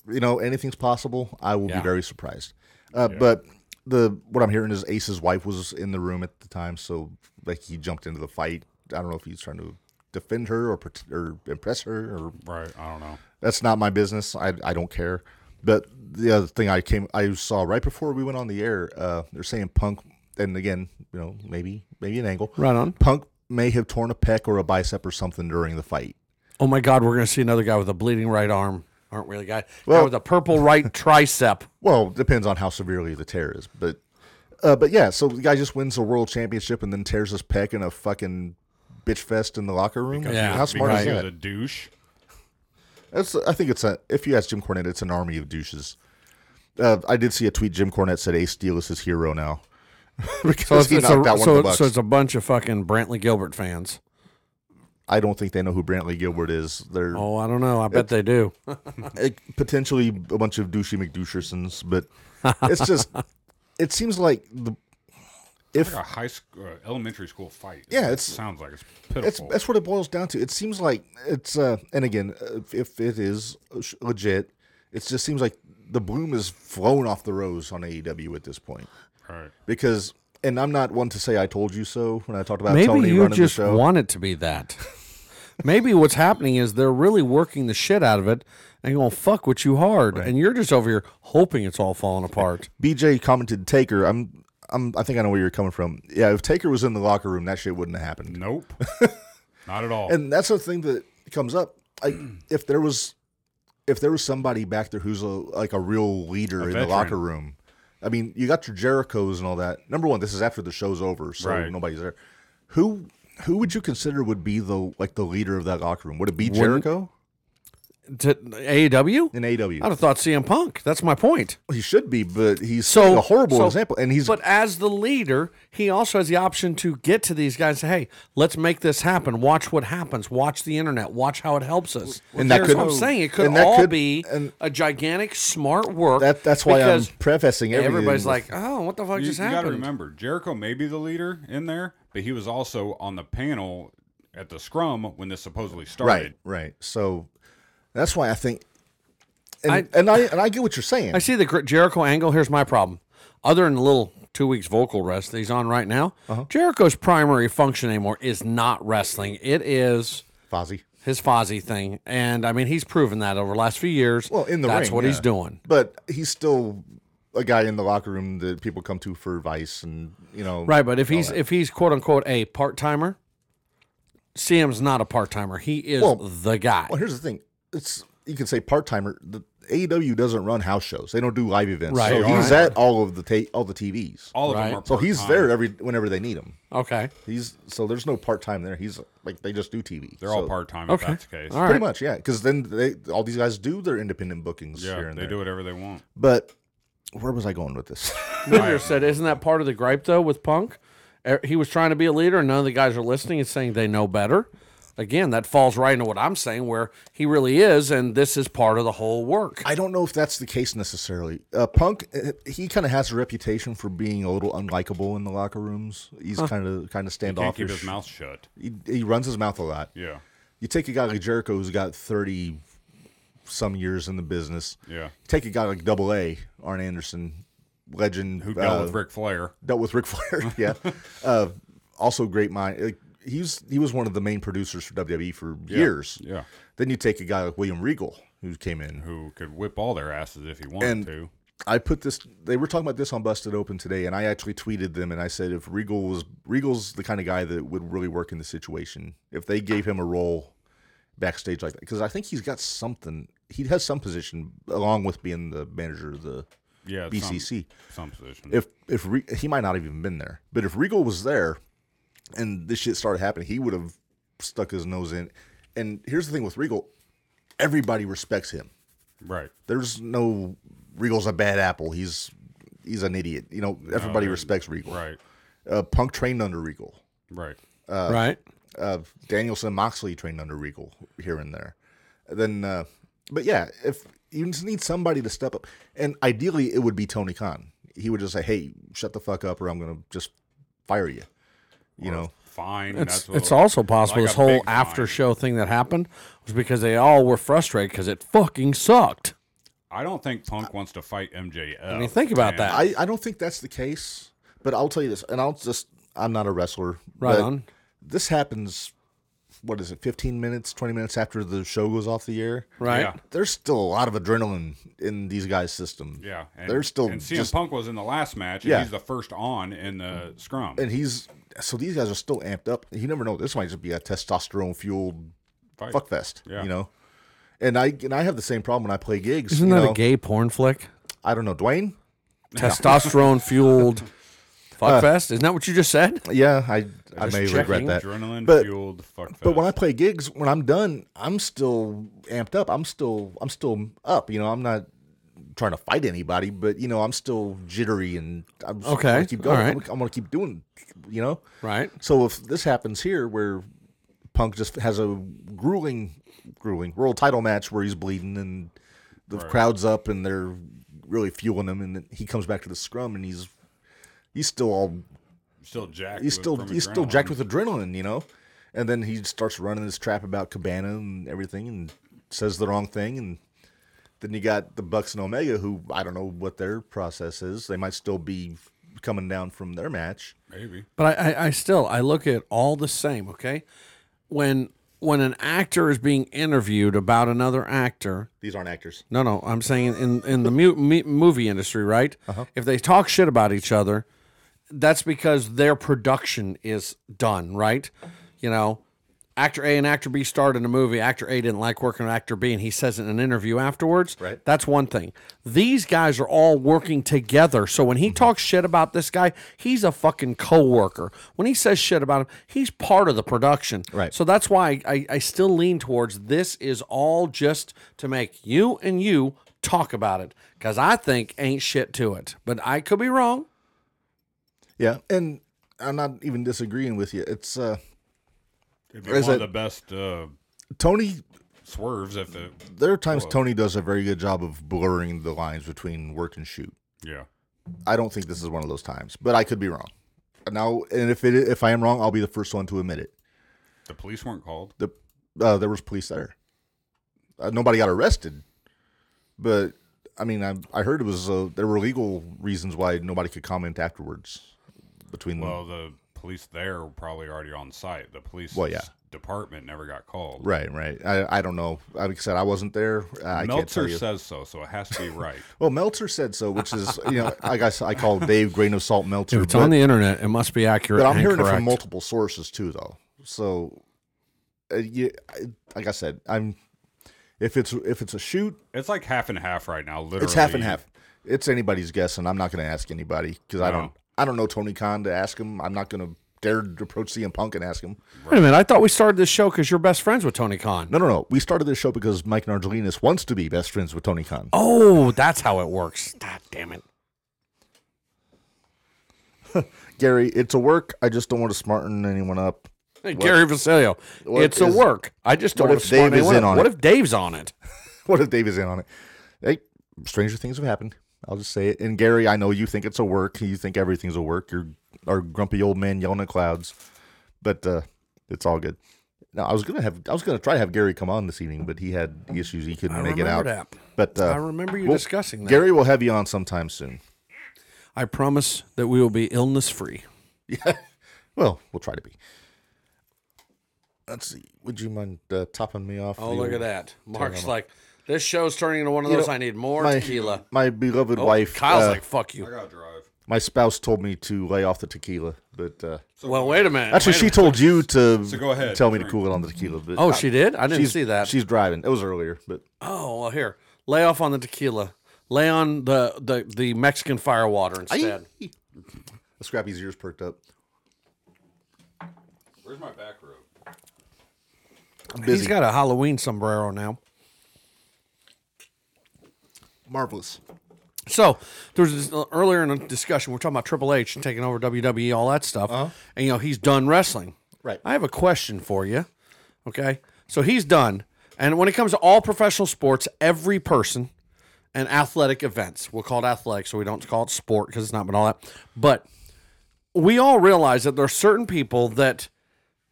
Speaker 1: you know anything's possible i will
Speaker 3: Yeah.
Speaker 1: be very surprised uh, but the what i'm hearing is ace's wife was in the room at the time so like he jumped into the fight i don't know if he's trying to defend her or prot- or impress her or
Speaker 2: right, I don't know.
Speaker 1: that's not my business i, I don't care but the other thing i came i saw right before we went on the air uh, they're saying punk and again you know maybe maybe an angle
Speaker 3: Right on.
Speaker 1: punk may have torn a pec or a bicep or something during the fight
Speaker 3: Oh my God, we're going to see another guy with a bleeding right arm, aren't we? The guy, guy
Speaker 1: Well-
Speaker 3: with a purple right tricep.
Speaker 1: Well, depends on how severely the tear is, but uh, but yeah. So the guy just wins the world championship and then tears his pec in a fucking bitch fest in the locker room.
Speaker 3: Yeah.
Speaker 1: how smart is
Speaker 2: because he was a
Speaker 1: that?
Speaker 2: douche.
Speaker 1: That's, I think it's a. If you ask Jim Cornette, it's an army of douches. Uh, I did see a tweet. Jim Cornette said Ace Steel is his hero now because
Speaker 3: So it's,
Speaker 1: he
Speaker 3: it's
Speaker 1: knocked
Speaker 3: a,
Speaker 1: out one
Speaker 3: so,
Speaker 1: of the
Speaker 3: it's-
Speaker 1: Bucks.
Speaker 3: so it's a bunch of fucking Brantley Gilbert fans.
Speaker 1: I don't think they know who Brantley Gilbert is. They're
Speaker 3: Oh, I don't know. I bet they do.
Speaker 1: uh, potentially a bunch of douchey McDouchersons, but it's just. It seems like the if
Speaker 2: Like a high school, uh, elementary school fight.
Speaker 1: Yeah,
Speaker 2: It
Speaker 1: it's-
Speaker 2: sounds like it's
Speaker 1: It's,
Speaker 2: pitiful.
Speaker 1: that's what it boils down to. It seems like it's, uh, and again, if, if it is sh- legit, it just seems like the bloom is flown off the rose on AEW at this point.
Speaker 2: right.
Speaker 1: Because, and I'm not one to say I told you so when I talked about
Speaker 3: Maybe
Speaker 1: Tony
Speaker 3: you
Speaker 1: running
Speaker 3: just
Speaker 1: the show.
Speaker 3: want it to be that. Maybe what's happening is they're really working the shit out of it and going to fuck with you hard, and you're just over here hoping it's all falling apart.
Speaker 1: BJ commented, "Taker, I'm, I'm, I think I know where you're coming from. Yeah, if Taker was in the locker room, that shit wouldn't have happened.
Speaker 2: Nope. Not at all.
Speaker 1: And that's the thing that comes up. Like, if there was, if there was somebody back there who's a like a real leader in the
Speaker 2: veteran.
Speaker 1: locker room, I mean, you got your Jericho's and all that. Number one, this is after the show's over, so
Speaker 2: Right.
Speaker 1: nobody's there. Who who would you consider would be the like the leader of that locker room? Would it be
Speaker 3: Wouldn't-
Speaker 1: Jericho
Speaker 3: To AEW?
Speaker 1: in AW?
Speaker 3: E I'd have thought CM Punk. That's my point.
Speaker 1: He should be, but he's
Speaker 3: So
Speaker 1: a horrible
Speaker 3: so-
Speaker 1: example, and he's
Speaker 3: But as the leader, he also has the option to get to these guys. And say, hey, let's make this happen. Watch what happens. Watch the internet. Watch how it helps us.
Speaker 1: And that
Speaker 3: That's
Speaker 1: could-
Speaker 3: what I'm saying. It could
Speaker 1: and that
Speaker 3: all
Speaker 1: could-
Speaker 3: be
Speaker 1: and-
Speaker 3: a gigantic smart work.
Speaker 1: that. That's why I'm
Speaker 3: because
Speaker 1: prefacing everything.
Speaker 3: everybody's
Speaker 1: with-
Speaker 3: like, oh, what the fuck
Speaker 2: you,
Speaker 3: just
Speaker 2: got to
Speaker 3: happened?
Speaker 2: remember, Jericho may be the leader in there, but he was also on the panel at the scrum when this supposedly started.
Speaker 1: right, right. So that's why I think, and
Speaker 3: I-
Speaker 1: and I and I get what you're saying.
Speaker 3: I see the Gr- Jericho angle. Here's my problem. Other than the little two weeks vocal rest that he's on right now,
Speaker 1: Uh-huh.
Speaker 3: Jericho's primary function anymore is not wrestling. It is
Speaker 1: Fozzy.
Speaker 3: his Fozzy thing, and I mean he's proven that over the last few years.
Speaker 1: Well, in the
Speaker 3: that's
Speaker 1: ring,
Speaker 3: what he's
Speaker 1: yeah.
Speaker 3: doing.
Speaker 1: But he's still a guy in the locker room that people come to for advice and you know
Speaker 3: Right, but if he's if he's quote unquote a part timer, CM's not a part timer. He is
Speaker 1: Well-
Speaker 3: the guy.
Speaker 1: Well, here's the thing: it's you can say part timer. The AEW doesn't run house shows; they don't do live events.
Speaker 3: Right.
Speaker 1: so
Speaker 3: They
Speaker 1: he's
Speaker 2: aren't.
Speaker 1: at all of the ta- all the TVs.
Speaker 2: All of them
Speaker 3: Right.
Speaker 2: are.
Speaker 1: so he's
Speaker 2: part-time.
Speaker 1: there every whenever they need him.
Speaker 3: Okay,
Speaker 1: He's so there's no part time there. He's like they just do TV.
Speaker 2: They're
Speaker 1: So,
Speaker 2: all part time.
Speaker 3: Okay.
Speaker 2: If that's the case.
Speaker 3: all
Speaker 1: Pretty
Speaker 3: right.
Speaker 1: much, yeah. Because then they all these guys do their independent bookings here
Speaker 2: Yeah,
Speaker 1: and
Speaker 2: they
Speaker 1: there.
Speaker 2: do whatever they want.
Speaker 1: But where was I going with this?
Speaker 3: Ritter said, "Isn't that part of the gripe though with Punk? Er, He was trying to be a leader, and none of the guys are listening and saying they know better." Again, that falls right into what I'm saying, where he really is, and this is part of the whole work.
Speaker 1: I don't know if that's the case necessarily. Uh, Punk, uh, he kind of has a reputation for being a little unlikable in the locker rooms. He's kind of kind of
Speaker 2: Can't keep
Speaker 1: standoffish.
Speaker 2: his mouth shut.
Speaker 1: He, he runs his mouth a lot.
Speaker 2: Yeah,
Speaker 1: You take a guy like Jericho, who's got thirty some years in the business.
Speaker 2: yeah.
Speaker 1: Take a guy like Double A, Arn Anderson, legend
Speaker 2: Who dealt
Speaker 1: uh,
Speaker 2: with Ric Flair?
Speaker 1: dealt with Ric Flair. yeah, uh, also great mind. Like, he was he was one of the main producers for WWE for years.
Speaker 2: Yeah,
Speaker 1: Then you take a guy like William Regal, who came in.
Speaker 2: who could whip all their asses if he wanted
Speaker 1: And-
Speaker 2: to.
Speaker 1: I put this. They were talking about this on Busted Open today, and I actually tweeted them and I said if Regal was Regal's the kind of guy that would really work in the situation if they gave him a role backstage like that because I think he's got something. He has some position along with being the manager of the
Speaker 2: Yeah, it's some-
Speaker 1: BCC.
Speaker 2: Some, position.
Speaker 1: If if Re- he might not have even been there, but if Regal was there, and this shit started happening, he would have stuck his nose in. And here's the thing with Regal, everybody respects him
Speaker 2: right.
Speaker 1: there's no Regal's a bad apple. He's he's an idiot. You know, everybody
Speaker 2: there-
Speaker 1: respects Regal.
Speaker 2: Right.
Speaker 1: Uh, Punk trained under Regal.
Speaker 2: Right.
Speaker 3: right?
Speaker 1: Uh, Danielson Moxley trained under Regal here and there. Then, uh, but yeah, if you just need somebody to step up, and ideally it would be Tony Khan. He would just say, "Hey, shut the fuck up, or I'm gonna just fire you." You know,
Speaker 2: Fine.
Speaker 3: It's,
Speaker 2: that's what
Speaker 3: it's also possible
Speaker 2: like
Speaker 3: this
Speaker 2: a
Speaker 3: whole
Speaker 2: big
Speaker 3: after show thing that happened was because they all were frustrated because it fucking sucked.
Speaker 2: I don't think Punk wants to fight MJF.
Speaker 3: I mean, think about that.
Speaker 1: I, I don't think that's the case, but I'll tell you this, and I'll just I'm not a wrestler.
Speaker 3: Right
Speaker 1: but
Speaker 3: on.
Speaker 1: This happens. What is it? Fifteen minutes, twenty minutes after the show goes off the air.
Speaker 3: right?
Speaker 2: Yeah.
Speaker 1: There's still a lot of adrenaline in these guys' system.
Speaker 2: Yeah, and,
Speaker 1: they're still
Speaker 2: And CM
Speaker 1: just
Speaker 2: Punk was in the last match, and
Speaker 1: Yeah.
Speaker 2: he's the first on in
Speaker 3: Mm-hmm.
Speaker 2: the scrum.
Speaker 1: and he's so these guys are still amped up. You never know. This might just be a testosterone fueled
Speaker 2: Fight.
Speaker 1: fuckfest.
Speaker 2: Yeah.
Speaker 1: You know. And I and I have the same problem when I play gigs.
Speaker 3: Isn't
Speaker 1: you
Speaker 3: that
Speaker 1: know?
Speaker 3: a gay porn flick?
Speaker 1: I don't know, Dwayne.
Speaker 3: Testosterone fueled
Speaker 1: Uh.
Speaker 3: fuckfest. Isn't that what you just said?
Speaker 1: Yeah, I I may regret
Speaker 3: checking.
Speaker 1: that.
Speaker 2: Adrenaline
Speaker 1: But-
Speaker 2: fueled fuckfest.
Speaker 1: But when I play gigs, when I'm done, I'm still amped up. I'm still I'm still up. You know, I'm not trying to fight anybody, but you know, I'm still jittery and I'm just
Speaker 3: Okay,
Speaker 1: gonna keep going.
Speaker 3: all right.
Speaker 1: I'm, gonna- I'm gonna keep doing. You know,
Speaker 3: Right.
Speaker 1: so if this happens here, where Punk just has a grueling, grueling world title match where he's bleeding and the crowd's up and they're really fueling him, and then he comes back to the scrum and he's he's still all
Speaker 2: still jacked.
Speaker 1: he's
Speaker 2: with-
Speaker 1: still
Speaker 2: from
Speaker 1: he's still
Speaker 2: adrenaline.
Speaker 1: jacked with adrenaline, you know. And then he starts running his trap about Cabana and everything, and says the wrong thing. And then you got the Bucks and Omega, who I don't know what their process is. They might still be coming down from their match.
Speaker 2: Maybe
Speaker 3: But I, I, I still I look at all the same. Okay, when when an actor is being interviewed about another actor,
Speaker 1: These aren't actors.
Speaker 3: no, no, I'm saying in in the mu- me, movie industry, right?
Speaker 1: Uh-huh.
Speaker 3: If they talk shit about each other, that's because their production is done, right? You know, actor A and actor B starred in a movie. Actor A didn't like working with actor B, and he says it in an interview afterwards.
Speaker 1: Right.
Speaker 3: That's one thing. These guys are all working together. So when he
Speaker 1: Mm-hmm.
Speaker 3: talks shit about this guy, he's a fucking coworker. When he says shit about him, he's part of the production.
Speaker 1: Right.
Speaker 3: So that's why I, I, I still lean towards this is all just to make you and you talk about it. Because I think ain't shit to it. But I could be wrong.
Speaker 1: Yeah, and I'm not even disagreeing with you. It's uh,
Speaker 2: it'd be
Speaker 1: Is
Speaker 2: one of
Speaker 1: it-
Speaker 2: the best uh,
Speaker 1: Tony.
Speaker 2: swerves. If it,
Speaker 1: There are times Tony does a very good job of blurring the lines between work and shoot.
Speaker 2: yeah,
Speaker 1: I don't think this is one of those times, but I could be wrong. Now, and if it if I am wrong, I'll be the first one to admit it.
Speaker 2: the police weren't called.
Speaker 1: the uh, there was police there. Uh, nobody got arrested, but I mean, I I heard it was uh, there were legal reasons why nobody could comment afterwards between them.
Speaker 2: Well, the police there were probably already on site. The police
Speaker 1: Well, yeah.
Speaker 2: department never got called.
Speaker 1: Right, right. I, I don't know. Like I said, I wasn't there. I can't tell
Speaker 2: Meltzer
Speaker 1: you.
Speaker 2: says so, so it has to be right.
Speaker 1: well, Meltzer said so, which is you know, like I, s- I call Dave grain of salt Meltzer.
Speaker 3: If it's
Speaker 1: but-
Speaker 3: on the internet, it must be accurate.
Speaker 1: But I'm
Speaker 3: and
Speaker 1: hearing it
Speaker 3: correct.
Speaker 1: from multiple sources too, though. So, uh, you, I, like I said, I'm if it's if it's a shoot,
Speaker 2: it's like half and half right now. Literally,
Speaker 1: It's half and half. It's anybody's guess, and I'm not going to ask anybody because I don't. I don't know Tony Khan to ask him. I'm not going to dare to approach CM Punk and ask him.
Speaker 3: Wait a minute. I thought we started this show because you're best friends with Tony Khan.
Speaker 1: No, no, no. We started this show because Mike Nargelinas wants to be best friends with Tony Khan.
Speaker 3: Oh, that's how it works. God damn it.
Speaker 1: Gary, it's a work. I just don't want to smarten anyone up.
Speaker 3: Hey, Gary Vasilio,
Speaker 1: what
Speaker 3: it's
Speaker 1: is-
Speaker 3: a work. I just don't
Speaker 1: what
Speaker 3: want
Speaker 1: if
Speaker 3: to smart
Speaker 1: Dave is
Speaker 3: anyone
Speaker 1: in
Speaker 3: up.
Speaker 1: on
Speaker 3: What
Speaker 1: it?
Speaker 3: if Dave's on it?
Speaker 1: What if Dave is in on it? Hey, stranger things have happened. I'll just say it. And Gary, I know you think it's a work. You think everything's a work. You're our grumpy old man yelling at clouds, but uh, it's all good. Now, I was gonna have I was gonna try to have Gary come on this evening, but he had issues. He couldn't
Speaker 3: I
Speaker 1: make it
Speaker 3: remember
Speaker 1: out.
Speaker 3: that.
Speaker 1: But uh,
Speaker 3: I remember you
Speaker 1: we'll-
Speaker 3: discussing that.
Speaker 1: Gary will have you on sometime soon.
Speaker 3: I promise that we will be illness free.
Speaker 1: Well, we'll try to be. Let's see. Would you mind uh, topping me off?
Speaker 3: Oh,
Speaker 1: the
Speaker 3: look at
Speaker 1: old-
Speaker 3: that. Mark's like, This show's turning into one of
Speaker 1: You
Speaker 3: those.
Speaker 1: know,
Speaker 3: I need more
Speaker 1: my-
Speaker 3: tequila.
Speaker 1: My beloved
Speaker 3: Oh,
Speaker 1: wife,
Speaker 3: Kyle's
Speaker 1: uh,
Speaker 3: like, "Fuck
Speaker 2: I
Speaker 3: you."
Speaker 2: gotta drive.
Speaker 1: my spouse told me to lay off the tequila, but uh,
Speaker 3: Well, wait a minute.
Speaker 1: actually,
Speaker 3: wait a
Speaker 1: she
Speaker 3: minute.
Speaker 1: told you to
Speaker 2: go ahead,
Speaker 1: tell me
Speaker 2: drink.
Speaker 1: to cool it on the tequila. But
Speaker 3: Oh,
Speaker 1: I-
Speaker 3: she did. I didn't
Speaker 1: she's,
Speaker 3: see that.
Speaker 1: She's driving. It was earlier, but
Speaker 3: Oh well, here, lay off on the tequila. Lay on the the, the Mexican fire water instead.
Speaker 1: Aye. Scrappy's ears perked up.
Speaker 2: Where's my back road?
Speaker 1: I'm
Speaker 3: He's
Speaker 1: busy.
Speaker 3: got a Halloween sombrero now.
Speaker 1: Marvelous.
Speaker 3: So there was this, uh, earlier in the discussion we're talking about Triple H and taking over WWE, all that stuff, and you know he's done wrestling.
Speaker 1: Uh-huh. Right.
Speaker 3: I have a question for you. Okay, so he's done, and when it comes to all professional sports, every person and athletic events, we'll call it athletic, so we don't call it sport because it's not been all that. But we all realize that there are certain people that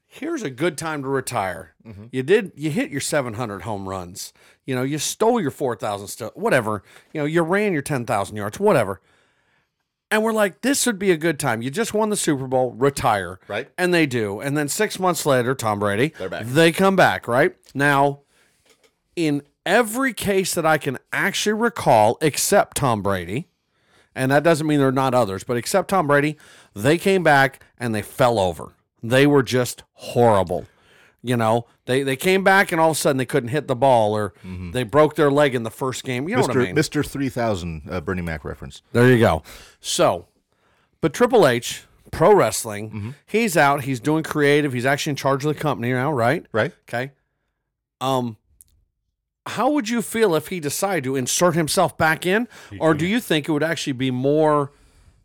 Speaker 3: here's a good time to retire. You did you hit your 700 home runs. You know, you stole your 4,000 stuff, whatever. You know, you ran your 10,000 yards, whatever. And we're like, this would be a good time. You just won the Super Bowl, retire.
Speaker 1: Right.
Speaker 3: And they do. And then 6 months later, Tom Brady,
Speaker 1: They're back.
Speaker 3: they come back, right? Now, in every case that I can actually recall except Tom Brady, and that doesn't mean there are not others, but except Tom Brady, they came back and they fell over. They were just horrible. You know, they, they came back and all of a sudden they couldn't hit the ball or
Speaker 1: Mm-hmm.
Speaker 3: they broke their leg in the first game. You know what I
Speaker 1: Mr.
Speaker 3: mean?
Speaker 1: Mr. 3000 uh, Bernie Mac reference.
Speaker 3: There you go. So, but Triple H, pro wrestling, he's out, he's doing creative, he's actually in charge of the company now, right?
Speaker 1: Right?
Speaker 3: Okay. Um, how would you feel if he decided to insert himself back in, or do you think it would actually be more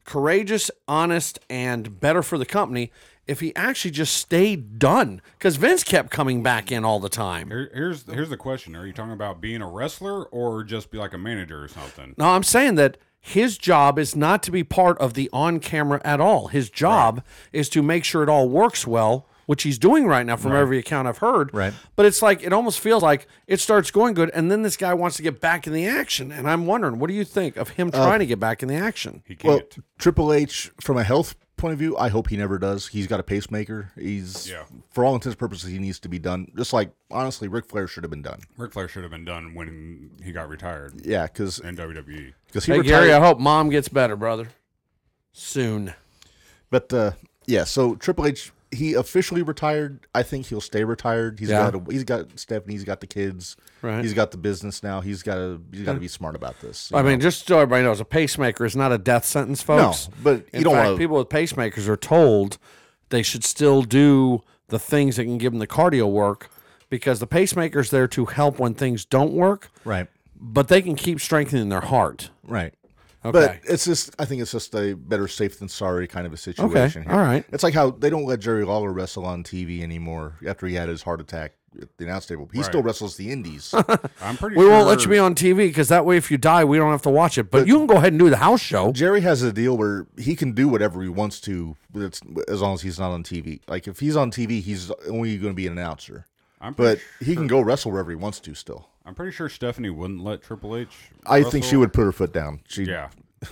Speaker 3: courageous, honest, and better for the company if he actually just stayed done? Because Vince kept coming back in all the time.
Speaker 2: Here, here's here's the question: Are you talking about being a wrestler or just be like a manager or something?
Speaker 3: No, I'm saying that his job is not to be part of the on camera at all. His job is to make sure it all works well. Which he's doing right now, from every account I've heard.
Speaker 1: Right.
Speaker 3: But it's like it almost feels like it starts going good, and then this guy wants to get back in the action. And I'm wondering, what do you think of him trying to get back in the action?
Speaker 2: He can't.
Speaker 1: Well, Triple H, from a health point of view, I hope he never does. He's got a pacemaker. He's,
Speaker 2: Yeah.
Speaker 1: for all intents and purposes, he needs to be done. Just like, honestly, Ric Flair should have been done.
Speaker 2: Ric Flair should have been done when he got retired
Speaker 1: Yeah, because
Speaker 2: in E. WWE.
Speaker 1: he
Speaker 3: Hey
Speaker 1: retired.
Speaker 3: Gary, I hope mom gets better, brother. Soon.
Speaker 1: But uh, yeah, so Triple H, he officially retired. I think he'll stay retired. He's
Speaker 3: Yeah.
Speaker 1: got a, he's got Stephanie. He's got the kids.
Speaker 3: Right.
Speaker 1: He's got the business now. He's got to he's got to be smart about this.
Speaker 3: I mean, just so everybody knows, a pacemaker is not a death sentence, folks.
Speaker 1: but you
Speaker 3: in
Speaker 1: don't
Speaker 3: fact,
Speaker 1: wanna-
Speaker 3: people with pacemakers are told they should still do the things that can give them the cardio work because the pacemaker's there to help when things don't work,
Speaker 1: right,
Speaker 3: but they can keep strengthening their heart.
Speaker 1: right.
Speaker 3: Okay.
Speaker 1: But it's just I think it's just a better safe than sorry kind of a situation.
Speaker 3: all right.
Speaker 1: It's like how they don't let Jerry Lawler wrestle on TV anymore after he had his heart attack at the announce table. He still wrestles the indies.
Speaker 2: I'm pretty.
Speaker 3: we
Speaker 2: sure,
Speaker 3: won't let you be on TV because that way, if you die, we don't have to watch it. But, you can go ahead and do the house show.
Speaker 1: Jerry has a deal where he can do whatever he wants to, but it's, as long as he's not on TV. Like if he's on TV, he's only going to be an announcer,
Speaker 2: I'm pretty
Speaker 1: but he can go wrestle wherever he wants to. Still,
Speaker 2: I'm pretty sure Stephanie wouldn't let Triple H.
Speaker 1: I think she
Speaker 2: wrestle.
Speaker 1: would put her foot down. She
Speaker 2: Yeah,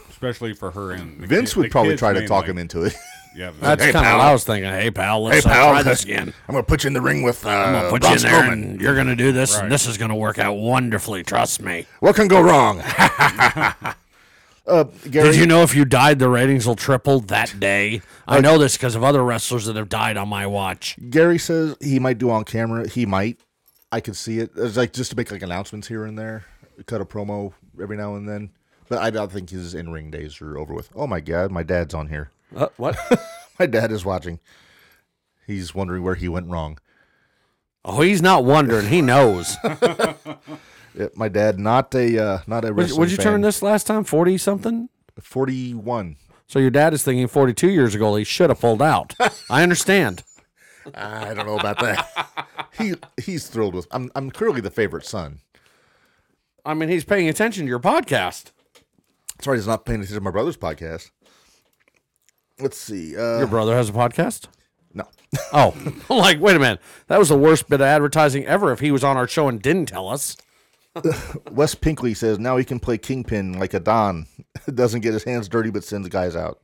Speaker 2: especially for her and the
Speaker 1: Vince
Speaker 2: kid-
Speaker 1: would
Speaker 2: the
Speaker 1: probably
Speaker 2: kids
Speaker 1: try to talk
Speaker 2: mainly.
Speaker 1: him into it.
Speaker 2: Yeah,
Speaker 3: That's
Speaker 2: Vince-
Speaker 3: kind of what I was thinking. Hey, pal, let's uh, try this again.
Speaker 1: I'm going to put you in the ring with uh,
Speaker 3: put
Speaker 1: Braun
Speaker 3: you in there,
Speaker 1: Strowman.
Speaker 3: and you're going to do this,
Speaker 2: Right.
Speaker 3: and this is going to work out wonderfully. Trust me.
Speaker 1: What can go wrong? uh, Gary,
Speaker 3: Did you know if you died, the ratings will triple that day? I know this because of other wrestlers that have died on my watch.
Speaker 1: Gary says he might do on camera. He might. I could see it. It's like just to make like announcements here and there, cut a promo every now and then. But I don't think his in ring days are over with. Oh my god, my dad's on here.
Speaker 3: Uh, what?
Speaker 1: My dad is watching. He's wondering where he went wrong.
Speaker 3: oh, he's not wondering. He knows.
Speaker 1: Yeah, Uh, my dad, not a uh, not a.
Speaker 3: would,
Speaker 1: Wrestling
Speaker 3: would you turn
Speaker 1: fan.
Speaker 3: this last time? 40 something?
Speaker 1: Forty one.
Speaker 3: So your dad is thinking 42 years ago, he should have pulled out. I understand.
Speaker 1: I don't know about that. he he's thrilled with. I'm I'm clearly the favorite son.
Speaker 3: I mean, he's paying attention to your podcast.
Speaker 1: Sorry, he's not paying attention to my brother's podcast. Let's see. Uh,
Speaker 3: Your brother has a podcast?
Speaker 1: no.
Speaker 3: Oh, I'm like, wait a minute. That was the worst bit of advertising ever if he was on our show and didn't tell us.
Speaker 1: Wes Pinkley says now he can play Kingpin like a Don. Doesn't get his hands dirty, but sends guys out.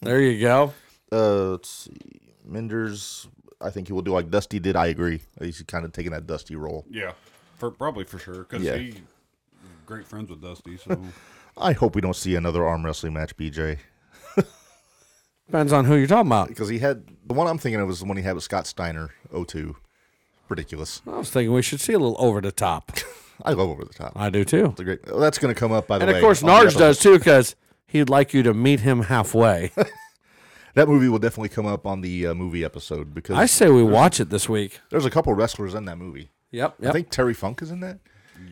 Speaker 3: There you go.
Speaker 1: Uh, let's see. Menders, I think he will do like Dusty did. I agree. He's kind of taking that Dusty role.
Speaker 2: yeah, for probably for sure because
Speaker 1: Yeah.
Speaker 2: he great friends with Dusty, so
Speaker 1: I hope we don't see another arm wrestling match, BJ.
Speaker 3: Depends on who you're talking about.
Speaker 1: Because he had the one I'm thinking of was the one he had with Scott Steiner, 02. Ridiculous.
Speaker 3: I was thinking we should see a little over the top.
Speaker 1: I love over the top.
Speaker 3: I do too.
Speaker 1: It's a great. oh, that's going to come up by the
Speaker 3: And
Speaker 1: way.
Speaker 3: of course,
Speaker 1: on the
Speaker 3: Narge
Speaker 1: episode.
Speaker 3: does too because he'd like you to meet him halfway.
Speaker 1: That movie will definitely come up on the uh, movie episode because
Speaker 3: I say we watch it this week.
Speaker 1: there's a couple wrestlers in that movie.
Speaker 3: Yep.
Speaker 1: I
Speaker 3: yep.
Speaker 1: think Terry Funk is in that.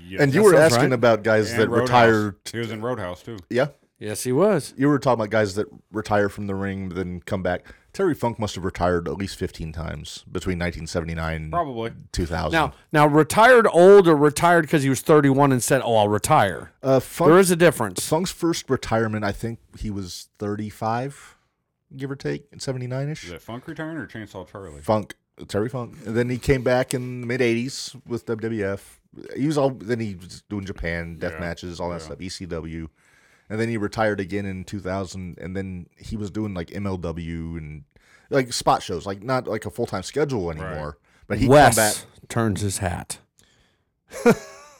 Speaker 2: Yes.
Speaker 1: and you
Speaker 3: That
Speaker 1: were
Speaker 3: sounds
Speaker 1: asking
Speaker 3: right.
Speaker 1: about guys
Speaker 2: And
Speaker 1: that
Speaker 2: Roadhouse.
Speaker 1: retire.
Speaker 2: He was in Roadhouse too.
Speaker 1: Yeah,
Speaker 3: yes, he was.
Speaker 1: you were talking about guys that retire from the ring but then come back. Terry Funk must have retired at least 15 times between 1979
Speaker 2: Probably.
Speaker 1: 2000.
Speaker 3: Now, now retired old or retired because he was 31 and said, "Oh, I'll retire."
Speaker 1: uh,
Speaker 3: There
Speaker 1: Funk,
Speaker 3: is a difference.
Speaker 1: Funk's first retirement, I think he was 35, give or take, in 79 ish.
Speaker 2: Is it Funk retiring or Chainsaw Charlie?
Speaker 1: Funk, Terry Funk, and then he came back in the mid '80s with WWF. He was all then he was doing Japan death
Speaker 2: Yeah,
Speaker 1: matches, all that
Speaker 2: yeah.
Speaker 1: stuff, ECW, and then he retired again in 2000, and then he was doing like MLW and like spot shows, like not like a full time schedule anymore. But he come back.
Speaker 3: Wes turns his hat.
Speaker 1: Uh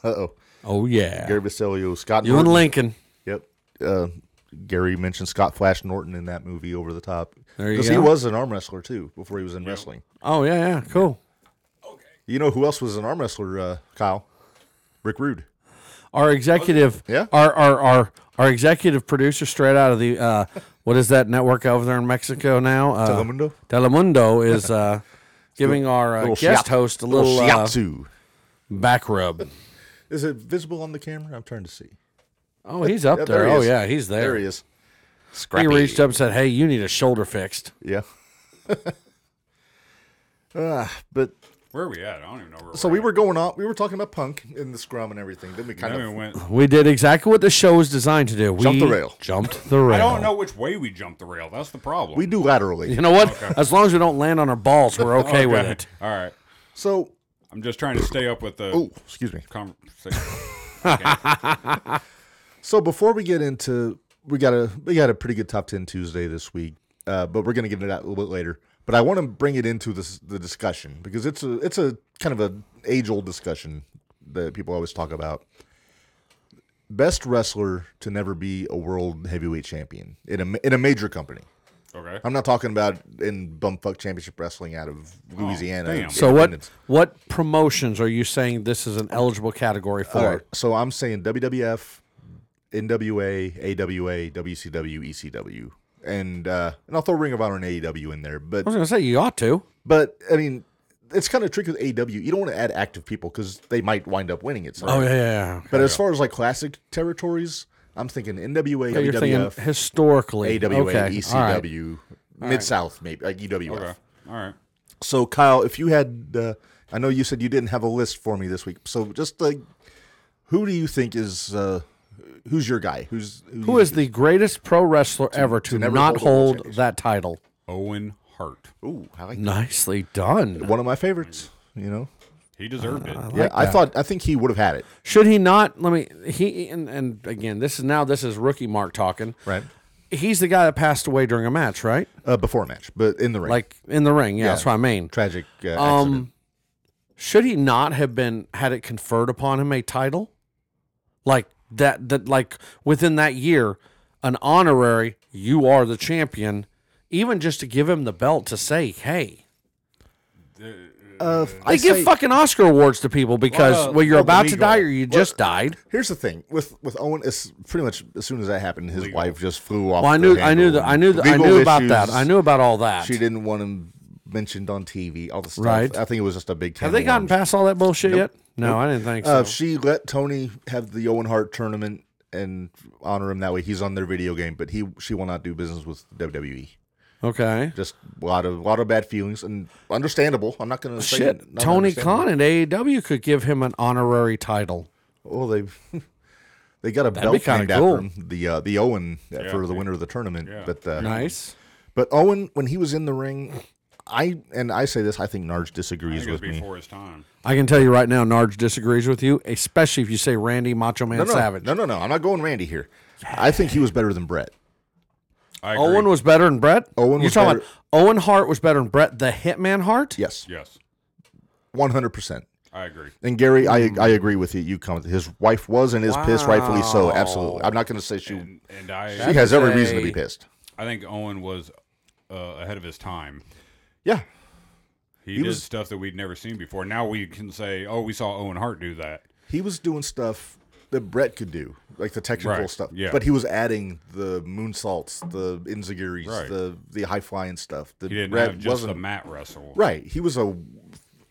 Speaker 1: oh,
Speaker 3: Oh yeah.
Speaker 1: Gary Basilio, Scott.
Speaker 3: you and
Speaker 1: Norton.
Speaker 3: Lincoln.
Speaker 1: Yep. Uh, Gary mentioned Scott Flash Norton in that movie Over the Top
Speaker 3: There you
Speaker 1: he
Speaker 3: go.
Speaker 1: was an arm wrestler too before he was in wrestling.
Speaker 3: Oh yeah, yeah. Cool.
Speaker 1: You know who else was an arm wrestler? Uh, Kyle, Rick Rude.
Speaker 3: Our executive,
Speaker 1: Yeah.
Speaker 3: our, our our our executive producer, straight out of the uh, what is that network over there in Mexico now? Uh,
Speaker 1: Telemundo?
Speaker 3: Telemundo is uh, giving our uh,
Speaker 1: little
Speaker 3: guest
Speaker 1: shiat-
Speaker 3: host a
Speaker 1: little
Speaker 3: little, uh,
Speaker 1: shiatsu.
Speaker 3: back rub.
Speaker 1: Is it visible on the camera? I'm trying to see.
Speaker 3: Oh, he's up
Speaker 1: Yeah,
Speaker 3: there.
Speaker 1: there he
Speaker 3: oh
Speaker 1: is.
Speaker 3: yeah, he's there.
Speaker 1: There he is.
Speaker 3: He
Speaker 1: Scrappy.
Speaker 3: reached up and said, "Hey, you need a shoulder fixed."
Speaker 1: Yeah. Uh, but
Speaker 2: Where are we at? I don't even know where
Speaker 1: so
Speaker 2: we're
Speaker 1: we were going on. We were talking about punk and the scrum and everything. Then we
Speaker 2: at.
Speaker 1: kind
Speaker 2: Then
Speaker 1: of
Speaker 2: we went.
Speaker 3: We did exactly what the show was designed to do. We
Speaker 1: Jumped the rail.
Speaker 3: Jumped the rail.
Speaker 2: I don't know which way we jumped the rail. That's the problem.
Speaker 1: we do laterally.
Speaker 3: You know what? As long as we don't land on our balls, we're okay, with it.
Speaker 2: All right.
Speaker 1: So
Speaker 2: I'm just trying to stay up with the
Speaker 1: oh, excuse me.
Speaker 2: conversation.
Speaker 1: So before we get into we got a we got a pretty good top ten Tuesday this week, uh, but we're gonna get into that a little bit later. But I want to bring it into this the discussion because it's a it's a kind of a age old discussion that people always talk about. Best wrestler to never be a world heavyweight champion in a ma- in a major company.
Speaker 2: Okay.
Speaker 1: I'm not talking about in bumfuck championship wrestling out of Louisiana.
Speaker 2: damn.
Speaker 3: So what?
Speaker 1: Independence.
Speaker 3: What promotions are you saying this is an eligible category for?
Speaker 1: All right. So I'm saying WWF, NWA, AWA, WCW, ECW, E and uh, and I'll throw Ring of Honor and AEW in there. But
Speaker 3: I was gonna say you ought to.
Speaker 1: but I mean, it's kind of tricky with AEW. You don't want to add active people because they might wind up winning it. So.
Speaker 3: Oh, yeah, yeah.
Speaker 1: But as far as like classic territories, I'm thinking NWA,
Speaker 3: You're
Speaker 1: WWF,
Speaker 3: thinking historically.
Speaker 1: AWA,
Speaker 3: okay. all right.
Speaker 1: ECW, Mid South, maybe like E EWF.
Speaker 2: Okay. All right.
Speaker 1: So Kyle, if you had, uh, I know you said you didn't have a list for me this week. So just like, who do you think is uh, who's your guy? Who's
Speaker 3: Who is the greatest pro wrestler ever to,
Speaker 1: never
Speaker 3: not
Speaker 1: hold a world
Speaker 3: hold, that title?
Speaker 2: Owen Hart.
Speaker 1: Ooh, I like
Speaker 3: Nicely done.
Speaker 1: one of my favorites. You know,
Speaker 2: He deserved it.
Speaker 1: yeah, I thought I think he would have had it.
Speaker 3: Should he not? Let me. He and, and again, this is now this is rookie Mark talking.
Speaker 1: Right.
Speaker 3: He's the guy that passed away during a match, right?
Speaker 1: Uh, before a match, but in the ring,
Speaker 3: Like in the ring. Yeah, that's what I mean.
Speaker 1: tragic uh, accident.
Speaker 3: Um, should he not have been had it conferred upon him a title, like that? That like within that year, an honorary you are the champion, even just to give him the belt to say, hey,
Speaker 1: Uh,
Speaker 3: they
Speaker 1: I
Speaker 3: give
Speaker 1: say-
Speaker 3: fucking Oscar awards to people because
Speaker 2: Well, uh,
Speaker 3: well, you're
Speaker 1: well,
Speaker 3: about to
Speaker 1: legal.
Speaker 3: die or you
Speaker 1: Well,
Speaker 3: just died.
Speaker 1: Here's the thing with with Owen. It's pretty much as soon as that happened, his wife just flew off.
Speaker 3: Well, I
Speaker 1: the
Speaker 3: knew, I knew
Speaker 1: handle
Speaker 3: that, I
Speaker 1: and
Speaker 3: knew, that, I
Speaker 1: legal
Speaker 3: knew about
Speaker 1: issues.
Speaker 3: that. I knew about all that.
Speaker 1: she didn't want him mentioned on TV. All the stuff.
Speaker 3: Right.
Speaker 1: I think it was just a big. can
Speaker 3: Have they
Speaker 1: of
Speaker 3: gotten
Speaker 1: worms.
Speaker 3: past all that bullshit yet? No, I didn't think so.
Speaker 1: Uh, she let Tony have the Owen Hart tournament and honor him that way. He's on their video game, but he she will not do business with WWE.
Speaker 3: okay.
Speaker 1: Just a lot of lot of bad feelings and understandable. I'm not going to say
Speaker 3: Shit,
Speaker 1: not
Speaker 3: Tony
Speaker 1: understandable.
Speaker 3: Khan and AEW could give him an honorary title.
Speaker 1: Well, Oh, they they got a
Speaker 3: be
Speaker 1: belt
Speaker 3: kinda
Speaker 1: named
Speaker 3: cool.
Speaker 1: after him, the uh, the Owen uh, for the winner of the tournament. But uh,
Speaker 3: Nice.
Speaker 1: but Owen when he was in the ring, I and I say this, I think Narge
Speaker 2: I
Speaker 1: disagrees
Speaker 2: think it was
Speaker 1: with me.
Speaker 2: before his time.
Speaker 3: I can tell you right now, Narge disagrees with you, especially if you say Randy Macho Man
Speaker 1: No, no,
Speaker 3: Savage.
Speaker 1: no, no, no. I'm not going Randy here. I think he was better than Brett.
Speaker 2: I agree.
Speaker 3: Owen was better than Brett.
Speaker 1: Owen
Speaker 3: you're
Speaker 1: was better-
Speaker 3: talking about Owen Hart was better than Brett, the Hitman Hart.
Speaker 1: Yes,
Speaker 2: Yes.
Speaker 1: one hundred percent.
Speaker 2: I agree.
Speaker 1: And Gary, I I agree with you. You comment. His wife was and is pissed, rightfully so.
Speaker 3: Wow.
Speaker 1: Absolutely. I'm not going to say she
Speaker 2: And, and I,
Speaker 1: she has every reason to
Speaker 3: Say-
Speaker 1: be pissed.
Speaker 2: I think Owen was uh, ahead of his time.
Speaker 1: Yeah.
Speaker 2: He,
Speaker 1: He
Speaker 2: did
Speaker 1: was-
Speaker 2: stuff that we'd never seen before. Now we can say, oh, we saw Owen Hart do that.
Speaker 1: He was doing stuff that Brett could do, like the technical
Speaker 2: Right,
Speaker 1: stuff.
Speaker 2: yeah.
Speaker 1: But he was adding the moonsaults, the inzagiris,
Speaker 2: Right.
Speaker 1: the the high flying stuff. The
Speaker 2: He didn't
Speaker 1: Brett
Speaker 2: have just
Speaker 1: wasn't
Speaker 2: the mat wrestle.
Speaker 1: right. He was a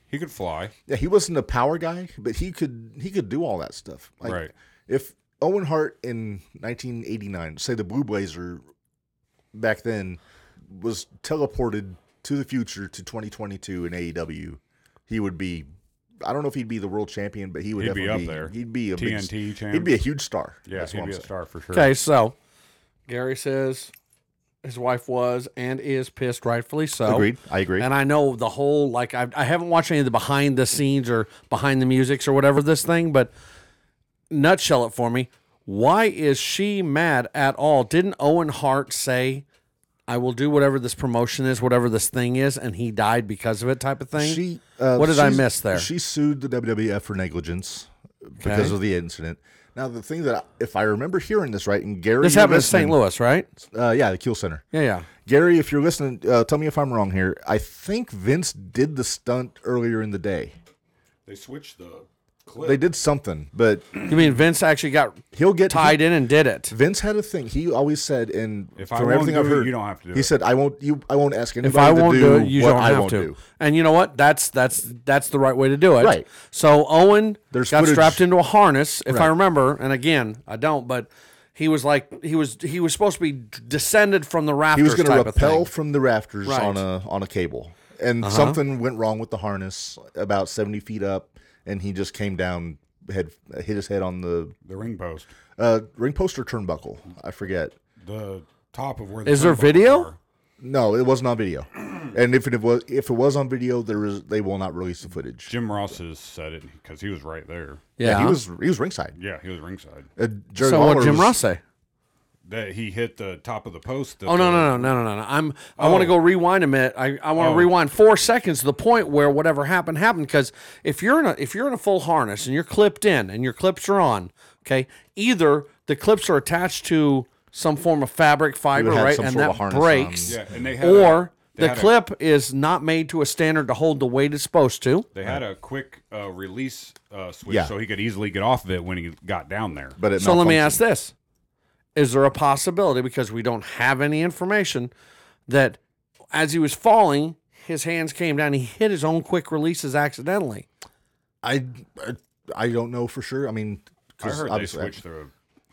Speaker 2: He could fly.
Speaker 1: yeah. He wasn't a power guy, but he could he could do all that stuff. Like,
Speaker 2: Right.
Speaker 1: If Owen Hart in 1989, say the Blue Blazer, back then, was teleported to the future to 2022 in AEW, he would be. I don't know if he'd be the world champion, but he would
Speaker 2: He'd be
Speaker 1: definitely
Speaker 2: up there.
Speaker 1: He'd be a big-
Speaker 2: TNT champ.
Speaker 1: He'd be a huge star.
Speaker 2: Yeah,
Speaker 1: that's
Speaker 2: he'd
Speaker 1: what I'm
Speaker 2: be a
Speaker 1: saying.
Speaker 2: star for sure.
Speaker 3: Okay, so Gary says his wife was and is pissed, rightfully so.
Speaker 1: Agreed. I agree.
Speaker 3: And I know the whole like I, I haven't watched any of the behind the scenes or behind the musics or whatever this thing, but nutshell it for me. Why is she mad at all? Didn't Owen Hart say, "I will do whatever this promotion is, whatever this thing is," and he died because of it, type of thing?
Speaker 1: She. Uh,
Speaker 3: What did I
Speaker 1: she's-
Speaker 3: miss there?
Speaker 1: She sued the WWF for negligence because
Speaker 3: Okay.
Speaker 1: of the incident. Now the thing that, I, if I remember hearing this right, and Gary,
Speaker 3: this
Speaker 1: you're
Speaker 3: happened in St.
Speaker 1: listening,
Speaker 3: Louis, right?
Speaker 1: Uh, yeah, the Kiel Center.
Speaker 3: Yeah, yeah.
Speaker 1: Gary, if you're listening, uh, tell me if I'm wrong here. I think Vince did the stunt earlier in the day.
Speaker 2: They switched the clip.
Speaker 1: They did something, but
Speaker 3: You mean Vince actually got
Speaker 1: he'll get
Speaker 3: tied in and did it?
Speaker 1: Vince had a thing. He always said, and
Speaker 2: If I
Speaker 1: from
Speaker 2: won't
Speaker 1: everything
Speaker 2: do
Speaker 1: I've
Speaker 2: it,
Speaker 1: heard,
Speaker 2: you don't have to do
Speaker 1: he
Speaker 2: it.
Speaker 1: said, "I won't. You, I won't ask anybody
Speaker 3: If I won't
Speaker 1: to
Speaker 3: do,
Speaker 1: do,
Speaker 3: it, you
Speaker 1: what
Speaker 3: don't
Speaker 1: I
Speaker 3: have
Speaker 1: won't
Speaker 3: to.
Speaker 1: do."
Speaker 3: And you know what? That's that's that's the right way to do it.
Speaker 1: Right.
Speaker 3: So Owen
Speaker 1: There's
Speaker 3: got
Speaker 1: footage-
Speaker 3: strapped into a harness, if I remember. And again, I don't, but he was like he was he was supposed to be d- descended from the
Speaker 1: He
Speaker 3: rafters.
Speaker 1: was going to
Speaker 3: type of thing.
Speaker 1: rappel from the rafters
Speaker 3: Right. Uh-huh.
Speaker 1: on a on a cable, and something went wrong with the harness about seventy feet up, and he just came down, head hit his head on the
Speaker 2: the ring post.
Speaker 1: uh, ring post or turnbuckle. I forget.
Speaker 2: The top of where the
Speaker 3: Is there
Speaker 2: turnbuckles
Speaker 3: video?
Speaker 2: are.
Speaker 1: No, it wasn't on video. And if it was, if it was on video, there is they will not release the footage.
Speaker 2: Jim Ross has said it because he was right there.
Speaker 3: Yeah.
Speaker 1: he was he was ringside.
Speaker 2: Yeah, he was ringside.
Speaker 1: Uh, Jerry
Speaker 3: so what
Speaker 1: Lawler
Speaker 3: Jim
Speaker 1: was-
Speaker 3: Ross say?
Speaker 2: That he hit the top of the post. that
Speaker 3: Oh no
Speaker 2: the-
Speaker 3: no no no no no! I'm I
Speaker 1: Oh.
Speaker 3: want to go rewind a minute. I, I want to rewind four seconds to the point where whatever happened happened. Because if you're in a if you're in a full harness and you're clipped in and your clips are on, okay, either the clips are attached to some form of fabric fiber,
Speaker 1: You had
Speaker 3: right,
Speaker 1: some
Speaker 3: and
Speaker 1: sort of
Speaker 3: that
Speaker 1: harness
Speaker 3: breaks,
Speaker 2: Yeah, and they had
Speaker 3: or
Speaker 2: a, they
Speaker 3: the
Speaker 2: had a-
Speaker 3: clip is not made to a standard to hold the weight it's supposed to.
Speaker 2: they had a quick uh, release uh, switch,
Speaker 1: Yeah.
Speaker 2: so he could easily get off of it when he got down there.
Speaker 1: But it
Speaker 3: So let me
Speaker 1: malfunctioned.
Speaker 3: ask this: Is there a possibility because we don't have any information that as he was falling, his hands came down, he hit his own quick releases accidentally?
Speaker 1: I, I I don't know for sure. I mean,
Speaker 2: I
Speaker 1: 'cause
Speaker 2: heard they
Speaker 1: obviously-
Speaker 2: switched the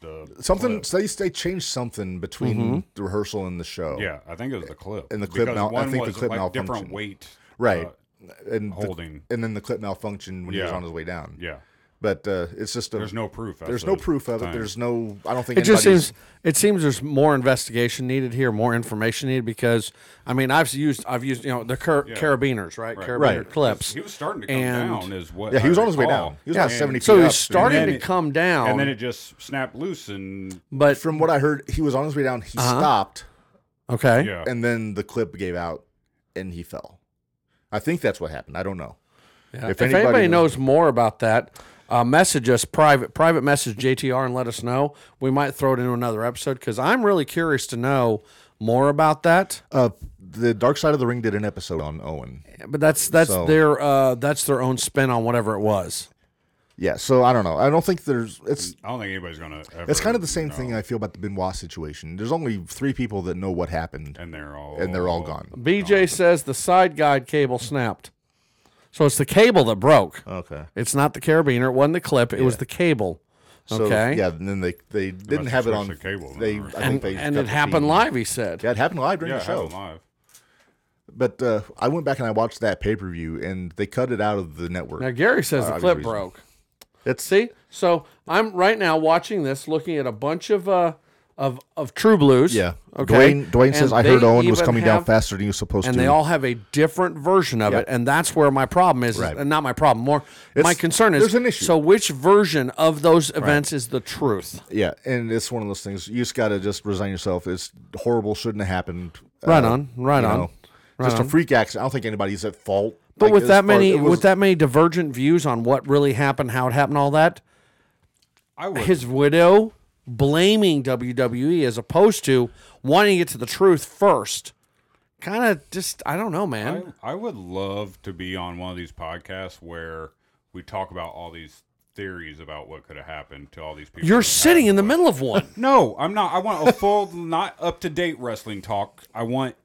Speaker 2: the
Speaker 1: something. They they changed something between
Speaker 3: Mm-hmm.
Speaker 1: the rehearsal and the show.
Speaker 2: Yeah, I think it was the clip.
Speaker 1: And the clip
Speaker 2: Because
Speaker 1: mal- I
Speaker 2: one
Speaker 1: think the
Speaker 2: was
Speaker 1: clip
Speaker 2: like different
Speaker 1: malfunctioned.
Speaker 2: weight.
Speaker 1: right.
Speaker 2: uh,
Speaker 1: and the-
Speaker 2: holding.
Speaker 1: and then the clip malfunctioned when he was
Speaker 2: Yeah.
Speaker 1: on his way down.
Speaker 2: yeah,
Speaker 1: But uh, it's just a,
Speaker 2: there's no proof. that's
Speaker 1: there's no
Speaker 2: the
Speaker 1: proof of it.
Speaker 2: thing.
Speaker 1: There's no. I don't think
Speaker 3: It just
Speaker 1: anybody's-
Speaker 3: seems it seems there's more investigation needed here, more information needed because I mean I've used I've used you know the cur- carabiners right, carabiner
Speaker 1: Right.
Speaker 3: clips.
Speaker 2: He was starting to come
Speaker 3: And-
Speaker 2: down, is what?
Speaker 1: Yeah, he
Speaker 2: I
Speaker 1: was on his way
Speaker 2: recall.
Speaker 1: down. He was
Speaker 3: Yeah.
Speaker 1: about seventy
Speaker 3: so
Speaker 1: feet
Speaker 3: he's
Speaker 1: up.
Speaker 3: starting
Speaker 2: And
Speaker 3: to
Speaker 2: then it-
Speaker 3: come down,
Speaker 2: and then it just snapped loose, and
Speaker 3: but
Speaker 1: From what I heard, he was on his way down. He stopped.
Speaker 3: okay,
Speaker 2: yeah,
Speaker 1: and then the clip gave out and he fell. I think that's what happened. I don't know.
Speaker 3: Yeah.
Speaker 1: If
Speaker 3: If,
Speaker 1: anybody
Speaker 3: anybody,
Speaker 1: knows-
Speaker 3: knows, more about that, uh, message us private private message JTR and let us know. We might throw it into another episode because I'm really curious to know more about that.
Speaker 1: Uh, the Dark Side of the Ring did an episode on Owen.
Speaker 3: But that's that's
Speaker 1: So-
Speaker 3: their uh, that's their own spin on whatever it was.
Speaker 1: Yeah, so I don't know. I don't think there's. It's
Speaker 2: I don't think anybody's gonna. Ever
Speaker 1: it's kind of the same
Speaker 2: know.
Speaker 1: thing I feel about the Benoit situation. There's only three people that know what happened,
Speaker 2: and they're all
Speaker 1: and they're all gone.
Speaker 3: BJ says the side guide cable snapped, so it's the cable that broke.
Speaker 1: Okay.
Speaker 3: It's not the carabiner. It wasn't the clip. It was the cable.
Speaker 1: So,
Speaker 3: okay.
Speaker 1: Yeah, and then they they didn't
Speaker 2: must
Speaker 1: have it
Speaker 2: have
Speaker 1: on.
Speaker 2: switched the cable then,
Speaker 1: they I
Speaker 2: or-
Speaker 1: think
Speaker 3: And,
Speaker 1: they
Speaker 3: and
Speaker 1: cut
Speaker 3: it
Speaker 1: the
Speaker 3: happened
Speaker 1: feed.
Speaker 3: live. He said.
Speaker 1: Yeah, it happened live during
Speaker 2: Yeah,
Speaker 1: the
Speaker 2: have them
Speaker 1: show.
Speaker 2: live.
Speaker 1: But uh, I went back and I watched that pay per view, and they cut it out of the network.
Speaker 3: Now Gary says the
Speaker 1: obvious
Speaker 3: clip
Speaker 1: reason.
Speaker 3: broke.
Speaker 1: It's-
Speaker 3: see. So I'm right now watching this, looking at a bunch of uh of of True Blues.
Speaker 1: yeah.
Speaker 3: Okay.
Speaker 1: Dwayne Dwayne says
Speaker 3: And
Speaker 1: I heard
Speaker 3: they
Speaker 1: Owen was
Speaker 3: even
Speaker 1: coming down
Speaker 3: have-
Speaker 1: faster than he was supposed
Speaker 3: And
Speaker 1: to.
Speaker 3: they all have a different version of
Speaker 1: Yeah.
Speaker 3: it, and that's where my problem is,
Speaker 1: Right.
Speaker 3: and not my problem. More, my
Speaker 1: It's-
Speaker 3: concern is
Speaker 1: there's an issue.
Speaker 3: So, which version of those events is the truth?
Speaker 1: Yeah, and it's one of those things you just got to just resign yourself. It's horrible, shouldn't have happened.
Speaker 3: Right on, right
Speaker 1: Uh, you
Speaker 3: on.
Speaker 1: know, Just a freak accident. I don't think anybody's at fault.
Speaker 3: But
Speaker 1: Like,
Speaker 3: with
Speaker 1: as
Speaker 3: that
Speaker 1: far-
Speaker 3: many
Speaker 1: it was-
Speaker 3: with that many divergent views on what really happened, how it happened, all that,
Speaker 2: I would.
Speaker 3: his widow blaming WWE as opposed to wanting to get to the truth first. Kind of just I don't know,
Speaker 2: I,
Speaker 3: man.
Speaker 2: I would love to be on one of these podcasts where we talk about all these theories about what could have happened to all these people.
Speaker 3: You're
Speaker 2: that
Speaker 3: sitting in
Speaker 2: happened.
Speaker 3: the middle of one.
Speaker 2: No, I'm not. I want a full, not up to date wrestling talk. I want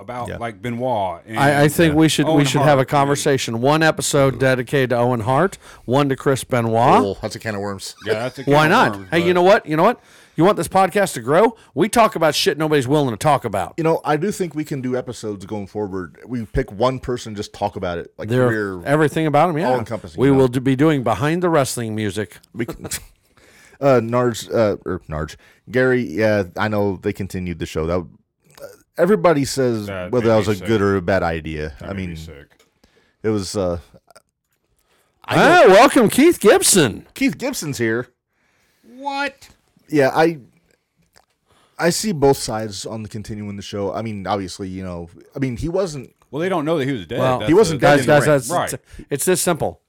Speaker 2: about like Benoit. And,
Speaker 3: I, I think we should we
Speaker 2: Owen
Speaker 3: should have a
Speaker 2: Hart.
Speaker 3: conversation. One episode dedicated to Owen Hart, one to Chris Benoit.
Speaker 1: Oh, that's a can of worms.
Speaker 2: Yeah, that's a can
Speaker 3: Why
Speaker 2: of
Speaker 3: not?
Speaker 2: worms,
Speaker 3: hey,
Speaker 2: but-
Speaker 3: you know what? You know what? You want this podcast to grow? We talk about shit nobody's willing to talk about.
Speaker 1: You know, I do think we can do episodes going forward. We pick one person, just talk about it, like
Speaker 3: They're-
Speaker 1: career.
Speaker 3: everything about him, yeah.
Speaker 1: encompassing,
Speaker 3: we
Speaker 1: yeah.
Speaker 3: will do, be doing behind the wrestling music.
Speaker 1: we can, uh, Narge, uh, or Narge, Gary. Yeah, I know they continued the show. That uh, everybody says
Speaker 2: That
Speaker 1: whether
Speaker 2: made
Speaker 1: that
Speaker 2: me
Speaker 1: was a
Speaker 2: sick.
Speaker 1: good or a bad idea. I
Speaker 2: Made me
Speaker 1: mean,
Speaker 2: sick.
Speaker 1: it was. Uh,
Speaker 3: Ah, welcome Keith Gibson.
Speaker 1: Keith Gibson's here.
Speaker 2: What?
Speaker 1: yeah, I I see both sides on the continuing the show. I mean, obviously, you know, I mean, he wasn't.
Speaker 2: Well, they don't know that he was dead.
Speaker 3: Well,
Speaker 2: That's
Speaker 1: he wasn't
Speaker 2: the-
Speaker 1: dead
Speaker 3: Guys, guys,
Speaker 1: Right.
Speaker 3: that's, it's, it's this simple.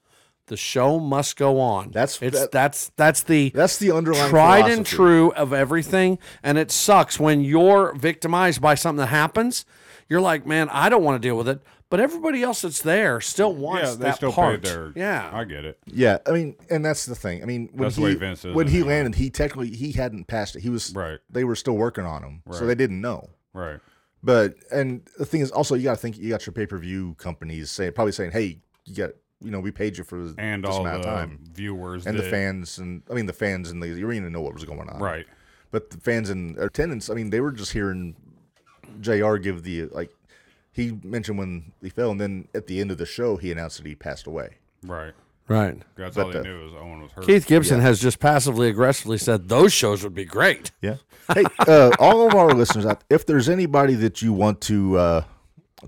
Speaker 3: The show must go on.
Speaker 1: That's-
Speaker 3: it's
Speaker 1: that-
Speaker 3: that's that's the
Speaker 1: That's the underlying
Speaker 3: tried and
Speaker 1: philosophy.
Speaker 3: true of everything and it sucks when you're victimized by something that happens you're like man i don't want to deal with it but everybody else that's there still wants
Speaker 2: Yeah, they
Speaker 3: that
Speaker 2: still
Speaker 3: part
Speaker 2: paid their.
Speaker 3: yeah
Speaker 2: I get it.
Speaker 1: Yeah, I mean, and that's the thing. I mean, when
Speaker 2: That's the
Speaker 1: he
Speaker 2: way Vince is
Speaker 1: when he
Speaker 2: anyway.
Speaker 1: landed, he technically he hadn't passed it. He was
Speaker 2: Right.
Speaker 1: They were still working on him, so they didn't know.
Speaker 2: Right.
Speaker 1: But and the thing is, also you got to think you got your pay per view companies saying probably saying, hey, you got you know we paid you for this
Speaker 2: And all
Speaker 1: amount
Speaker 2: the
Speaker 1: of time.
Speaker 2: viewers
Speaker 1: And the
Speaker 2: that-
Speaker 1: fans, and I mean the fans in the arena know what was going on,
Speaker 2: Right.
Speaker 1: But the fans in attendance, I mean, they were just hearing JR give the like he mentioned when he fell, and then at the end of the show he announced that he passed away.
Speaker 2: Right.
Speaker 3: right
Speaker 2: That's all they knew is "Oh, Owen was hurt.
Speaker 3: keith gibson has just passively aggressively said those shows would be great
Speaker 1: Yeah. Hey, uh, all of our listeners out, if there's anybody that you want to uh,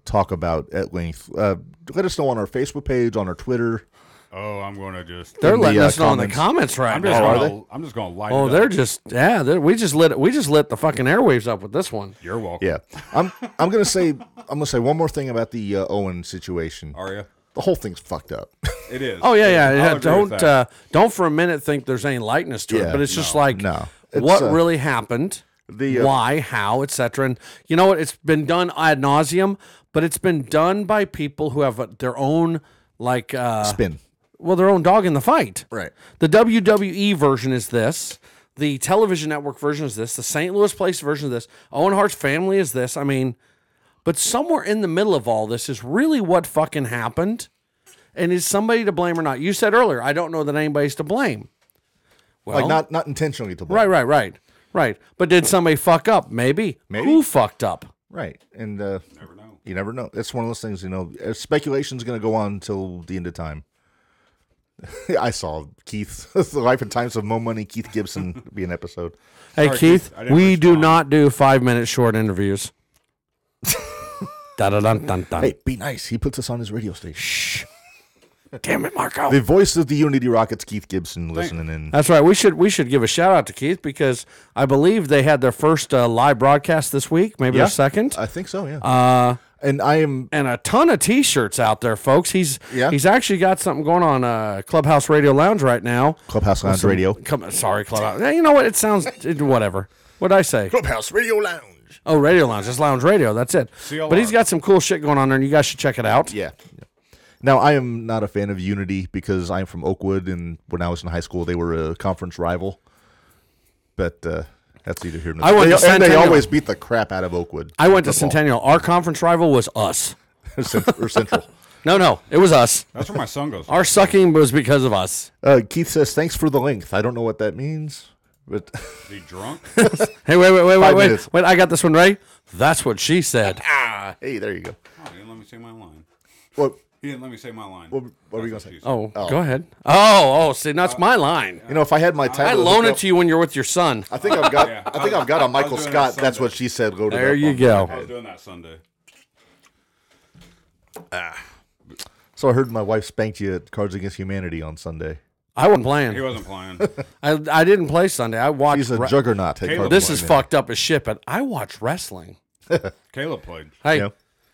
Speaker 1: talk about at length, uh, let us know on our Facebook page, on our Twitter.
Speaker 2: oh, I'm going to just.
Speaker 3: they're
Speaker 1: In the,
Speaker 3: letting
Speaker 1: uh,
Speaker 3: us know in the
Speaker 1: comments.
Speaker 3: comments right
Speaker 2: I'm just
Speaker 3: now
Speaker 2: going to. I'm just going to light.
Speaker 3: oh
Speaker 2: it
Speaker 3: they're
Speaker 2: up.
Speaker 3: just yeah they're, we just lit we just lit the fucking airwaves up with this one
Speaker 2: You're welcome.
Speaker 1: Yeah. I'm I'm gonna say I'm gonna say one more thing about the uh, Owen situation.
Speaker 2: Are you?
Speaker 1: The whole thing's fucked up.
Speaker 2: It is.
Speaker 3: Oh yeah, yeah.
Speaker 2: I'll
Speaker 3: yeah.
Speaker 2: agree with
Speaker 3: Don't
Speaker 2: that.
Speaker 3: uh, don't for a minute think there's any lightness to it,
Speaker 1: Yeah,
Speaker 3: but it's just like
Speaker 1: no. It's,
Speaker 3: what
Speaker 1: uh,
Speaker 3: really happened,
Speaker 1: the, uh,
Speaker 3: why, how, etc. And you know what? It's been done ad nauseum, but it's been done by people who have uh, their own like uh,
Speaker 1: Spin.
Speaker 3: well, their own dog in the fight.
Speaker 1: Right.
Speaker 3: The WWE version is this. The television network version is this. The St. Louis Place version is this. Owen Hart's family is this. I mean, but somewhere in the middle of all this is really what fucking happened. And is somebody to blame or not? You said earlier, I don't know that anybody's to blame. Well,
Speaker 1: Like not not intentionally to blame.
Speaker 3: right, right, right, right. But did somebody fuck up? Maybe.
Speaker 1: Maybe.
Speaker 3: Who fucked up?
Speaker 1: Right. And uh,
Speaker 2: Never know.
Speaker 1: you never know. It's one of those things, you know, uh, speculation's going to go on until the end of time. I saw Keith, The Life and Times of Mo Money, Keith Gibson be an episode.
Speaker 3: Hey,
Speaker 2: Sorry,
Speaker 3: Keith,
Speaker 2: Keith, I didn't
Speaker 3: we do
Speaker 2: respond.
Speaker 3: not do five minute short interviews. Da-da-dun-dun-dun.
Speaker 1: Hey, be nice. He puts us on his radio station.
Speaker 3: Damn it, Marco.
Speaker 1: The voice of the Unity Rockets, Keith Gibson, listening in.
Speaker 3: That's right. We should we should give a shout out to Keith because I believe they had their first uh, live broadcast this week, maybe
Speaker 1: Yeah.
Speaker 3: their second,
Speaker 1: I think so, yeah. Uh, and I am,
Speaker 3: and a ton of T-shirts out there, folks. He's
Speaker 1: Yeah.
Speaker 3: he's actually got something going on uh, Clubhouse Radio Lounge right now.
Speaker 1: Clubhouse Lounge Radio.
Speaker 3: Come, sorry, Clubhouse. Yeah, You know what? It sounds it, whatever. What'd I say?
Speaker 1: Clubhouse Radio Lounge.
Speaker 3: Oh, Radio Lounge. It's Lounge Radio. That's it.
Speaker 2: CLR.
Speaker 3: But he's got some cool shit going on there, and you guys should check it out.
Speaker 1: Yeah. yeah. Now, I am not a fan of Unity because I'm from Oakwood, and when I was in high school, they were a conference rival. But uh, that's either here nor
Speaker 3: I went
Speaker 1: They-
Speaker 3: to
Speaker 1: And they
Speaker 3: Centennial.
Speaker 1: always beat the crap out of Oakwood.
Speaker 3: I went to
Speaker 1: Football.
Speaker 3: Centennial. Our conference rival was us.
Speaker 1: or Cent- or Central.
Speaker 3: No, no, it was us.
Speaker 2: That's where my son goes.
Speaker 3: Our sucking was because of us.
Speaker 1: Uh, Keith says, "Thanks for the length." I don't know what that means, but
Speaker 2: Is he drunk?
Speaker 3: Hey, wait, wait, wait, wait,
Speaker 1: Five
Speaker 3: wait,
Speaker 1: minutes.
Speaker 3: wait. I got this one right. That's what she said.
Speaker 1: hey, there you go.
Speaker 2: Oh, he didn't let me say my line.
Speaker 1: What?
Speaker 2: He didn't let me say my line.
Speaker 1: What, what were you gonna say?
Speaker 3: Oh, go ahead. Oh, oh, see, that's my line.
Speaker 1: You know, if I had my title,
Speaker 3: I loan it to you when you're with your son.
Speaker 1: I think I've got.
Speaker 2: Yeah.
Speaker 1: I think I've got a
Speaker 2: I was
Speaker 1: Michael
Speaker 2: doing it
Speaker 1: Scott. That's
Speaker 2: Sunday.
Speaker 1: what she said. Loaded
Speaker 3: There
Speaker 1: up
Speaker 3: you
Speaker 1: on.
Speaker 2: I
Speaker 3: go.
Speaker 2: was doing that Sunday.
Speaker 1: So I heard my wife spanked you at Cards Against Humanity on Sunday.
Speaker 3: I wasn't
Speaker 2: He
Speaker 3: playing.
Speaker 2: wasn't playing.
Speaker 3: I, I didn't play Sunday. I watched.
Speaker 1: He's a
Speaker 3: re-
Speaker 1: juggernaut. At
Speaker 2: Caleb,
Speaker 1: Cards
Speaker 3: this
Speaker 1: Against
Speaker 3: is
Speaker 1: Humanity.
Speaker 3: fucked up as shit, but I watch wrestling.
Speaker 2: Caleb played.
Speaker 3: Hey,
Speaker 1: Yeah.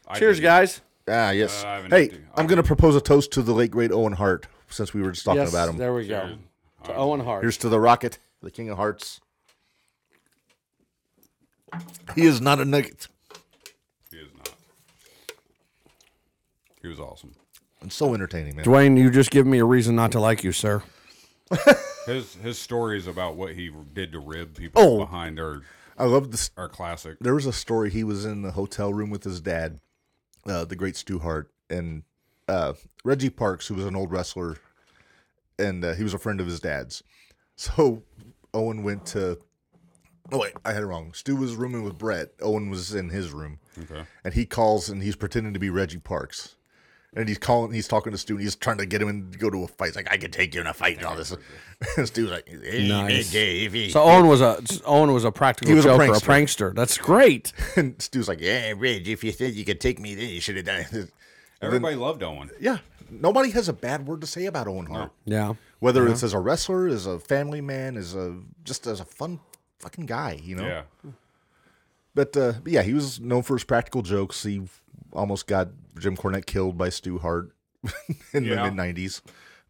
Speaker 2: I
Speaker 3: Cheers,
Speaker 2: didn't.
Speaker 3: guys.
Speaker 1: Ah, yes.
Speaker 2: Uh, I haven't
Speaker 1: hey,
Speaker 2: had to.
Speaker 1: I'm going to propose a toast to the late great Owen Hart since we were just talking
Speaker 3: Yes,
Speaker 1: about him.
Speaker 3: there we go. To Owen Hart.
Speaker 1: Here's to the Rocket, the King of Hearts. He is not a nugget,
Speaker 2: He is not. He was awesome.
Speaker 1: and so entertaining, man.
Speaker 3: Dwayne, you just give me a reason not to like you, sir.
Speaker 2: His his stories about what he did to rib people
Speaker 1: Oh.
Speaker 2: behind are
Speaker 1: I love this.
Speaker 2: are classic.
Speaker 1: There was a story. He was in the hotel room with his dad, uh, the great Stu Hart, and uh, Reggie Parks, who was an old wrestler, and uh, he was a friend of his dad's. So Owen went to. Oh wait, I had it wrong. Stu was rooming with Brett. Owen was in his room.
Speaker 2: Okay.
Speaker 1: and he calls and he's pretending to be Reggie Parks. And he's calling, he's talking to Stu, and he's trying to get him in to go to a fight. He's like, I can take you in a fight and all this. And Stu's like, hey,
Speaker 3: Nice.
Speaker 1: hey, hey, hey.
Speaker 3: So Owen was a Owen was a practical
Speaker 1: He was a
Speaker 3: joker, a prankster. That's great.
Speaker 1: and Stu's like, yeah, Reg, if you think you could take me, then you should have done it.
Speaker 2: Everybody loved Owen.
Speaker 1: Yeah, nobody has a bad word to say about Owen Hart.
Speaker 3: Yeah.
Speaker 1: Whether it's as a wrestler, as a family man, as a just as a fun fucking guy, you know.
Speaker 2: Yeah.
Speaker 1: But, uh, but yeah, he was known for his practical jokes. He almost got Jim Cornette killed by Stu Hart in
Speaker 2: Yeah.
Speaker 1: the mid '90s,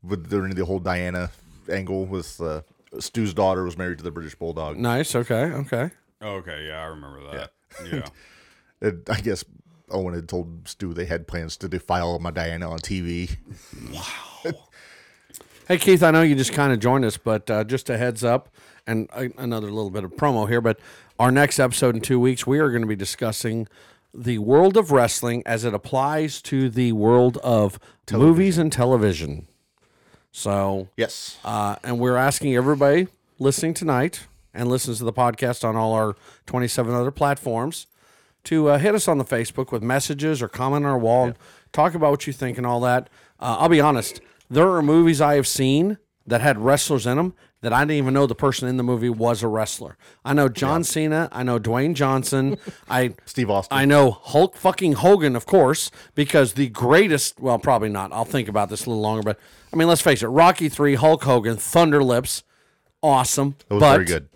Speaker 1: with during the whole Diana angle with uh, Stu's daughter was married to the British Bulldog.
Speaker 3: Nice. Okay. Okay.
Speaker 2: Okay. Yeah, I remember that. Yeah.
Speaker 1: And I guess Owen had told Stu they had plans to defile my Diana on TV.
Speaker 3: Hey Keith, I know you just kind of joined us, but uh, just a heads up and a, another little bit of promo here. But our next episode in two weeks, we are going to be discussing the world of wrestling as it applies to the world of movies and television. So
Speaker 1: Yes,
Speaker 3: Uh, and we're asking everybody listening tonight and listens to the podcast on all our 27 other platforms to uh, hit us on the Facebook with messages or comment on our wall and talk about what you think and all that. Uh, I'll be honest, there are movies I have seen that had wrestlers in them that I didn't even know the person in the movie was a wrestler. I know John Cena, I know Dwayne Johnson, I
Speaker 1: Steve Austin.
Speaker 3: I know Hulk fucking Hogan, of course, because the greatest. Well, probably not. I'll think about this a little longer, but I mean, let's face it: Rocky Three, Hulk Hogan, Thunder Lips, awesome.
Speaker 1: that was
Speaker 3: but,
Speaker 1: very good.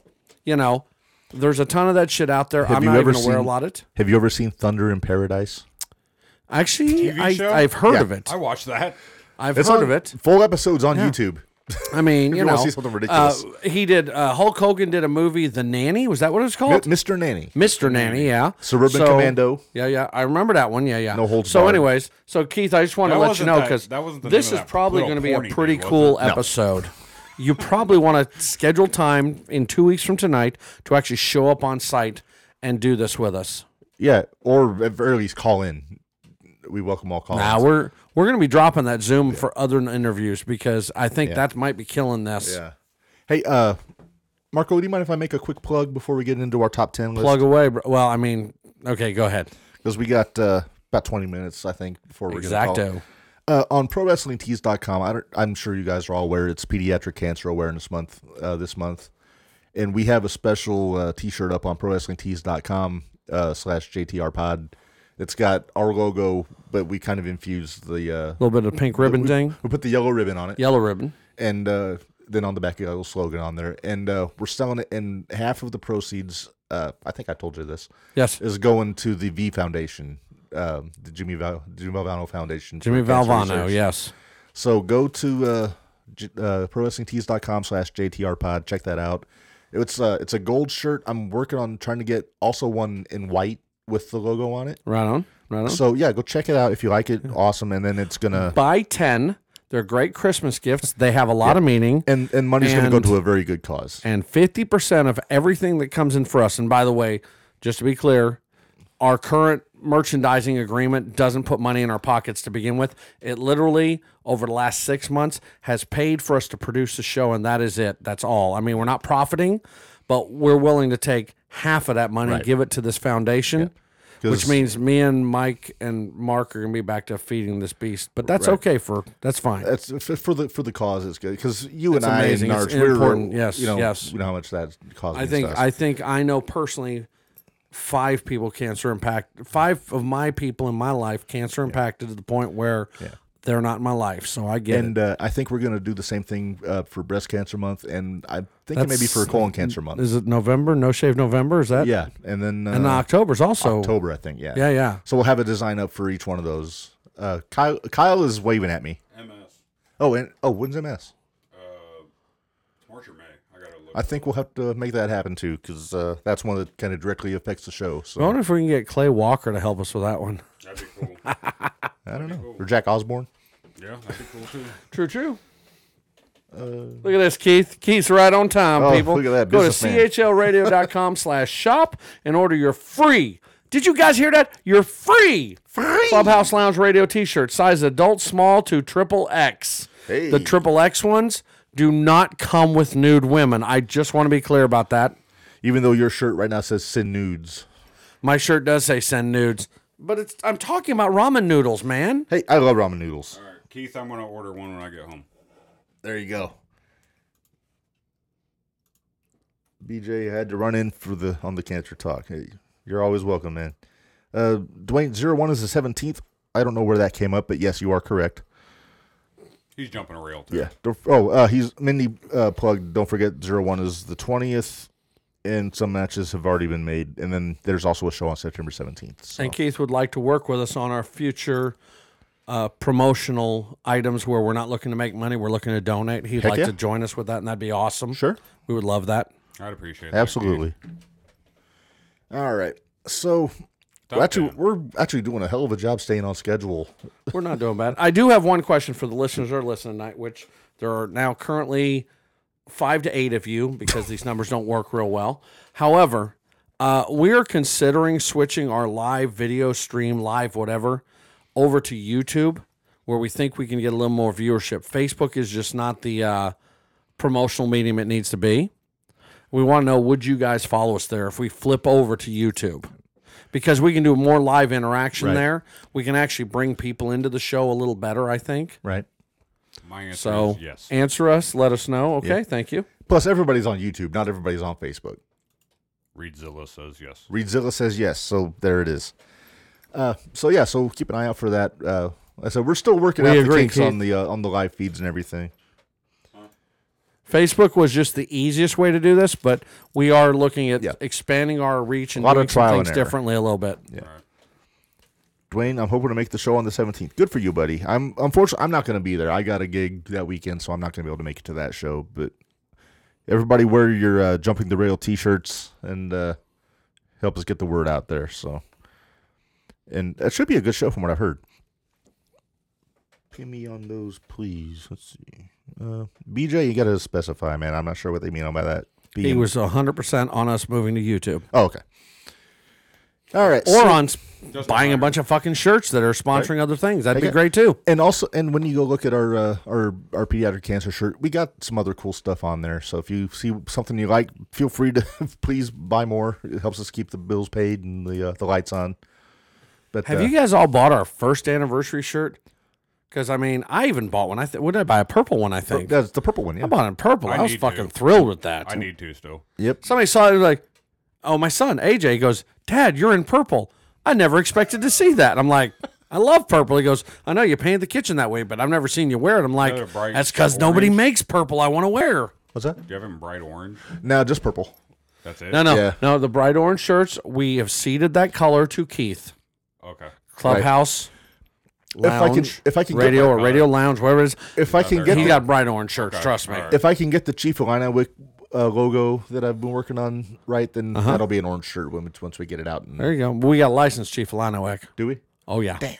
Speaker 3: You know, there's a ton of that shit out there. I'm
Speaker 1: you
Speaker 3: not
Speaker 1: ever
Speaker 3: even aware
Speaker 1: seen-
Speaker 3: a lot of it.
Speaker 1: Have you ever seen Thunder in Paradise?
Speaker 3: Actually,
Speaker 2: TV
Speaker 3: I,
Speaker 2: show?
Speaker 3: I've heard
Speaker 1: Yeah.
Speaker 3: of it.
Speaker 2: I watched that.
Speaker 3: I've heard
Speaker 1: on-
Speaker 3: of it.
Speaker 1: Full episodes on YouTube.
Speaker 3: I mean, you,
Speaker 1: you
Speaker 3: know,
Speaker 1: wanna see something ridiculous.
Speaker 3: uh, he did. Uh, Hulk Hogan did a movie, The Nanny. Was that what it was called?
Speaker 1: Mr. Nanny.
Speaker 3: Mr. Nanny, yeah.
Speaker 1: Suburban Commando.
Speaker 3: Yeah, yeah. I remember that one. Yeah, yeah.
Speaker 1: No holds
Speaker 3: So,
Speaker 1: barred.
Speaker 3: anyways, so Keith, I just wanted
Speaker 2: That
Speaker 3: to let you
Speaker 2: wasn't
Speaker 3: know
Speaker 2: that-
Speaker 3: because
Speaker 2: that wasn't the
Speaker 3: this
Speaker 2: name
Speaker 3: is
Speaker 2: of that
Speaker 3: probably
Speaker 2: little
Speaker 3: going to be a
Speaker 2: porny
Speaker 3: pretty
Speaker 2: dude, was
Speaker 3: cool
Speaker 2: it? No.
Speaker 3: episode. you probably want to schedule time in two weeks from tonight to actually show up on site and do this with us.
Speaker 1: Yeah, or at very least call in. We welcome all calls.
Speaker 3: Now we're we're going to be dropping that Zoom for other interviews because I think that might be killing this.
Speaker 1: Yeah. Hey, uh, Marco, do you mind if I make a quick plug before we get into our top ten list?
Speaker 3: Plug away. Bro. Well, I mean, okay, go ahead.
Speaker 1: Because we got uh, about twenty minutes, I think, before we're Gonna call.
Speaker 3: Exacto.
Speaker 1: Uh, on ProWrestlingTees.com, I don't, I'm sure you guys are all aware it's Pediatric Cancer Awareness Month uh, this month, and we have a special uh, T-shirt up on ProWrestlingTees.com uh, slash JTR Pod. It's got our logo, but we kind of infused the uh,
Speaker 3: A little bit of pink ribbon ding,
Speaker 1: we put the yellow ribbon on it.
Speaker 3: yellow ribbon.
Speaker 1: and uh, then on the back you got a little slogan on there. And uh, we're selling it, and half of the proceeds, uh, I think I told you this,
Speaker 3: Yes.
Speaker 1: is going to the V Foundation, um, the Jimmy Val- Jimmy Valvano Foundation. for
Speaker 3: Jimmy
Speaker 1: Cancer
Speaker 3: Valvano,
Speaker 1: Research.
Speaker 3: yes.
Speaker 1: So go to uh, j- uh, prowrestlingtees.com slash jtrpod. Check that out. It's uh, it's a gold shirt. I'm working on trying to get also one in white with the logo on it.
Speaker 3: Right on, right on.
Speaker 1: So yeah, go check it out if you like it. Awesome, and then it's gonna
Speaker 3: buy 10 they're great christmas gifts they have a lot of meaning
Speaker 1: and and money's gonna go
Speaker 3: And-
Speaker 1: to a very good cause.
Speaker 3: and 50% of everything that comes in for us and by the way just to be clear our current merchandising agreement doesn't put money in our pockets to begin with it literally over the last six months has paid for us to produce the show and that is it that's all i mean we're not profiting but we're willing to take half of that money and give it to this foundation Which
Speaker 1: 'Cause-
Speaker 3: means me and Mike and Mark are gonna be back to feeding this beast, but that's okay for that's fine.
Speaker 1: That's f- for the for the cause. It's good because you and I
Speaker 3: amazing.
Speaker 1: and
Speaker 3: It's
Speaker 1: Narch, we're
Speaker 3: important. Yes,
Speaker 1: you know,
Speaker 3: yes.
Speaker 1: you know how much that cause.
Speaker 3: I think I think I know personally five people cancer impact five of my people in my life cancer impacted to the point where they're not in my life, so I get
Speaker 1: And uh, I think we're going to do the same thing uh, for breast cancer month, and I think it may be
Speaker 3: That's-
Speaker 1: for colon cancer
Speaker 3: it.
Speaker 1: month.
Speaker 3: Is it November? No shave November? Is that
Speaker 1: Yeah, and then uh,
Speaker 3: And October's also
Speaker 1: October, I think. Yeah.
Speaker 3: Yeah, yeah.
Speaker 1: So we'll have a design up for each one of those. Uh, Kyle, Kyle is waving at me.
Speaker 2: MS.
Speaker 1: Oh, and oh, when's MS?
Speaker 2: March or uh, May. I gotta look.
Speaker 1: I think we'll have to make that happen too, because uh, that's one that kind of directly affects the show. So
Speaker 3: I wonder if we can get Clay Walker to help us with that one.
Speaker 2: That'd be cool.
Speaker 1: I don't know. Or Jack Osborne.
Speaker 2: yeah, that'd be cool too.
Speaker 3: True, true. look at this, Keith. Keith's right on time,
Speaker 1: Uh, Oh,
Speaker 3: people.
Speaker 1: look at that
Speaker 3: Go to
Speaker 1: businessman.
Speaker 3: chlradio.com slash shop and order your free. Did you guys hear that? Your free, free. Clubhouse Lounge Radio T-shirt, size adult, small to triple X.
Speaker 1: Hey.
Speaker 3: The triple X ones do not come with nude women. I just want to be clear about that.
Speaker 1: Even though your shirt right now says "Send nudes."
Speaker 3: My shirt does say send nudes, but it's I'm talking about ramen noodles, man.
Speaker 1: Hey, I love ramen noodles.
Speaker 2: All right, Keith, I'm gonna order one when I get home.
Speaker 1: There you go. BJ had to run in for the on the cancer talk. Hey, you're always welcome, man. Uh, Dwayne zero one is the seventeenth. I don't know where that came up, but yes, you are correct.
Speaker 2: He's jumping a rail too.
Speaker 1: Yeah. Don't- Oh, uh, he's Mindy uh, plugged. Don't forget zero one is the twentieth, and some matches have already been made. And then there's also a show on September seventeenth. So.
Speaker 3: and Keith would like to work with us on our future uh, promotional items where we're not looking to make money, we're looking to donate. He'd like
Speaker 1: yeah.
Speaker 3: to join us with that, and that'd be awesome.
Speaker 1: Sure.
Speaker 3: we would love that.
Speaker 2: I'd appreciate that.
Speaker 1: Absolutely. All right. So
Speaker 2: Top
Speaker 1: we're actually,
Speaker 2: ten.
Speaker 1: we're actually doing a hell of a job staying on schedule.
Speaker 3: We're not doing bad. I do have one question for the listeners that are listening tonight, which there are now currently five to eight of you because these numbers don't work real well. However, uh, we are considering switching our live video stream, live whatever, over to YouTube, where we think we can get a little more viewership. Facebook is just not the uh, promotional medium it needs to be. We want to know would you guys follow us there if we flip over to YouTube? Because we can do more live interaction there. We can actually bring people into the show a little better, I think.
Speaker 1: Right.
Speaker 2: My answer
Speaker 3: So
Speaker 2: is yes.
Speaker 3: answer us, let us know. Okay, thank you.
Speaker 1: Plus, everybody's on YouTube. Not everybody's on Facebook.
Speaker 2: Reedzilla says yes.
Speaker 1: Reedzilla says yes, so there it is. Uh, so yeah, so keep an eye out for that. Uh, like I said we're still working
Speaker 3: We
Speaker 1: out
Speaker 3: agree,
Speaker 1: the kinks
Speaker 3: Keith.
Speaker 1: on the uh, on the live feeds and everything.
Speaker 3: Facebook was just the easiest way to do this, but we are looking at expanding our reach and
Speaker 1: lot of
Speaker 3: doing some
Speaker 1: trial
Speaker 3: things
Speaker 1: and error.
Speaker 3: differently a little bit.
Speaker 2: All right.
Speaker 1: Dwayne, I'm hoping to make the show on the 17th. Good for you, buddy. I'm unfortunately I'm not going to be there. I got a gig that weekend, so I'm not going to be able to make it to that show. But everybody, wear your uh, jumping the rail t-shirts and uh, help us get the word out there. So, and that should be a good show from what I've heard. Pin me on those, please. Let's see. Uh, BJ, you got to specify, man. I'm not sure what they mean by that.
Speaker 3: He
Speaker 1: Being-
Speaker 3: was 100% on us moving to YouTube
Speaker 1: Oh, okay. All right.
Speaker 3: or on s-
Speaker 2: Doesn't
Speaker 3: buying a
Speaker 2: matter.
Speaker 3: bunch of fucking shirts that are sponsoring other things. That'd be
Speaker 1: Okay.
Speaker 3: great too.
Speaker 1: and also and when you go look at our uh, our our pediatric cancer shirt we got some other cool stuff on there so if you see something you like feel free to please buy more it helps us keep the bills paid and the uh, the lights on but
Speaker 3: Have
Speaker 1: uh,
Speaker 3: you guys all bought our first anniversary shirt? Because I mean, I even bought one. I th- what did I buy? A purple one, I think.
Speaker 1: that's the purple one yeah
Speaker 3: I bought in purple. I,
Speaker 2: I
Speaker 3: was
Speaker 2: need
Speaker 3: fucking
Speaker 2: to.
Speaker 3: thrilled with that.
Speaker 2: I need to still.
Speaker 1: yep
Speaker 3: Somebody saw it and was like, "Oh, my son AJ goes, Dad, you're in purple. I never expected to see that." I'm like, "I love purple." He goes, "I know you painted the kitchen that way, but I've never seen you wear it." I'm like,
Speaker 2: Another bright
Speaker 3: "That's because nobody
Speaker 2: orange.
Speaker 3: makes purple. I want to wear."
Speaker 1: what's that
Speaker 2: Do you have him bright orange?
Speaker 1: no just purple
Speaker 2: That's it.
Speaker 3: No, no,
Speaker 1: Yeah.
Speaker 3: no. The bright orange shirts. We have ceded that color to Keith
Speaker 2: Okay.
Speaker 3: Clubhouse. Lounge,
Speaker 1: if i can if i can
Speaker 3: radio
Speaker 1: get
Speaker 3: or radio lounge, wherever it is.
Speaker 1: my, if i can get
Speaker 3: He
Speaker 1: the,
Speaker 3: got bright orange shirts. Trust me.
Speaker 2: alright.
Speaker 1: if i can get the chief Alina Wick uh, logo that i've been working on right then that'll be an orange shirt when once we get it out and,
Speaker 3: Uh-huh. There you go. We got a licensed Chief Lanowick.
Speaker 1: do we
Speaker 3: Oh yeah. Damn.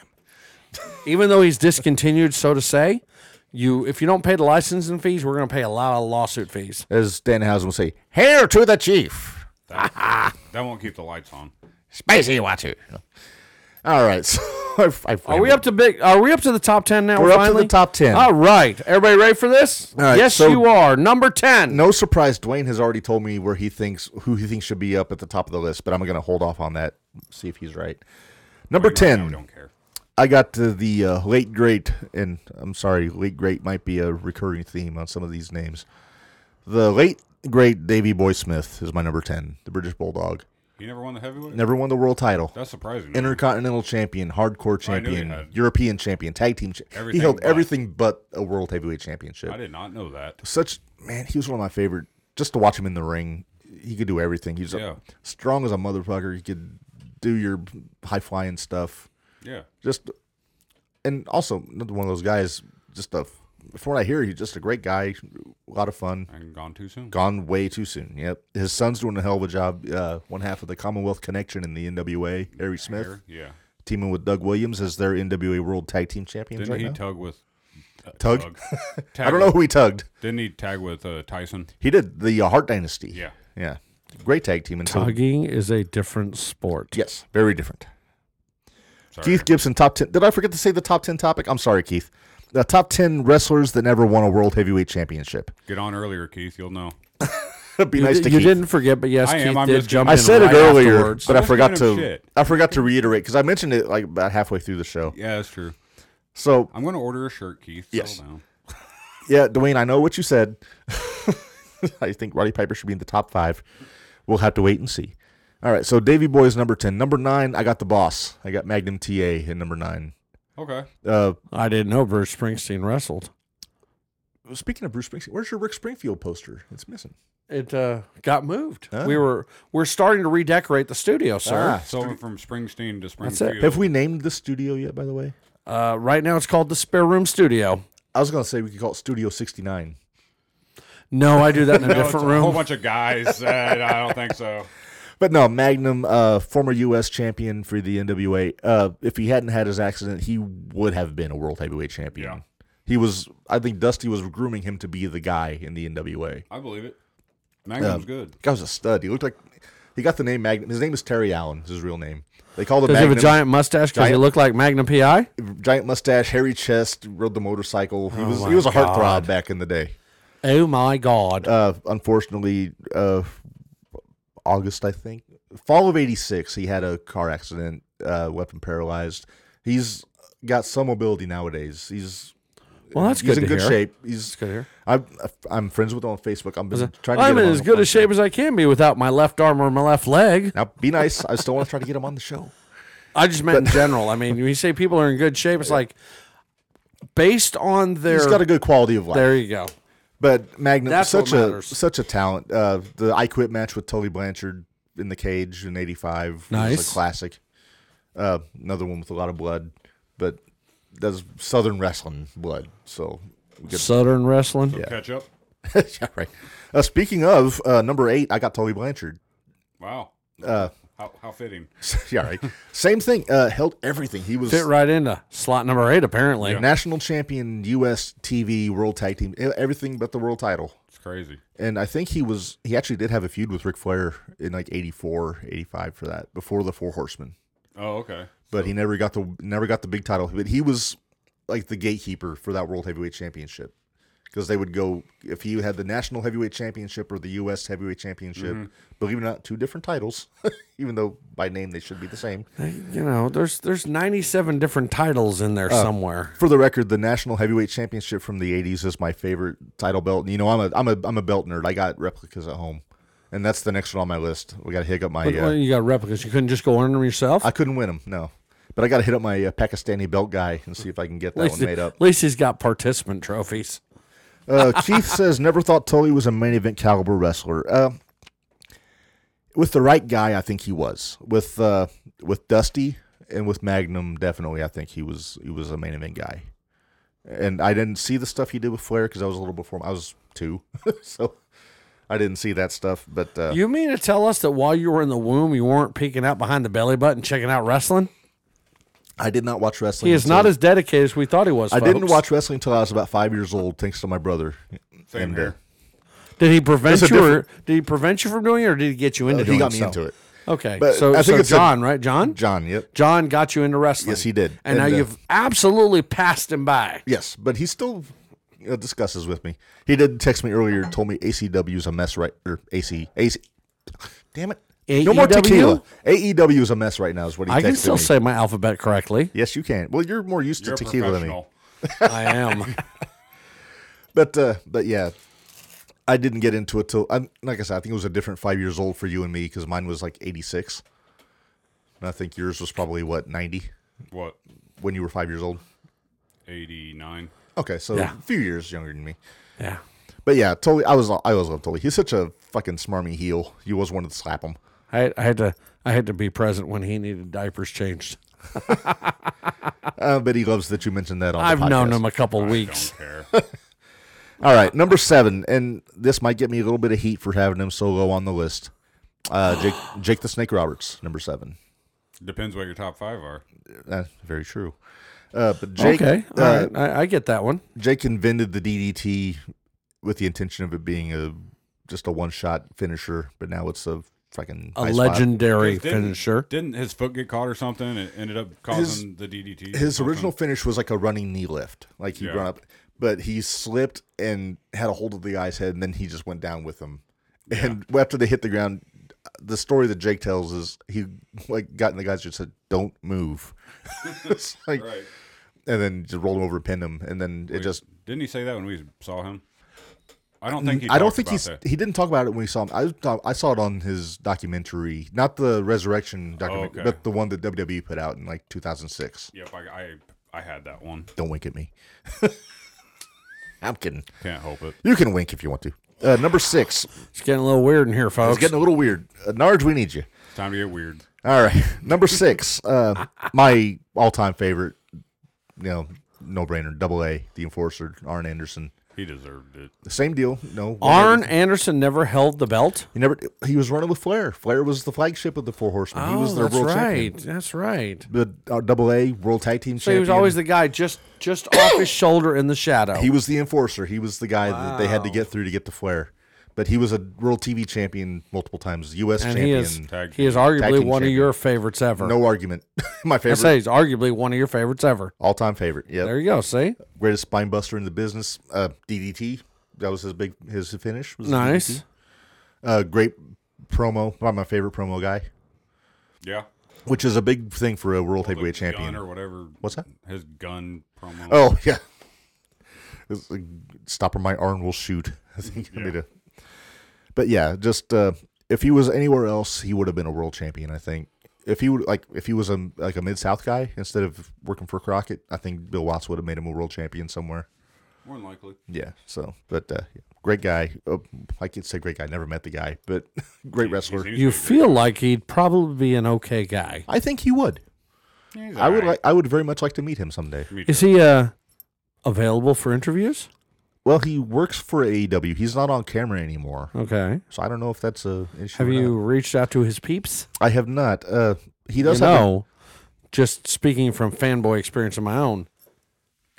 Speaker 3: Even though he's discontinued, so to say, you if you don't pay the licensing fees, we're going to pay a lot of lawsuit fees.
Speaker 1: as dan housen would say hail to the chief
Speaker 2: That, that won't keep the lights on.
Speaker 1: Spicy Watu. All right. So I've, I've
Speaker 3: Are we up to big? Are we up to the top ten now?
Speaker 1: We're up to the
Speaker 3: finally?
Speaker 1: top 10.
Speaker 3: All right, everybody ready for this?
Speaker 1: All right,
Speaker 3: yes,
Speaker 1: so-
Speaker 3: you are number ten.
Speaker 1: No surprise. Dwayne has already told me where he thinks who he thinks should be up at the top of the list, but I'm going to hold off on that. See if he's right. Number
Speaker 2: I
Speaker 1: ten.
Speaker 2: don't care.
Speaker 1: I got to the uh, late great, and I'm sorry, late great might be a recurring theme on some of these names. The late great Davy Boy Smith is my number ten, the British Bulldog.
Speaker 2: He never won the heavyweight.
Speaker 1: Never won the world title.
Speaker 2: That's surprising.
Speaker 1: Intercontinental champion, hardcore
Speaker 2: Oh, I knew he
Speaker 1: champion,
Speaker 2: had-
Speaker 1: European champion, tag team. Cha- he
Speaker 2: Everything
Speaker 1: held
Speaker 2: but.
Speaker 1: everything but a world heavyweight championship.
Speaker 2: I did not know that.
Speaker 1: such man, he was one of my favorite. Just to watch him in the ring, he could do everything. He's
Speaker 2: Yeah.
Speaker 1: a, strong as a motherfucker. He could do your high flying stuff.
Speaker 2: Yeah,
Speaker 1: Just and also another one of those guys. Just a from what I hear, he's just a great guy. A lot of fun.
Speaker 2: and gone too soon.
Speaker 1: Gone way too soon. Yep, his son's doing a hell of a job. Uh, one half of the Commonwealth Connection in the NWA, Harry Smith,
Speaker 2: Here, yeah.
Speaker 1: teaming with Doug Williams as their NWA World Tag Team Champions
Speaker 2: Didn't
Speaker 1: right
Speaker 2: he
Speaker 1: now.
Speaker 2: tug with uh,
Speaker 1: Tug?
Speaker 2: Tag
Speaker 1: I don't
Speaker 2: with-
Speaker 1: know who he tugged.
Speaker 2: Didn't he tag with uh, Tyson?
Speaker 1: He did the uh, Heart Dynasty.
Speaker 2: Yeah.
Speaker 1: yeah, great tag team. And so
Speaker 3: Tugging is a different sport.
Speaker 1: Yes, very different.
Speaker 2: Sorry.
Speaker 1: Keith Gibson, top 10. Did I forget to say the top 10 topic? I'm sorry, Keith. The top 10 wrestlers that never won a World Heavyweight Championship.
Speaker 2: Get on earlier, Keith. You'll know.
Speaker 1: It'd be
Speaker 3: You,
Speaker 1: nice
Speaker 3: di-
Speaker 1: to
Speaker 3: you
Speaker 1: Keith.
Speaker 3: didn't forget, but yes,
Speaker 2: I am,
Speaker 3: Keith
Speaker 2: I'm
Speaker 3: did
Speaker 2: just
Speaker 3: jump
Speaker 2: giving-
Speaker 1: I
Speaker 3: in
Speaker 1: said
Speaker 3: right
Speaker 1: it earlier,
Speaker 3: afterwards.
Speaker 1: but I
Speaker 2: Just
Speaker 1: forgot
Speaker 2: giving him
Speaker 1: to
Speaker 2: shit.
Speaker 1: I forgot to reiterate because I mentioned it like about halfway through the show.
Speaker 2: Yeah, that's true.
Speaker 1: So
Speaker 2: I'm going to order a shirt, Keith. Settle
Speaker 1: Yes.
Speaker 2: down.
Speaker 1: yeah, Dwayne, I know what you said. I think Roddy Piper should be in the top five. We'll have to wait and see. All right, so Davy Boy is number ten. Number nine, I got the boss. I got Magnum TA in number nine.
Speaker 2: Okay.
Speaker 1: Uh,
Speaker 3: I didn't know Bruce Springsteen wrestled.
Speaker 1: speaking of Bruce Springsteen, where's your Rick Springfield poster? It's missing.
Speaker 3: It uh, got moved.
Speaker 1: Oh.
Speaker 3: We were we're starting to redecorate the studio, sir.
Speaker 1: Ah,
Speaker 2: So went from Springsteen to
Speaker 3: That's
Speaker 2: Springfield.
Speaker 3: it.
Speaker 1: Have we named the studio yet, by the way?
Speaker 3: Uh, right now, it's called the Spare Room Studio.
Speaker 1: I was going to say we could call it Studio 69.
Speaker 3: No, I do that in
Speaker 2: No,
Speaker 3: a
Speaker 2: Oh, it's
Speaker 3: different
Speaker 2: A whole
Speaker 3: room.
Speaker 2: bunch of guys said, I don't think so.
Speaker 1: But no, Magnum, uh, former U.S. champion for the NWA. Uh, if he hadn't had his accident, he would have been a world heavyweight champion.
Speaker 2: Yeah.
Speaker 1: He was, I think Dusty was grooming him to be the guy in the NWA.
Speaker 2: I believe it. Magnum's
Speaker 1: Uh,
Speaker 2: good.
Speaker 1: Guy was a stud. He looked like, he got the name Magnum. His name is Terry Allen, is his real name. They called him
Speaker 3: Does he have
Speaker 1: Magnum.
Speaker 3: a giant mustache because he
Speaker 1: Giant-
Speaker 3: looked like Magnum PI?
Speaker 1: giant mustache, hairy chest, rode the motorcycle. He was,
Speaker 3: Oh my
Speaker 1: he was a
Speaker 3: God.
Speaker 1: heartthrob back in the day.
Speaker 3: Oh my God!
Speaker 1: uh, unfortunately, uh, August, I think, fall of '86, he had a car accident, uh, weapon paralyzed. He's got some mobility nowadays. He's
Speaker 3: Well, that's
Speaker 1: he's
Speaker 3: good
Speaker 1: in
Speaker 3: to
Speaker 1: good
Speaker 3: hear.
Speaker 1: shape. He's
Speaker 3: good to hear.
Speaker 1: I'm I'm friends with him on Facebook. I'm been trying to.
Speaker 3: I'm
Speaker 1: get him
Speaker 3: in
Speaker 1: on
Speaker 3: as
Speaker 1: the
Speaker 3: good a
Speaker 1: phone.
Speaker 3: shape as I can be without my left arm or my left leg.
Speaker 1: Now, be nice. I still want to try to get him on the show.
Speaker 3: I just meant in general. I mean, when you say people are in good shape, it's like based on their.
Speaker 1: He's got a good quality of life.
Speaker 3: there you go.
Speaker 1: But Magnum,
Speaker 3: That's what
Speaker 1: such a
Speaker 3: matters.
Speaker 1: such a talent. Uh, the I Quit match with Tully Blanchard in the cage in '85 was
Speaker 3: Nice.
Speaker 1: a classic. Uh, another one with a lot of blood, but that's Southern wrestling blood. So good.
Speaker 3: Southern wrestling.
Speaker 2: Catch up.
Speaker 1: yeah, right. Uh, speaking of uh, number eight, I got Tully Blanchard.
Speaker 2: Wow.
Speaker 1: Uh,
Speaker 2: how, how fitting.
Speaker 1: yeah, right. Same thing. Uh, held everything. He was
Speaker 3: Fit right into slot number eight, apparently.
Speaker 1: national champion, U.S. TV World Tag Team, e- everything but the world title.
Speaker 2: It's crazy.
Speaker 1: and I think he was he actually did have a feud with Ric Flair in like 84, 85 for that before the Four Horsemen,
Speaker 2: Oh, okay.
Speaker 1: but he never got the never got the big title. But he was like the gatekeeper for that World Heavyweight Championship because they would go if he had the National Heavyweight Championship or the U.S. Heavyweight Championship. Believe it or not, two different titles, even though by name they should be the same.
Speaker 3: You know, there's there's 97 different titles in there
Speaker 1: Oh.
Speaker 3: somewhere.
Speaker 1: For the record, the National Heavyweight Championship from the '80s is my favorite title belt. And, You know, I'm a I'm a I'm a belt nerd. I got replicas at home. And that's the next one on my list. We got to hiccup my.
Speaker 3: But,
Speaker 1: uh,
Speaker 3: well, You got replicas. You couldn't just go earn them yourself.
Speaker 1: I couldn't win him, no. But I got to hit up my uh, Pakistani belt guy and see if I can get that one made up.
Speaker 3: at least he's got participant trophies.
Speaker 1: Uh, Keith says, never thought Tully was a main event caliber wrestler. Uh, with the right guy, I think he was. With uh, with Dusty and with Magnum, definitely, I think he was he was a main event guy. And I didn't see the stuff he did with Flair because I was a little before him. I was two, so I didn't see that stuff. But uh,
Speaker 3: You mean to tell us that while you were in the womb, you weren't peeking out behind the belly button checking out wrestling?
Speaker 1: I did not watch wrestling.
Speaker 3: He is
Speaker 1: until-
Speaker 3: not as dedicated as we thought he was.
Speaker 1: I didn't
Speaker 3: folks.
Speaker 1: watch wrestling until I was about five years old, thanks to my brother.
Speaker 2: Same
Speaker 1: uh,
Speaker 2: here.
Speaker 3: Did he prevent
Speaker 1: There's a
Speaker 3: you? Or, did he prevent you from doing it, or did he get you into
Speaker 1: Uh,
Speaker 3: doing
Speaker 1: he got me
Speaker 3: so?
Speaker 1: into it.
Speaker 3: Okay,
Speaker 1: But
Speaker 3: so
Speaker 1: I think
Speaker 3: so
Speaker 1: it's a-
Speaker 3: John, right? John,
Speaker 1: John, yep.
Speaker 3: John got you into wrestling.
Speaker 1: Yes, he did.
Speaker 3: And, now
Speaker 1: And, uh,
Speaker 3: you've absolutely passed him by.
Speaker 1: Yes, but he still uh, discusses with me. He did text me earlier, told me ACW is a mess right or AC AC. Damn it! No more
Speaker 3: AEW?
Speaker 1: tequila. AEW is a mess right now. Is what he
Speaker 3: E I can
Speaker 1: texted
Speaker 3: still
Speaker 1: me.
Speaker 3: say my alphabet correctly.
Speaker 1: Yes, you can. Well, you're more used
Speaker 2: You're a
Speaker 1: to tequila than me.
Speaker 2: professional.
Speaker 3: I am.
Speaker 1: But uh, but yeah, I didn't get into it till I'm like I said, I think it was a different five years old for you and me because mine was like eighty six. And I think yours was probably what, ninety
Speaker 2: What?
Speaker 1: when you were five years old?
Speaker 2: 89.
Speaker 1: Okay, so
Speaker 3: Yeah.
Speaker 1: a few years younger than me.
Speaker 3: Yeah.
Speaker 1: But yeah, Tully I was I was love Tully. He's such a fucking smarmy heel. You always wanted to slap him.
Speaker 3: I, I had to I had to be present when he needed diapers changed.
Speaker 1: Uh, but he loves that you mentioned that on the
Speaker 3: I've known
Speaker 1: podcast.
Speaker 3: him a couple weeks.
Speaker 2: Don't care.
Speaker 1: All right, number seven, and this might get me a little bit of heat for having him so low on the list. Uh, Jake, Jake the Snake Roberts, number seven.
Speaker 2: Depends what your top five are.
Speaker 1: That's very true. Uh, but Jake,
Speaker 3: okay,
Speaker 1: uh,
Speaker 3: all right. I, I get that one.
Speaker 1: Jake invented the DDT with the intention of it being a just a one shot finisher, but now it's a fucking
Speaker 3: A
Speaker 1: high spot.
Speaker 3: legendary
Speaker 2: Didn't-
Speaker 3: finisher.
Speaker 2: Didn't his foot get caught or something? and It ended up causing the DDT. or
Speaker 1: His
Speaker 2: something?
Speaker 1: original finish was like a running knee lift, like he
Speaker 2: Yeah.
Speaker 1: run up, but he slipped and had a hold of the guy's head, and then he just went down with him. And after they hit the ground, the story that Jake tells is he like got in the guy's just said, "Don't move," it's like,
Speaker 2: Right.
Speaker 1: and then just rolled him over, pinned him, and then it just.
Speaker 2: Didn't he say that when we saw him? I don't think he.
Speaker 1: I don't
Speaker 2: talked
Speaker 1: think
Speaker 2: about
Speaker 1: he's.
Speaker 2: that.
Speaker 1: He didn't talk about it when we saw him. I thought, I saw it on his documentary, not the Resurrection documentary,
Speaker 2: Oh, okay.
Speaker 1: but the one that WWE put out in like 2006.
Speaker 2: Yep, I, I I had that one.
Speaker 1: Don't wink at me. I'm kidding.
Speaker 2: Can't help it.
Speaker 1: You can wink if you want to. Uh, number six.
Speaker 3: It's getting a little weird in here, folks.
Speaker 1: It's getting a little weird. Uh, Narge, we need you.
Speaker 2: Time to get weird.
Speaker 1: All right. Number six. Uh, my all time favorite, you know, no brainer, double A, the enforcer, Arn Anderson.
Speaker 2: He deserved it.
Speaker 1: The same deal. No.
Speaker 3: Arn Anderson never held the belt.
Speaker 1: He never he was running with Flair. Flair was the flagship of the four horsemen. he was their
Speaker 3: Oh, that's
Speaker 1: world
Speaker 3: right.
Speaker 1: champion.
Speaker 3: That's right.
Speaker 1: The uh, double A world tag team
Speaker 3: So he was always the guy just just off his shoulder in the shadow.
Speaker 1: he was the enforcer. He was the guy that they had to get through to get to Flair. But he was a world TV champion multiple times, US
Speaker 3: and he
Speaker 1: champion.
Speaker 3: is
Speaker 2: Tag
Speaker 3: he is
Speaker 1: Tag
Speaker 3: arguably
Speaker 1: team
Speaker 3: one of
Speaker 1: champion.
Speaker 3: your favorites ever.
Speaker 1: no argument. my
Speaker 3: I
Speaker 1: favorite.
Speaker 3: say he's arguably one of your favorites ever.
Speaker 1: All time favorite. Yeah.
Speaker 3: There you go. See,
Speaker 1: Greatest spine buster in the business. Uh, DDT. That was his big his finish. was DDT.
Speaker 3: nice.
Speaker 1: Uh, great promo. Probably my favorite promo guy,
Speaker 2: Yeah.
Speaker 1: which is a big thing for a world heavyweight
Speaker 2: Gun
Speaker 1: champion.
Speaker 2: or whatever.
Speaker 1: What's that?
Speaker 2: His gun promo.
Speaker 1: Oh yeah. It's like, Stop or my arm will shoot. I think I made a. But yeah, just uh, if he was anywhere else, he would have been a world champion. I think if he would like if he was a like a mid south guy instead of working for Crockett, I think Bill Watts would have made him a world champion somewhere.
Speaker 2: More than likely.
Speaker 1: Yeah. So, but uh, great guy. Uh, I could say great guy. Never met the guy, but great wrestler.
Speaker 2: He's-
Speaker 3: You feel like he'd probably be an okay guy.
Speaker 1: I think he would.
Speaker 2: he's
Speaker 1: I would
Speaker 2: alright.
Speaker 1: like. I would very much like to meet him someday.
Speaker 3: Is he uh available for interviews?
Speaker 1: Well, he works for AEW. He's not on camera anymore,
Speaker 3: Okay.
Speaker 1: so I don't know if that's a issue.
Speaker 3: Have
Speaker 1: or
Speaker 3: you
Speaker 1: not.
Speaker 3: reached out to his peeps?
Speaker 1: I have not. Uh, he does
Speaker 3: you
Speaker 1: have. a-
Speaker 3: know, just speaking from fanboy experience of my own,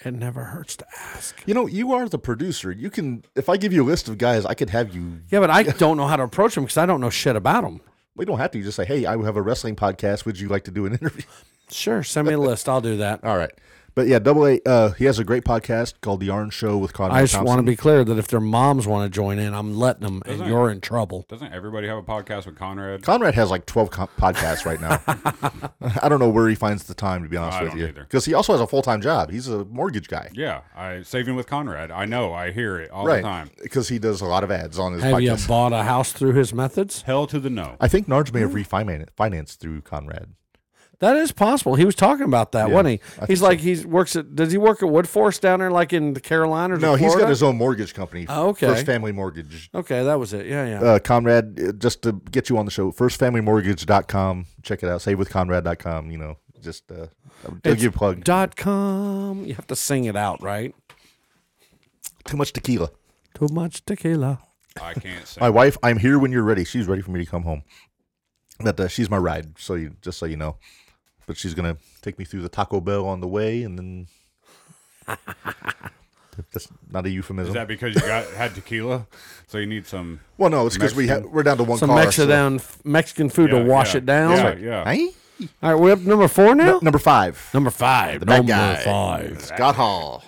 Speaker 3: it never hurts to ask.
Speaker 1: you know, you are the producer. You can. If I give you a list of guys, I could have you.
Speaker 3: Yeah, but I don't know how to approach him because I don't know shit about him.
Speaker 1: We don't have to. You just say, "Hey, I have a wrestling podcast. Would you like to do an interview?"
Speaker 3: Sure, send me a list. I'll do that.
Speaker 1: All right. But yeah, double A. Uh, he has a great podcast called The Yarn Show with Conrad
Speaker 3: I just
Speaker 1: Thompson.
Speaker 3: want to be clear that if their moms want to join in, I'm letting them,
Speaker 2: Doesn't
Speaker 3: and
Speaker 2: it-
Speaker 3: you're in trouble.
Speaker 2: Doesn't everybody have a podcast with Conrad?
Speaker 1: Conrad has like 12 co- podcasts right now. I don't know where he finds the time, to be honest
Speaker 2: I
Speaker 1: with
Speaker 2: don't
Speaker 1: you.
Speaker 2: either.
Speaker 1: Because he also has a full time job. He's a mortgage guy.
Speaker 2: yeah. I saving with Conrad. I know. I hear it all the
Speaker 1: right.
Speaker 2: time.
Speaker 1: Because he does a lot of ads on his
Speaker 3: Have you
Speaker 1: podcast.
Speaker 3: bought a house through his methods?
Speaker 2: Hell to the no.
Speaker 1: I think Narge may have
Speaker 3: Hmm.
Speaker 1: refinanced financed through Conrad.
Speaker 3: That is possible. He was talking about that,
Speaker 1: Yeah,
Speaker 3: wasn't
Speaker 1: I
Speaker 3: he? He's like he works at. Does he work at Woodforest down there, like in the Carolinas?
Speaker 1: No,
Speaker 3: or
Speaker 1: he's got
Speaker 3: Florida?
Speaker 1: his own mortgage company.
Speaker 3: Oh, okay.
Speaker 1: First Family Mortgage.
Speaker 3: Okay, that was it. Yeah, yeah.
Speaker 1: Uh, Conrad, uh, just to get you on the show, firstfamilymortgage.com. Check it out. Savewithconrad.com. You know, just uh, I'll
Speaker 3: It's
Speaker 1: give you a plug.
Speaker 3: dot com. You have to sing it out, right?
Speaker 1: Too much tequila.
Speaker 3: Too much tequila.
Speaker 2: I can't say.
Speaker 1: My wife, I'm here when you're ready. She's ready for me to come home. But uh, she's my ride, so you just so you know. But she's gonna take me through the Taco Bell on the way, and then that's not a euphemism.
Speaker 2: Is that because you got had tequila? So you need some.
Speaker 1: well, no, it's because we ha-
Speaker 2: Mexican?
Speaker 1: we're down to one
Speaker 3: Some
Speaker 1: car. so-
Speaker 3: Mexican Mexican food
Speaker 2: Yeah,
Speaker 3: to wash
Speaker 2: yeah,
Speaker 3: it down.
Speaker 2: Yeah, yeah.
Speaker 1: Hey?
Speaker 3: All right, we're up to number four now.
Speaker 1: number five,
Speaker 3: Number five.
Speaker 1: bad
Speaker 3: number
Speaker 1: guy.
Speaker 3: five.
Speaker 1: Scott Hall.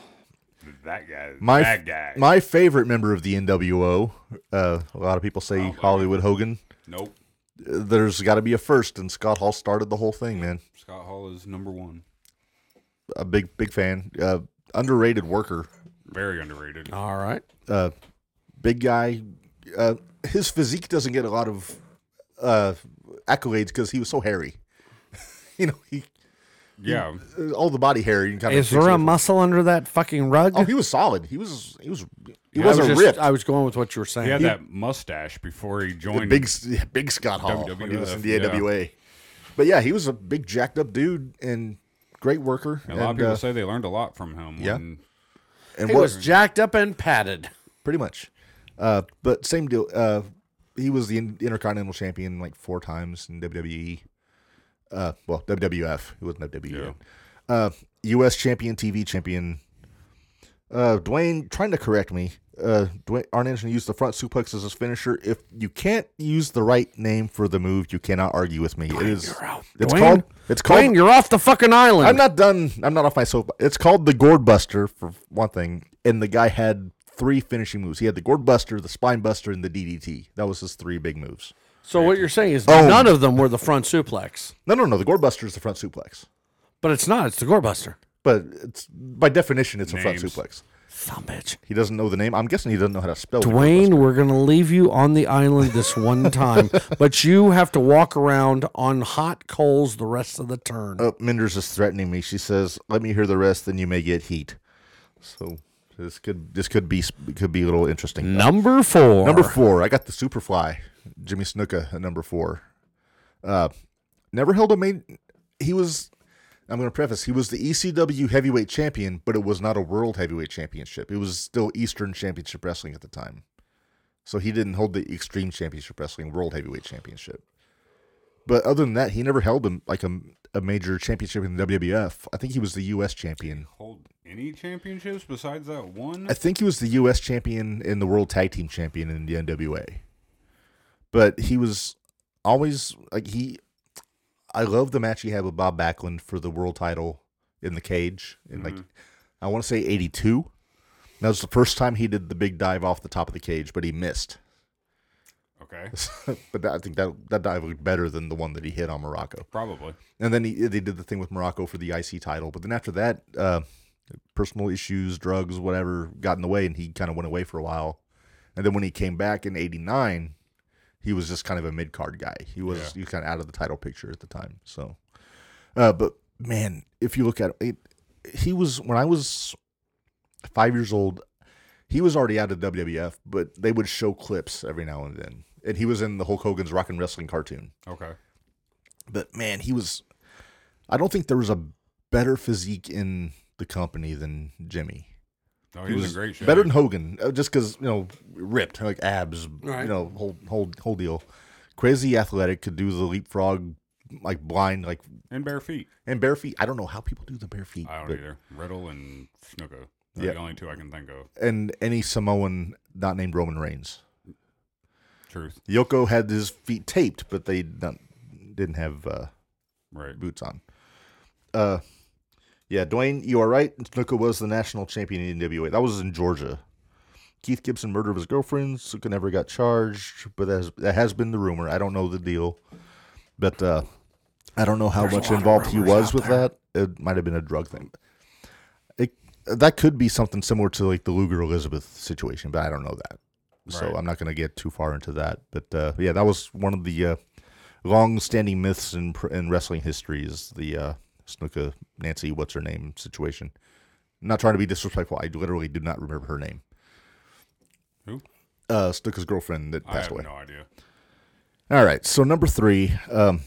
Speaker 2: That guy.
Speaker 1: My
Speaker 2: that guy.
Speaker 1: my favorite member of the NWO. Uh, a lot of people say
Speaker 2: Oh,
Speaker 1: Hollywood Hogan.
Speaker 2: nope.
Speaker 1: Uh, There's got to be a first, and Scott Hall started the whole thing, man.
Speaker 2: Scott Hall is number one.
Speaker 1: A big big fan, uh, underrated worker.
Speaker 2: Very underrated.
Speaker 3: All right.
Speaker 1: uh, big guy. Uh, his physique doesn't get a lot of uh, accolades because he was so hairy. you know, he
Speaker 2: Yeah.
Speaker 1: uh, all the body hair. You can kind of
Speaker 3: Is there a muscle under that fucking rug?
Speaker 1: Oh, he was solid. He was. He was. He
Speaker 3: I was
Speaker 1: wasn't
Speaker 3: just-
Speaker 1: ripped.
Speaker 3: I was going with what you were
Speaker 2: He
Speaker 3: saying.
Speaker 2: had that mustache before he joined.
Speaker 1: big, yeah, big Scott Hall when he was in
Speaker 2: WWF,
Speaker 1: the
Speaker 2: yeah.
Speaker 1: NWA. But yeah, he was a big jacked up dude and great worker.
Speaker 2: a lot of
Speaker 1: and,
Speaker 2: people
Speaker 1: uh,
Speaker 2: say they learned a lot from him.
Speaker 1: yeah.
Speaker 2: when-
Speaker 1: and
Speaker 3: he
Speaker 1: what-
Speaker 3: was jacked up and padded.
Speaker 1: pretty much. Uh, but same deal. Uh, he was the in- Intercontinental Champion like four times in WWE. Uh, well, WWF. It wasn't WWE. Uh, U.S. Champion, TV Champion. Uh, Dwayne, trying to correct me. Uh, Dwayne, Arn Anderson used the front suplex as his finisher. If you can't use the right name for the move, you cannot argue with me. it is. It's
Speaker 3: Dwayne-
Speaker 1: called. It's called.
Speaker 3: Dwayne, you're off the fucking island.
Speaker 1: I'm not done. I'm not off my soap. It's called the Gourd Buster for one thing, and the guy had three finishing moves. He had the Gourd Buster, the Spine Buster, and the DDT. That was his three big moves.
Speaker 3: so what you're saying is
Speaker 1: Oh.
Speaker 3: none of them were the front suplex.
Speaker 1: No, no, no. The Gourd Buster is the front suplex,
Speaker 3: But it's not. It's the Gorebuster.
Speaker 1: but it's by definition it's a front
Speaker 2: Names.
Speaker 1: suplex.
Speaker 3: Some bitch.
Speaker 1: He doesn't know the name. I'm guessing he doesn't know how to spell. the Gourd
Speaker 3: Dwayne, we're gonna leave you on the island this one time, but you have to walk around on hot coals the rest of the turn.
Speaker 1: Buster. Uh, Minders is threatening me. She says, "Let me hear the rest, then you may get heat." So this could this could be could be a little interesting.
Speaker 3: Number four.
Speaker 1: Number four, I got the Superfly, Jimmy Snuka at number four. Uh, never held a main. He was. I'm going to preface. He was the ECW heavyweight champion, but it was not a world heavyweight championship. It was still Eastern Championship Wrestling at the time, so he didn't hold the Extreme Championship Wrestling World Heavyweight Championship. But other than that, he never held a, like a, a major championship in the WWF. I think he was the U.S. champion.
Speaker 2: hold any championships besides that one?
Speaker 1: I think he was the U.S. champion and the World Tag Team champion in the NWA. But he was always like he. I love the match he had with Bob Backlund for the world title in the cage in like I want to say '82. That was the first time he did the big dive off the top of the cage, but he missed.
Speaker 2: Okay,
Speaker 1: but that, I think that that dive looked better than the one that he hit on Morocco.
Speaker 2: probably.
Speaker 1: And then he, they did the thing with Morocco for the IC title. But then after that, uh, personal issues, drugs, whatever, got in the way, and he kind of went away for a while. And then when he came back in '89, he was just kind of a mid card guy. He was he was kind of out of the title picture at the time. So, uh, but man, if you look at it, he was when I was five years old. He was already out of WWF, but they would show clips every now and then, and he was in the Hulk Hogan's Rock and Wrestling cartoon
Speaker 2: Okay,
Speaker 1: but man, he was. I don't think there was a better physique in the company than Jimmy.
Speaker 2: no, he, was, in great shape.
Speaker 1: better than Hogan, uh, just because you know ripped like abs,
Speaker 3: Right.
Speaker 1: you know whole whole whole deal. Crazy athletic, could do the leapfrog, like blind, like
Speaker 2: and bare feet.
Speaker 1: and bare feet. I don't know how people do the bare feet,
Speaker 2: I don't
Speaker 1: but-
Speaker 2: either. Riddle and Snuka. They're
Speaker 1: Yeah.
Speaker 2: the only two I can think of.
Speaker 1: and any Samoan not named Roman Reigns.
Speaker 2: Truth.
Speaker 1: Yoko had his feet taped, but they not, didn't have. Uh,
Speaker 2: Right.
Speaker 1: boots on. Uh, yeah, Dwayne, you are right. Snuka was the national champion in NWA. That was in Georgia. Keith Gibson murdered his girlfriend. Snuka never got charged, but that has, that has been the rumor. I don't know the deal, but uh, I don't know how much involved he was with that. It might have been a drug thing. It that could be something similar to like the Luger Elizabeth situation, but I don't know that. So
Speaker 2: Right.
Speaker 1: I'm not going to get too far into that. But uh, yeah, that was one of the uh, long-standing myths in pr- in wrestling history is the uh, Snuka Nancy what's her name situation. I'm not trying to be disrespectful. I literally do not remember her name.
Speaker 2: Who?
Speaker 1: Uh, Snuka's girlfriend that
Speaker 2: I
Speaker 1: passed
Speaker 2: have
Speaker 1: away.
Speaker 2: no idea.
Speaker 1: All right, so number three. Um,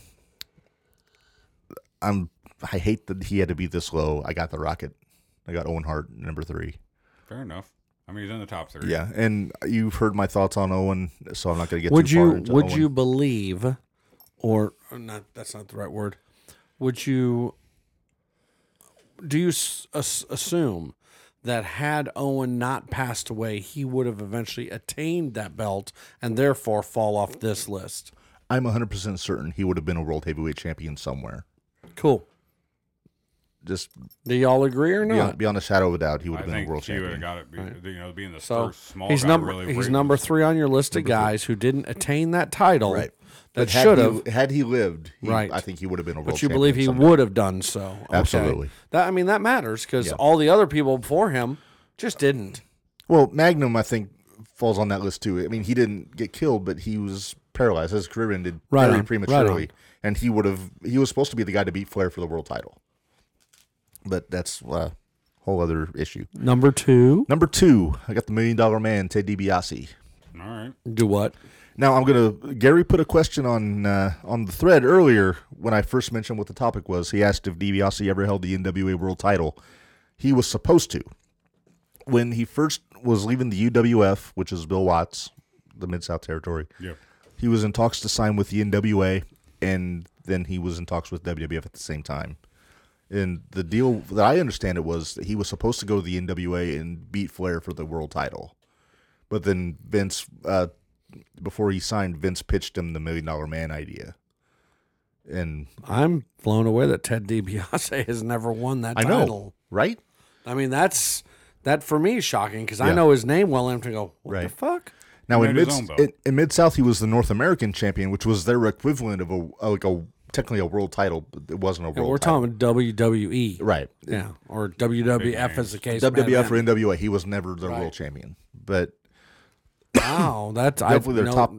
Speaker 1: I'm I hate that he had to be this low. I got the Rocket. I got Owen Hart number three.
Speaker 2: Fair enough. I mean, he's in the top three.
Speaker 1: Yeah, and you've heard my thoughts on Owen, so I'm not going to get
Speaker 3: would
Speaker 1: too far
Speaker 3: you
Speaker 1: into
Speaker 3: would
Speaker 1: Owen.
Speaker 3: you believe or or not that's not the right word would you do you s- as- assume that had owen not passed away he would have eventually attained that belt and therefore fall off this list
Speaker 1: I'm 100 percent certain he would have been a world heavyweight champion somewhere.
Speaker 3: cool
Speaker 1: Just
Speaker 3: do y'all agree or
Speaker 1: beyond,
Speaker 3: not
Speaker 1: beyond a shadow of a doubt, he would
Speaker 2: I
Speaker 1: have been a
Speaker 2: think
Speaker 1: world
Speaker 2: he would
Speaker 1: champion.
Speaker 2: have got it. Be, You know, being the
Speaker 3: so
Speaker 2: first small
Speaker 3: he's
Speaker 2: guy
Speaker 3: number
Speaker 2: really
Speaker 3: he's
Speaker 2: raised-
Speaker 3: number three on your list of guys who didn't attain that title
Speaker 1: Right.
Speaker 3: that
Speaker 1: had
Speaker 3: should
Speaker 1: he-
Speaker 3: have
Speaker 1: had he lived. he-
Speaker 3: Right.
Speaker 1: I think he would have been a world.
Speaker 3: But you
Speaker 1: champion
Speaker 3: believe he
Speaker 1: somewhere.
Speaker 3: would have done so. Okay.
Speaker 1: Absolutely.
Speaker 3: That I mean that matters because
Speaker 1: Yeah.
Speaker 3: all the other people before him just didn't.
Speaker 1: Well, Magnum, I think falls on that list too. I mean, he didn't get killed, but he was paralyzed. His career ended
Speaker 3: Right
Speaker 1: very
Speaker 3: on,
Speaker 1: prematurely,
Speaker 3: right on.
Speaker 1: and he would have he was supposed to be the guy to beat Flair for the world title. But that's a whole other issue.
Speaker 3: Number two.
Speaker 1: Number two, I got the Million Dollar Man, Ted DiBiase.
Speaker 2: All right.
Speaker 3: Do what?
Speaker 1: Now I'm gonna. Gary put a question on uh, on the thread earlier when I first mentioned what the topic was. He asked if DiBiase ever held the NWA World Title. He was supposed to. When he first was leaving the UWF, which is Bill Watts, the Mid South Territory,
Speaker 2: Yep.
Speaker 1: he was in talks to sign with the NWA, and then he was in talks with WWF at the same time. And the deal that I understand it was that he was supposed to go to the NWA and beat Flair for the world title, but then Vince, uh, before he signed, Vince pitched him the Million Dollar Man idea, and
Speaker 3: I'm blown away that Ted DiBiase has never won that
Speaker 1: I know,
Speaker 3: title.
Speaker 1: right?
Speaker 3: I mean, that's that for me is shocking because I
Speaker 1: Yeah.
Speaker 3: know his name well enough to go, what the
Speaker 1: Right.
Speaker 3: fuck?
Speaker 1: Now
Speaker 2: He
Speaker 1: in
Speaker 2: made his
Speaker 1: mid
Speaker 2: own belt.
Speaker 1: in, in mid south he was the North American champion, which was their equivalent of a like a technically a world title, but it wasn't a world.
Speaker 3: Yeah, we're
Speaker 1: title.
Speaker 3: talking WWE.
Speaker 1: right.
Speaker 3: E. Yeah. Or WWF as the case. may have
Speaker 1: WWF or
Speaker 3: been.
Speaker 1: NWA, he was never the world champion, but
Speaker 3: Wow. That's I,
Speaker 1: definitely their
Speaker 3: no,
Speaker 1: top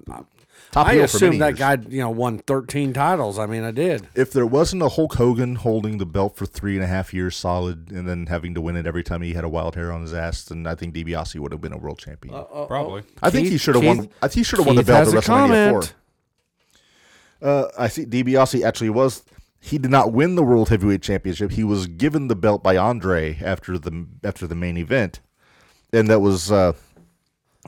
Speaker 1: top
Speaker 3: I
Speaker 1: heel for many
Speaker 3: assumed that
Speaker 1: years.
Speaker 3: guy, you know, won 13 titles. I mean, I did.
Speaker 1: If there wasn't a Hulk Hogan holding the belt for three and a half years solid, and then having to win it every time he had a wild hair on his ass, then I think DiBiase would have been a world champion.
Speaker 2: Probably.
Speaker 1: I think he
Speaker 3: Uh, Keith-
Speaker 1: should have won.
Speaker 3: Keith-
Speaker 1: I think he should have won the
Speaker 3: Keith
Speaker 1: belt
Speaker 3: has
Speaker 1: at
Speaker 3: a
Speaker 1: WrestleMania
Speaker 3: comment.
Speaker 1: four. Uh, I see DiBiase actually was. He did not win the World Heavyweight Championship. He was given the belt by Andre after the after the main event, and that was uh,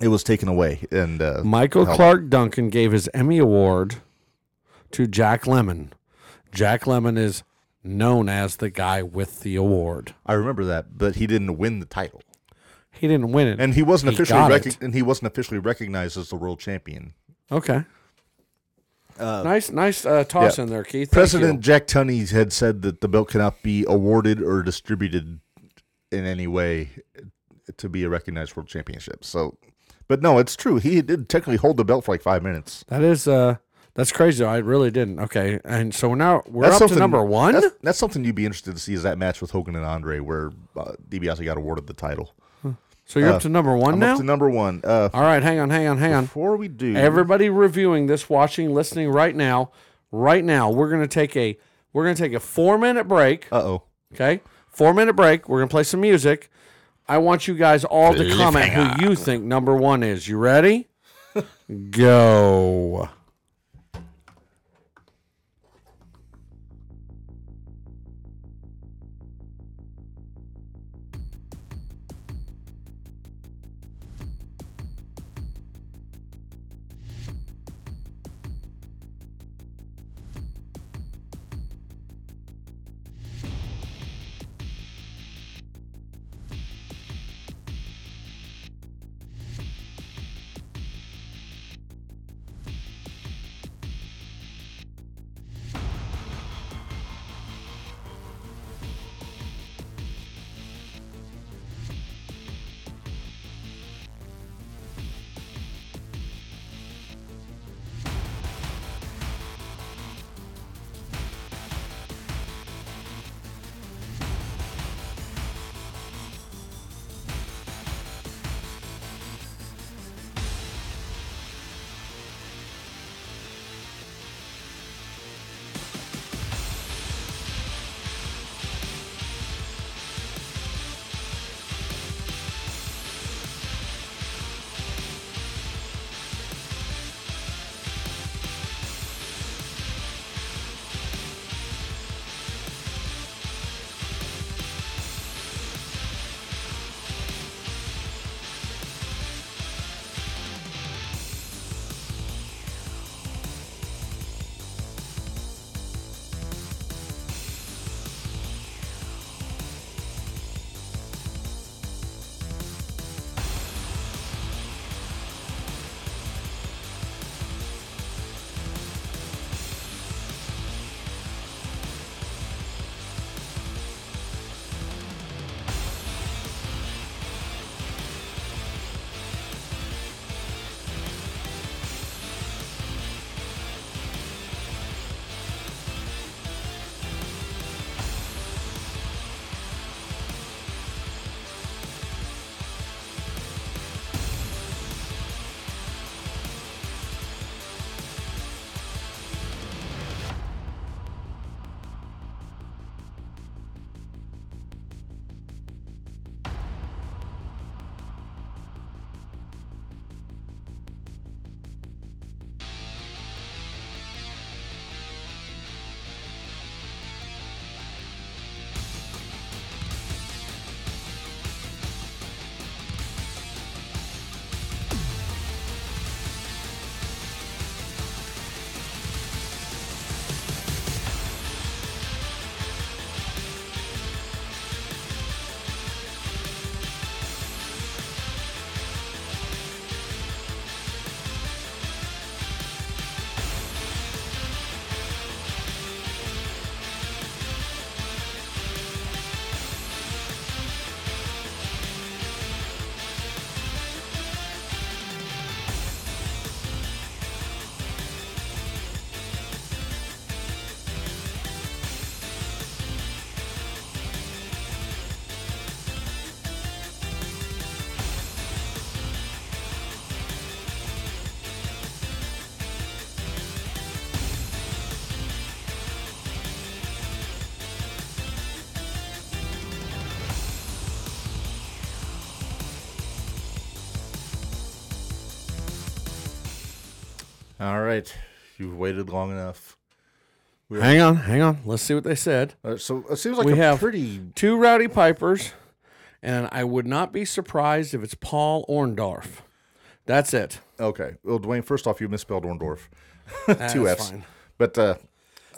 Speaker 1: it was taken away. And uh,
Speaker 3: Michael
Speaker 1: held.
Speaker 3: Clark Duncan gave his Emmy Award to Jack Lemon. Jack Lemon is known as the guy with the award.
Speaker 1: I remember that, but he didn't win the title,
Speaker 3: He didn't win it.
Speaker 1: and he wasn't
Speaker 3: He
Speaker 1: officially
Speaker 3: got
Speaker 1: recog-
Speaker 3: it.
Speaker 1: and he wasn't officially recognized as the world champion.
Speaker 3: okay. nice, nice uh, toss
Speaker 1: yeah.
Speaker 3: in there, Keith. Thank
Speaker 1: President
Speaker 3: you.
Speaker 1: Jack Tunney had said that the belt cannot be awarded or distributed in any way to be a recognized world championship. So, but no, it's true. He did technically hold the belt for like five minutes.
Speaker 3: that is uh, that's crazy. I really didn't. Okay, and so now we're up to number one.
Speaker 1: That's, that's something you'd be interested to see is that match with Hogan and Andre where uh, DiBiase got awarded the title.
Speaker 3: So you're up to number one
Speaker 1: uh, I'm
Speaker 3: now.
Speaker 1: up to number one. Uh,
Speaker 3: All right, hang on, hang on, hang on.
Speaker 1: before we do,
Speaker 3: Everybody reviewing this, watching, listening right now, right now, we're gonna take a we're gonna take a four minute break.
Speaker 1: uh oh.
Speaker 3: Okay. Four minute break. We're going to play some music. I want you guys all to comment who you think number one is. You ready? Go.
Speaker 1: All right, you've waited long enough.
Speaker 3: Hang on, hang on. Let's see what they said.
Speaker 1: Uh, so it seems like
Speaker 3: We
Speaker 1: a
Speaker 3: have-
Speaker 1: pretty.
Speaker 3: Two rowdy pipers, and I would not be surprised if it's Paul Orndorff. That's it.
Speaker 1: Okay, well, Dwayne, first off, you misspelled Orndorff.
Speaker 3: Ah, That's
Speaker 1: Two F's.
Speaker 3: fine.
Speaker 1: But uh,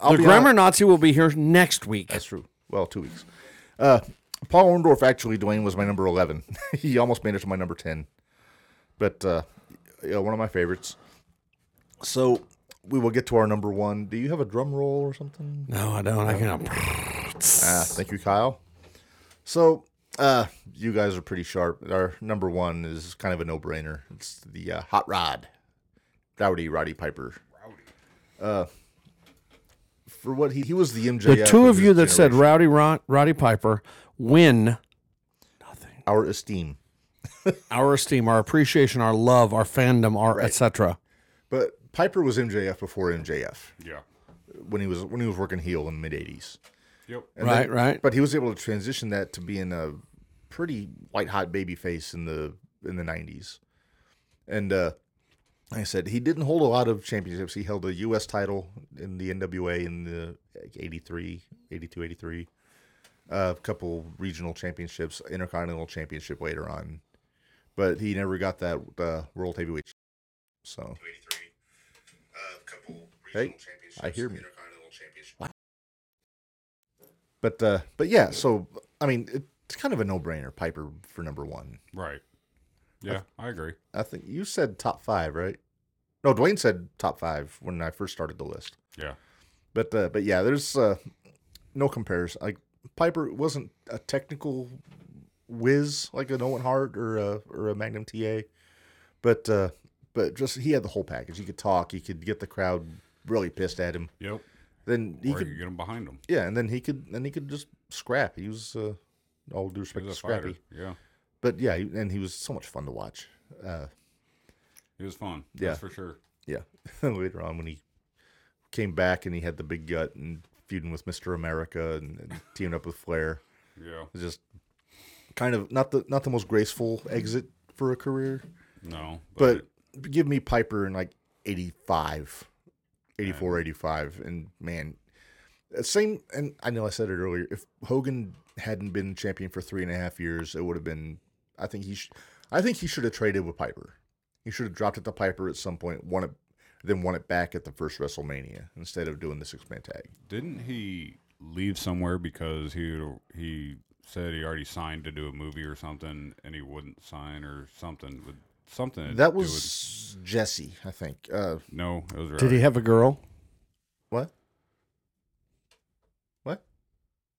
Speaker 1: I'll
Speaker 3: The
Speaker 1: be
Speaker 3: grammar Nazi will be here next week.
Speaker 1: That's true. Well, two weeks. Uh, Paul Orndorff actually, Dwayne was my number eleven. he almost made it to my number ten, but uh, yeah, one of my favorites. So we will get to our number one. Do you have a drum roll or something?
Speaker 3: No, I don't. I can't.
Speaker 1: Ah, thank you, Kyle. So uh, you guys are pretty sharp. Our number one is kind of a no-brainer. It's the uh, Hot Rod, Rowdy Roddy Piper. Rowdy. Uh, for what he he was the MJF.
Speaker 3: The two of
Speaker 1: his
Speaker 3: you that said
Speaker 1: generation.
Speaker 3: Rowdy Ron, Roddy Piper win
Speaker 1: our esteem.
Speaker 3: our esteem, our appreciation, our love, our fandom, our etc.
Speaker 1: But Piper was MJF before MJF
Speaker 2: Yeah.
Speaker 1: when he was when he was working heel in the mid '80s.
Speaker 2: Yep.
Speaker 1: And
Speaker 3: Right,
Speaker 1: then-
Speaker 3: right.
Speaker 1: But he was able to transition that to being a pretty white hot baby face in the in the '90s. And uh, like I said, he didn't hold a lot of championships. He held a U.S. title in the NWA in the '83, '82, '83. Uh, A couple regional championships, intercontinental championship later on, but he never got that uh, world heavyweight. So hey, I hear me. But uh, but yeah, so I mean, it's kind of a no-brainer. Piper for number one.
Speaker 2: Right. Yeah, I agree.
Speaker 1: I think you said top five, right? No, Dwayne said top five when I first started the list.
Speaker 2: Yeah.
Speaker 1: But uh, but yeah, there's uh, no comparison. Like Piper wasn't a technical whiz like an Owen Hart or a or a Magnum TA, but uh, but just he had the whole package. He could talk. He could get the crowd really pissed at him.
Speaker 2: Yep.
Speaker 1: Then he
Speaker 2: or
Speaker 1: could
Speaker 2: you get him behind him.
Speaker 1: yeah, and then he could then he could just scrap. He was uh, all due respect
Speaker 2: He's
Speaker 1: to
Speaker 2: a
Speaker 1: Scrappy,
Speaker 2: fighter. Yeah.
Speaker 1: but yeah, he- and he was so much fun to watch. Uh,
Speaker 2: He was fun.
Speaker 1: Yeah.
Speaker 2: That's for sure.
Speaker 1: Yeah. Later on, when he came back and he had the big gut and feuding with Mister America and, and teaming up with Flair,
Speaker 2: Yeah.
Speaker 1: it was just kind of not the not the most graceful exit for a career.
Speaker 2: No.
Speaker 1: But give me Piper in like 85, 84, 85. and man, uh, same. And I know I said it earlier. If Hogan hadn't been champion for three and a half years, it would have been. I think he. Sh- I think he should have traded with Piper. He should have dropped it to Piper at some point, won it, then won it back at the first WrestleMania instead of doing the six man tag.
Speaker 2: didn't he leave somewhere because he he said he already signed to do a movie or something and he wouldn't sign or something with something to
Speaker 1: That
Speaker 2: do with-
Speaker 1: was Jesse, I think. Uh,
Speaker 2: no it was right.
Speaker 3: Did he have a girl?
Speaker 1: What? What?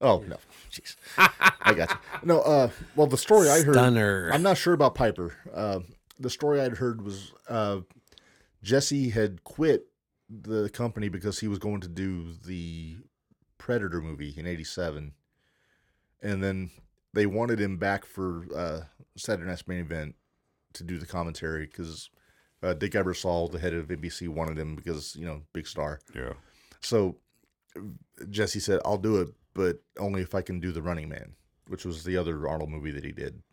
Speaker 1: Oh no, jeez, I got you. No, uh, well, the story I heard,
Speaker 3: Stunner.
Speaker 1: I'm not sure about Piper. Uh, the story I'd heard was uh, Jesse had quit the company because he was going to do the Predator movie in '87, and then they wanted him back for uh, Saturday Night's main event to do the commentary because. Uh, Dick Ebersol, the head of NBC, wanted him because you know big star.
Speaker 2: yeah
Speaker 1: So Jesse said, "I'll do it, but only if I can do the Running Man," which was the other Arnold movie that he did.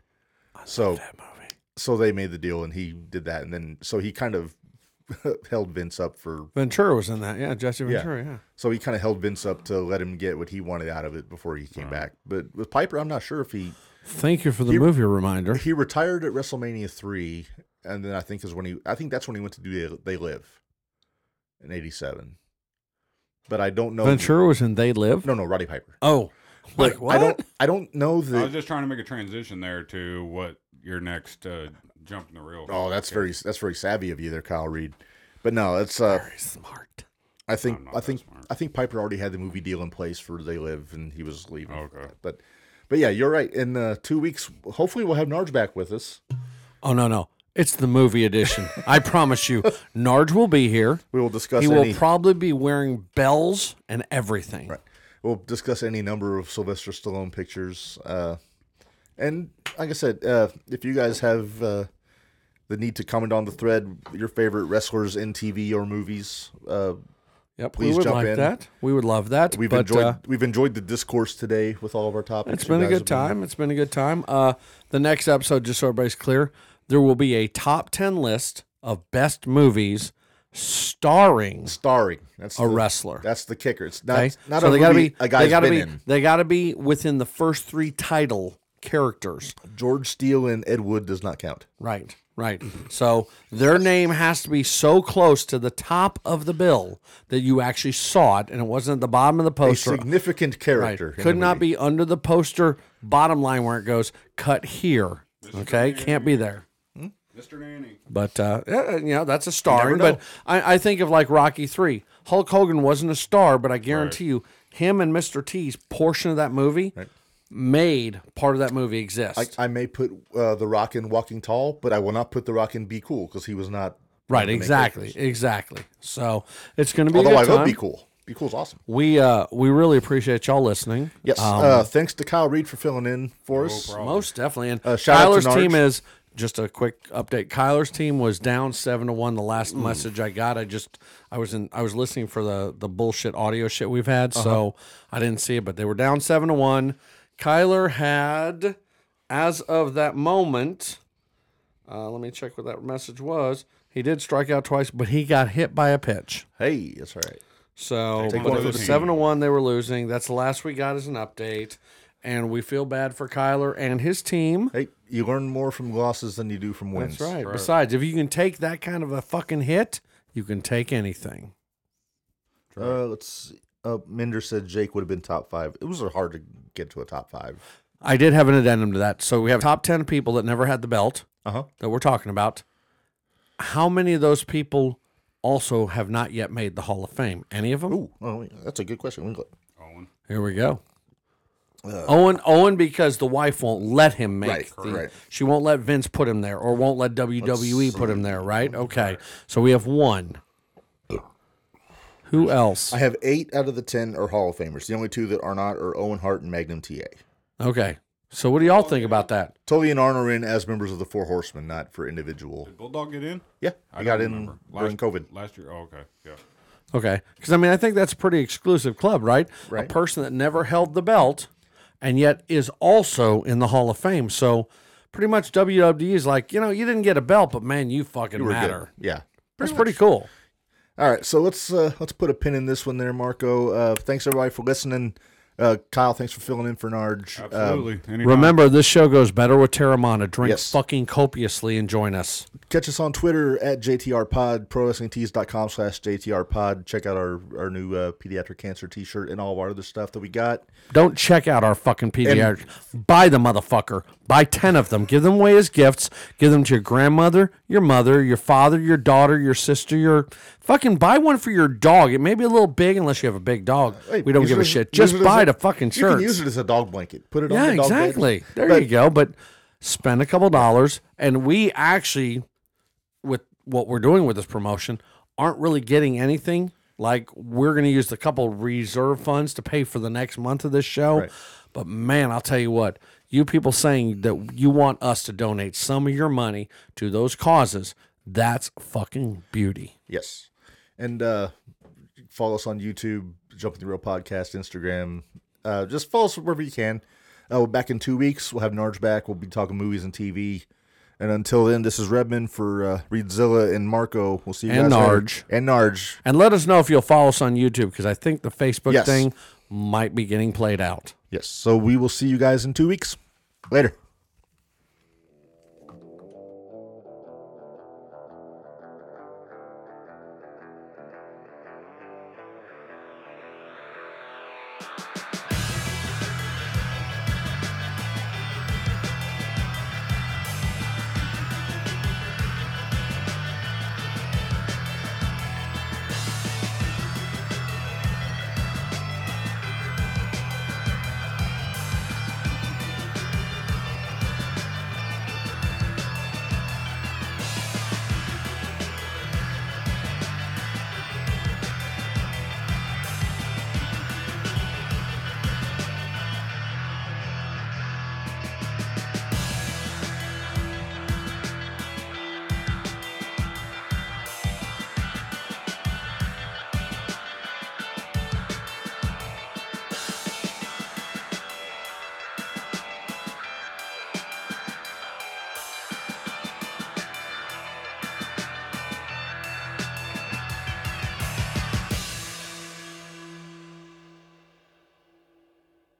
Speaker 1: so
Speaker 3: That movie.
Speaker 1: so they made the deal, and he did that, and then so he kind of held Vince up for
Speaker 3: Ventura was in that. Yeah, Jesse Ventura. Yeah.
Speaker 1: so he kind of held Vince up to let him get what he wanted out of it before he came back. But with Piper, I'm not sure if he
Speaker 3: Thank you for the movie reminder.
Speaker 1: he retired at WrestleMania three, and then I think is when he I think that's when he went to do They, they Live in '87. But I don't know.
Speaker 3: Ventura was in They Live.
Speaker 1: No, no, Roddy Piper.
Speaker 3: Oh, like
Speaker 1: I don't. I don't know that.
Speaker 2: I was just trying to make a transition there to what your next uh, jump in the reel
Speaker 1: Oh, that's very that's very savvy of you there, Kyle Reed. But no, it's uh,
Speaker 3: Very smart.
Speaker 1: I think I
Speaker 2: not that
Speaker 1: think
Speaker 2: smart.
Speaker 1: I think Piper already had the movie deal in place for They Live, and he was leaving. for
Speaker 2: Okay.
Speaker 1: that. but but yeah, you're right. In uh, two weeks, hopefully, we'll have Narge back with us.
Speaker 3: Oh no no, it's the movie edition. I promise you, Narge will be here.
Speaker 1: We will discuss
Speaker 3: He
Speaker 1: any.
Speaker 3: will probably be wearing bells and everything.
Speaker 1: we'll discuss any number of Sylvester Stallone pictures. Uh, and like I said, uh, if you guys have uh, the need to comment on the thread, your favorite wrestlers in TV or movies, uh,
Speaker 3: Yep,
Speaker 1: Please
Speaker 3: we would
Speaker 1: jump
Speaker 3: like
Speaker 1: in.
Speaker 3: that. We would love that.
Speaker 1: we've
Speaker 3: but,
Speaker 1: enjoyed
Speaker 3: uh,
Speaker 1: we've enjoyed the discourse today with all of our topics.
Speaker 3: It's
Speaker 1: You
Speaker 3: been a
Speaker 1: guys
Speaker 3: good
Speaker 1: have been-
Speaker 3: time. It's been a good time. Uh, the next episode, just so everybody's clear, there will be a top ten list of best movies starring
Speaker 1: Starring. That's
Speaker 3: a wrestler.
Speaker 1: That's the kicker. It's not,
Speaker 3: Okay,
Speaker 1: not
Speaker 3: so
Speaker 1: a
Speaker 3: they
Speaker 1: movie
Speaker 3: gotta be
Speaker 1: a
Speaker 3: they
Speaker 1: guy's
Speaker 3: gotta
Speaker 1: been
Speaker 3: be
Speaker 1: in.
Speaker 3: they gotta be within the first three title characters.
Speaker 1: George Steele and Ed Wood does not count.
Speaker 3: Right, right. So their name has to be so close to the top of the bill that you actually saw it, and it wasn't at the bottom of the
Speaker 1: A
Speaker 3: poster.
Speaker 1: significant
Speaker 3: Right.
Speaker 1: character. in
Speaker 3: Could
Speaker 1: the
Speaker 3: not
Speaker 1: movie.
Speaker 3: be under the poster bottom line where it goes cut here. Okay, can't be there.
Speaker 2: Mr. Nanny.
Speaker 3: But uh, yeah, you know that's a starring.
Speaker 1: know.
Speaker 3: But I, I think of like Rocky Three. Hulk Hogan wasn't a star, but I guarantee you, him and Mr. T's portion of that movie made part of that movie exist.
Speaker 1: I may put uh, The Rock in Walking Tall, but I will not put The Rock in Be Cool because he was not.
Speaker 3: right, exactly, exactly. So it's going to be.
Speaker 1: Although I
Speaker 3: a good
Speaker 1: love
Speaker 3: time.
Speaker 1: Be Cool. Be Cool's awesome.
Speaker 3: We uh, we really appreciate y'all listening.
Speaker 1: Yes.
Speaker 3: Um,
Speaker 1: uh, thanks to Kyle Reed for filling in for us.
Speaker 3: Most definitely. And
Speaker 1: Uh, shout out to
Speaker 3: Kyler's team
Speaker 1: Narch.
Speaker 3: is just a quick update. Kyler's team was down seven to one. The last
Speaker 1: Mm.
Speaker 3: message I got, I just I was in I was listening for the the bullshit audio shit we've had,
Speaker 1: Uh-huh.
Speaker 3: so I didn't see it, but they were down seven to one. Kyler had, as of that moment, uh, let me check what that message was. He did strike out twice, but he got hit by a pitch.
Speaker 1: Hey, that's all right.
Speaker 3: So
Speaker 1: Take
Speaker 3: but
Speaker 1: one
Speaker 3: it
Speaker 1: for
Speaker 3: was
Speaker 1: the team.
Speaker 3: seven to one. They were losing. That's the last we got as an update, and we feel bad for Kyler and his team.
Speaker 1: Hey, you learn more from losses than you do from wins.
Speaker 3: That's right. Besides, if you can take that kind of a fucking hit, you can take anything.
Speaker 1: Uh, let's. see. Uh, Minder said Jake would have been top five. It was hard to get to a top five.
Speaker 3: I did have an addendum to that. So we have top ten people that never had the belt
Speaker 1: Uh huh.
Speaker 3: that we're talking about. How many of those people also have not yet made the Hall of Fame? Any of them?
Speaker 1: Ooh, oh, that's a good question. We-
Speaker 2: Owen.
Speaker 3: Here we go. Owen, Owen, because the wife won't let him make
Speaker 1: Right,
Speaker 3: the.
Speaker 1: right.
Speaker 3: She won't let Vince put him there, or won't let WWE put him there. Right? Okay. So we have one. Who else?
Speaker 1: I have eight out of the ten are Hall of Famers. The only two that are not are Owen Hart and Magnum TA.
Speaker 3: Okay. So what do y'all think about that?
Speaker 1: Tully and Arn are in as members of the Four Horsemen, not for individual.
Speaker 2: Bulldog get in?
Speaker 1: Yeah, I got
Speaker 2: don't
Speaker 1: in
Speaker 2: remember.
Speaker 1: during COVID.
Speaker 2: Last year. Oh, okay. Yeah.
Speaker 3: Okay. Because I mean, I think that's a pretty exclusive club, right? A
Speaker 1: Right.
Speaker 3: person that never held the belt and yet is also in the Hall of Fame. So pretty much WWE is like, you know, you didn't get a belt, but man, you fucking
Speaker 1: We're good.
Speaker 3: matter.
Speaker 1: Yeah.
Speaker 3: that's pretty cool.
Speaker 1: All right, so let's uh, let's put a pin in this one there, Marco. Uh, thanks everybody for listening. Uh, Kyle, thanks for filling in for Narge. Uh,
Speaker 2: Absolutely. Anytime.
Speaker 3: Remember, this show goes better with Terramana. Drink
Speaker 1: Yes.
Speaker 3: fucking copiously and join us.
Speaker 1: Catch us on Twitter at JTRPod, prowrestlingtees.com slash JTRPod. Check out our, our new uh, pediatric cancer t shirt and all of our other stuff that we got.
Speaker 3: Don't check out our fucking pediatric. Buy the motherfucker. Buy 10 of them. Give them away as gifts. Give them to your grandmother, your mother, your father, your daughter, your sister, your. Fucking buy one for your dog. It may be a little big unless you have a big dog.
Speaker 1: Hey,
Speaker 3: we don't
Speaker 1: use
Speaker 3: give
Speaker 1: it
Speaker 3: a
Speaker 1: as-
Speaker 3: shit.
Speaker 1: use
Speaker 3: Just
Speaker 1: it as
Speaker 3: buy
Speaker 1: a-
Speaker 3: the fucking
Speaker 1: You can
Speaker 3: shirts.
Speaker 1: use it as a dog blanket. Put it on
Speaker 3: yeah,
Speaker 1: the dog bed.
Speaker 3: exactly. There
Speaker 1: But
Speaker 3: you go. But spend a couple dollars. And we actually, with what we're doing with this promotion, aren't really getting anything. Like we're going to use the couple reserve funds to pay for the next month of this show.
Speaker 1: Right.
Speaker 3: But man, I'll tell you what, you people saying that you want us to donate some of your money to those causes, that's fucking beauty.
Speaker 1: Yes. And uh, follow us on YouTube, Jumping the Real Podcast, Instagram. Uh, just follow us wherever you can. Uh, we're back in two weeks. We'll have Narge back. We'll be talking movies and TV. And until then, this is Redman for uh, Reedzilla and Marco. We'll see you
Speaker 3: And
Speaker 1: guys later.
Speaker 3: Narge.
Speaker 1: And Narge.
Speaker 3: And let us know if you'll follow us on YouTube because I think the Facebook
Speaker 1: Yes.
Speaker 3: thing might be getting played out.
Speaker 1: Yes. So we will see you guys in two weeks. Later.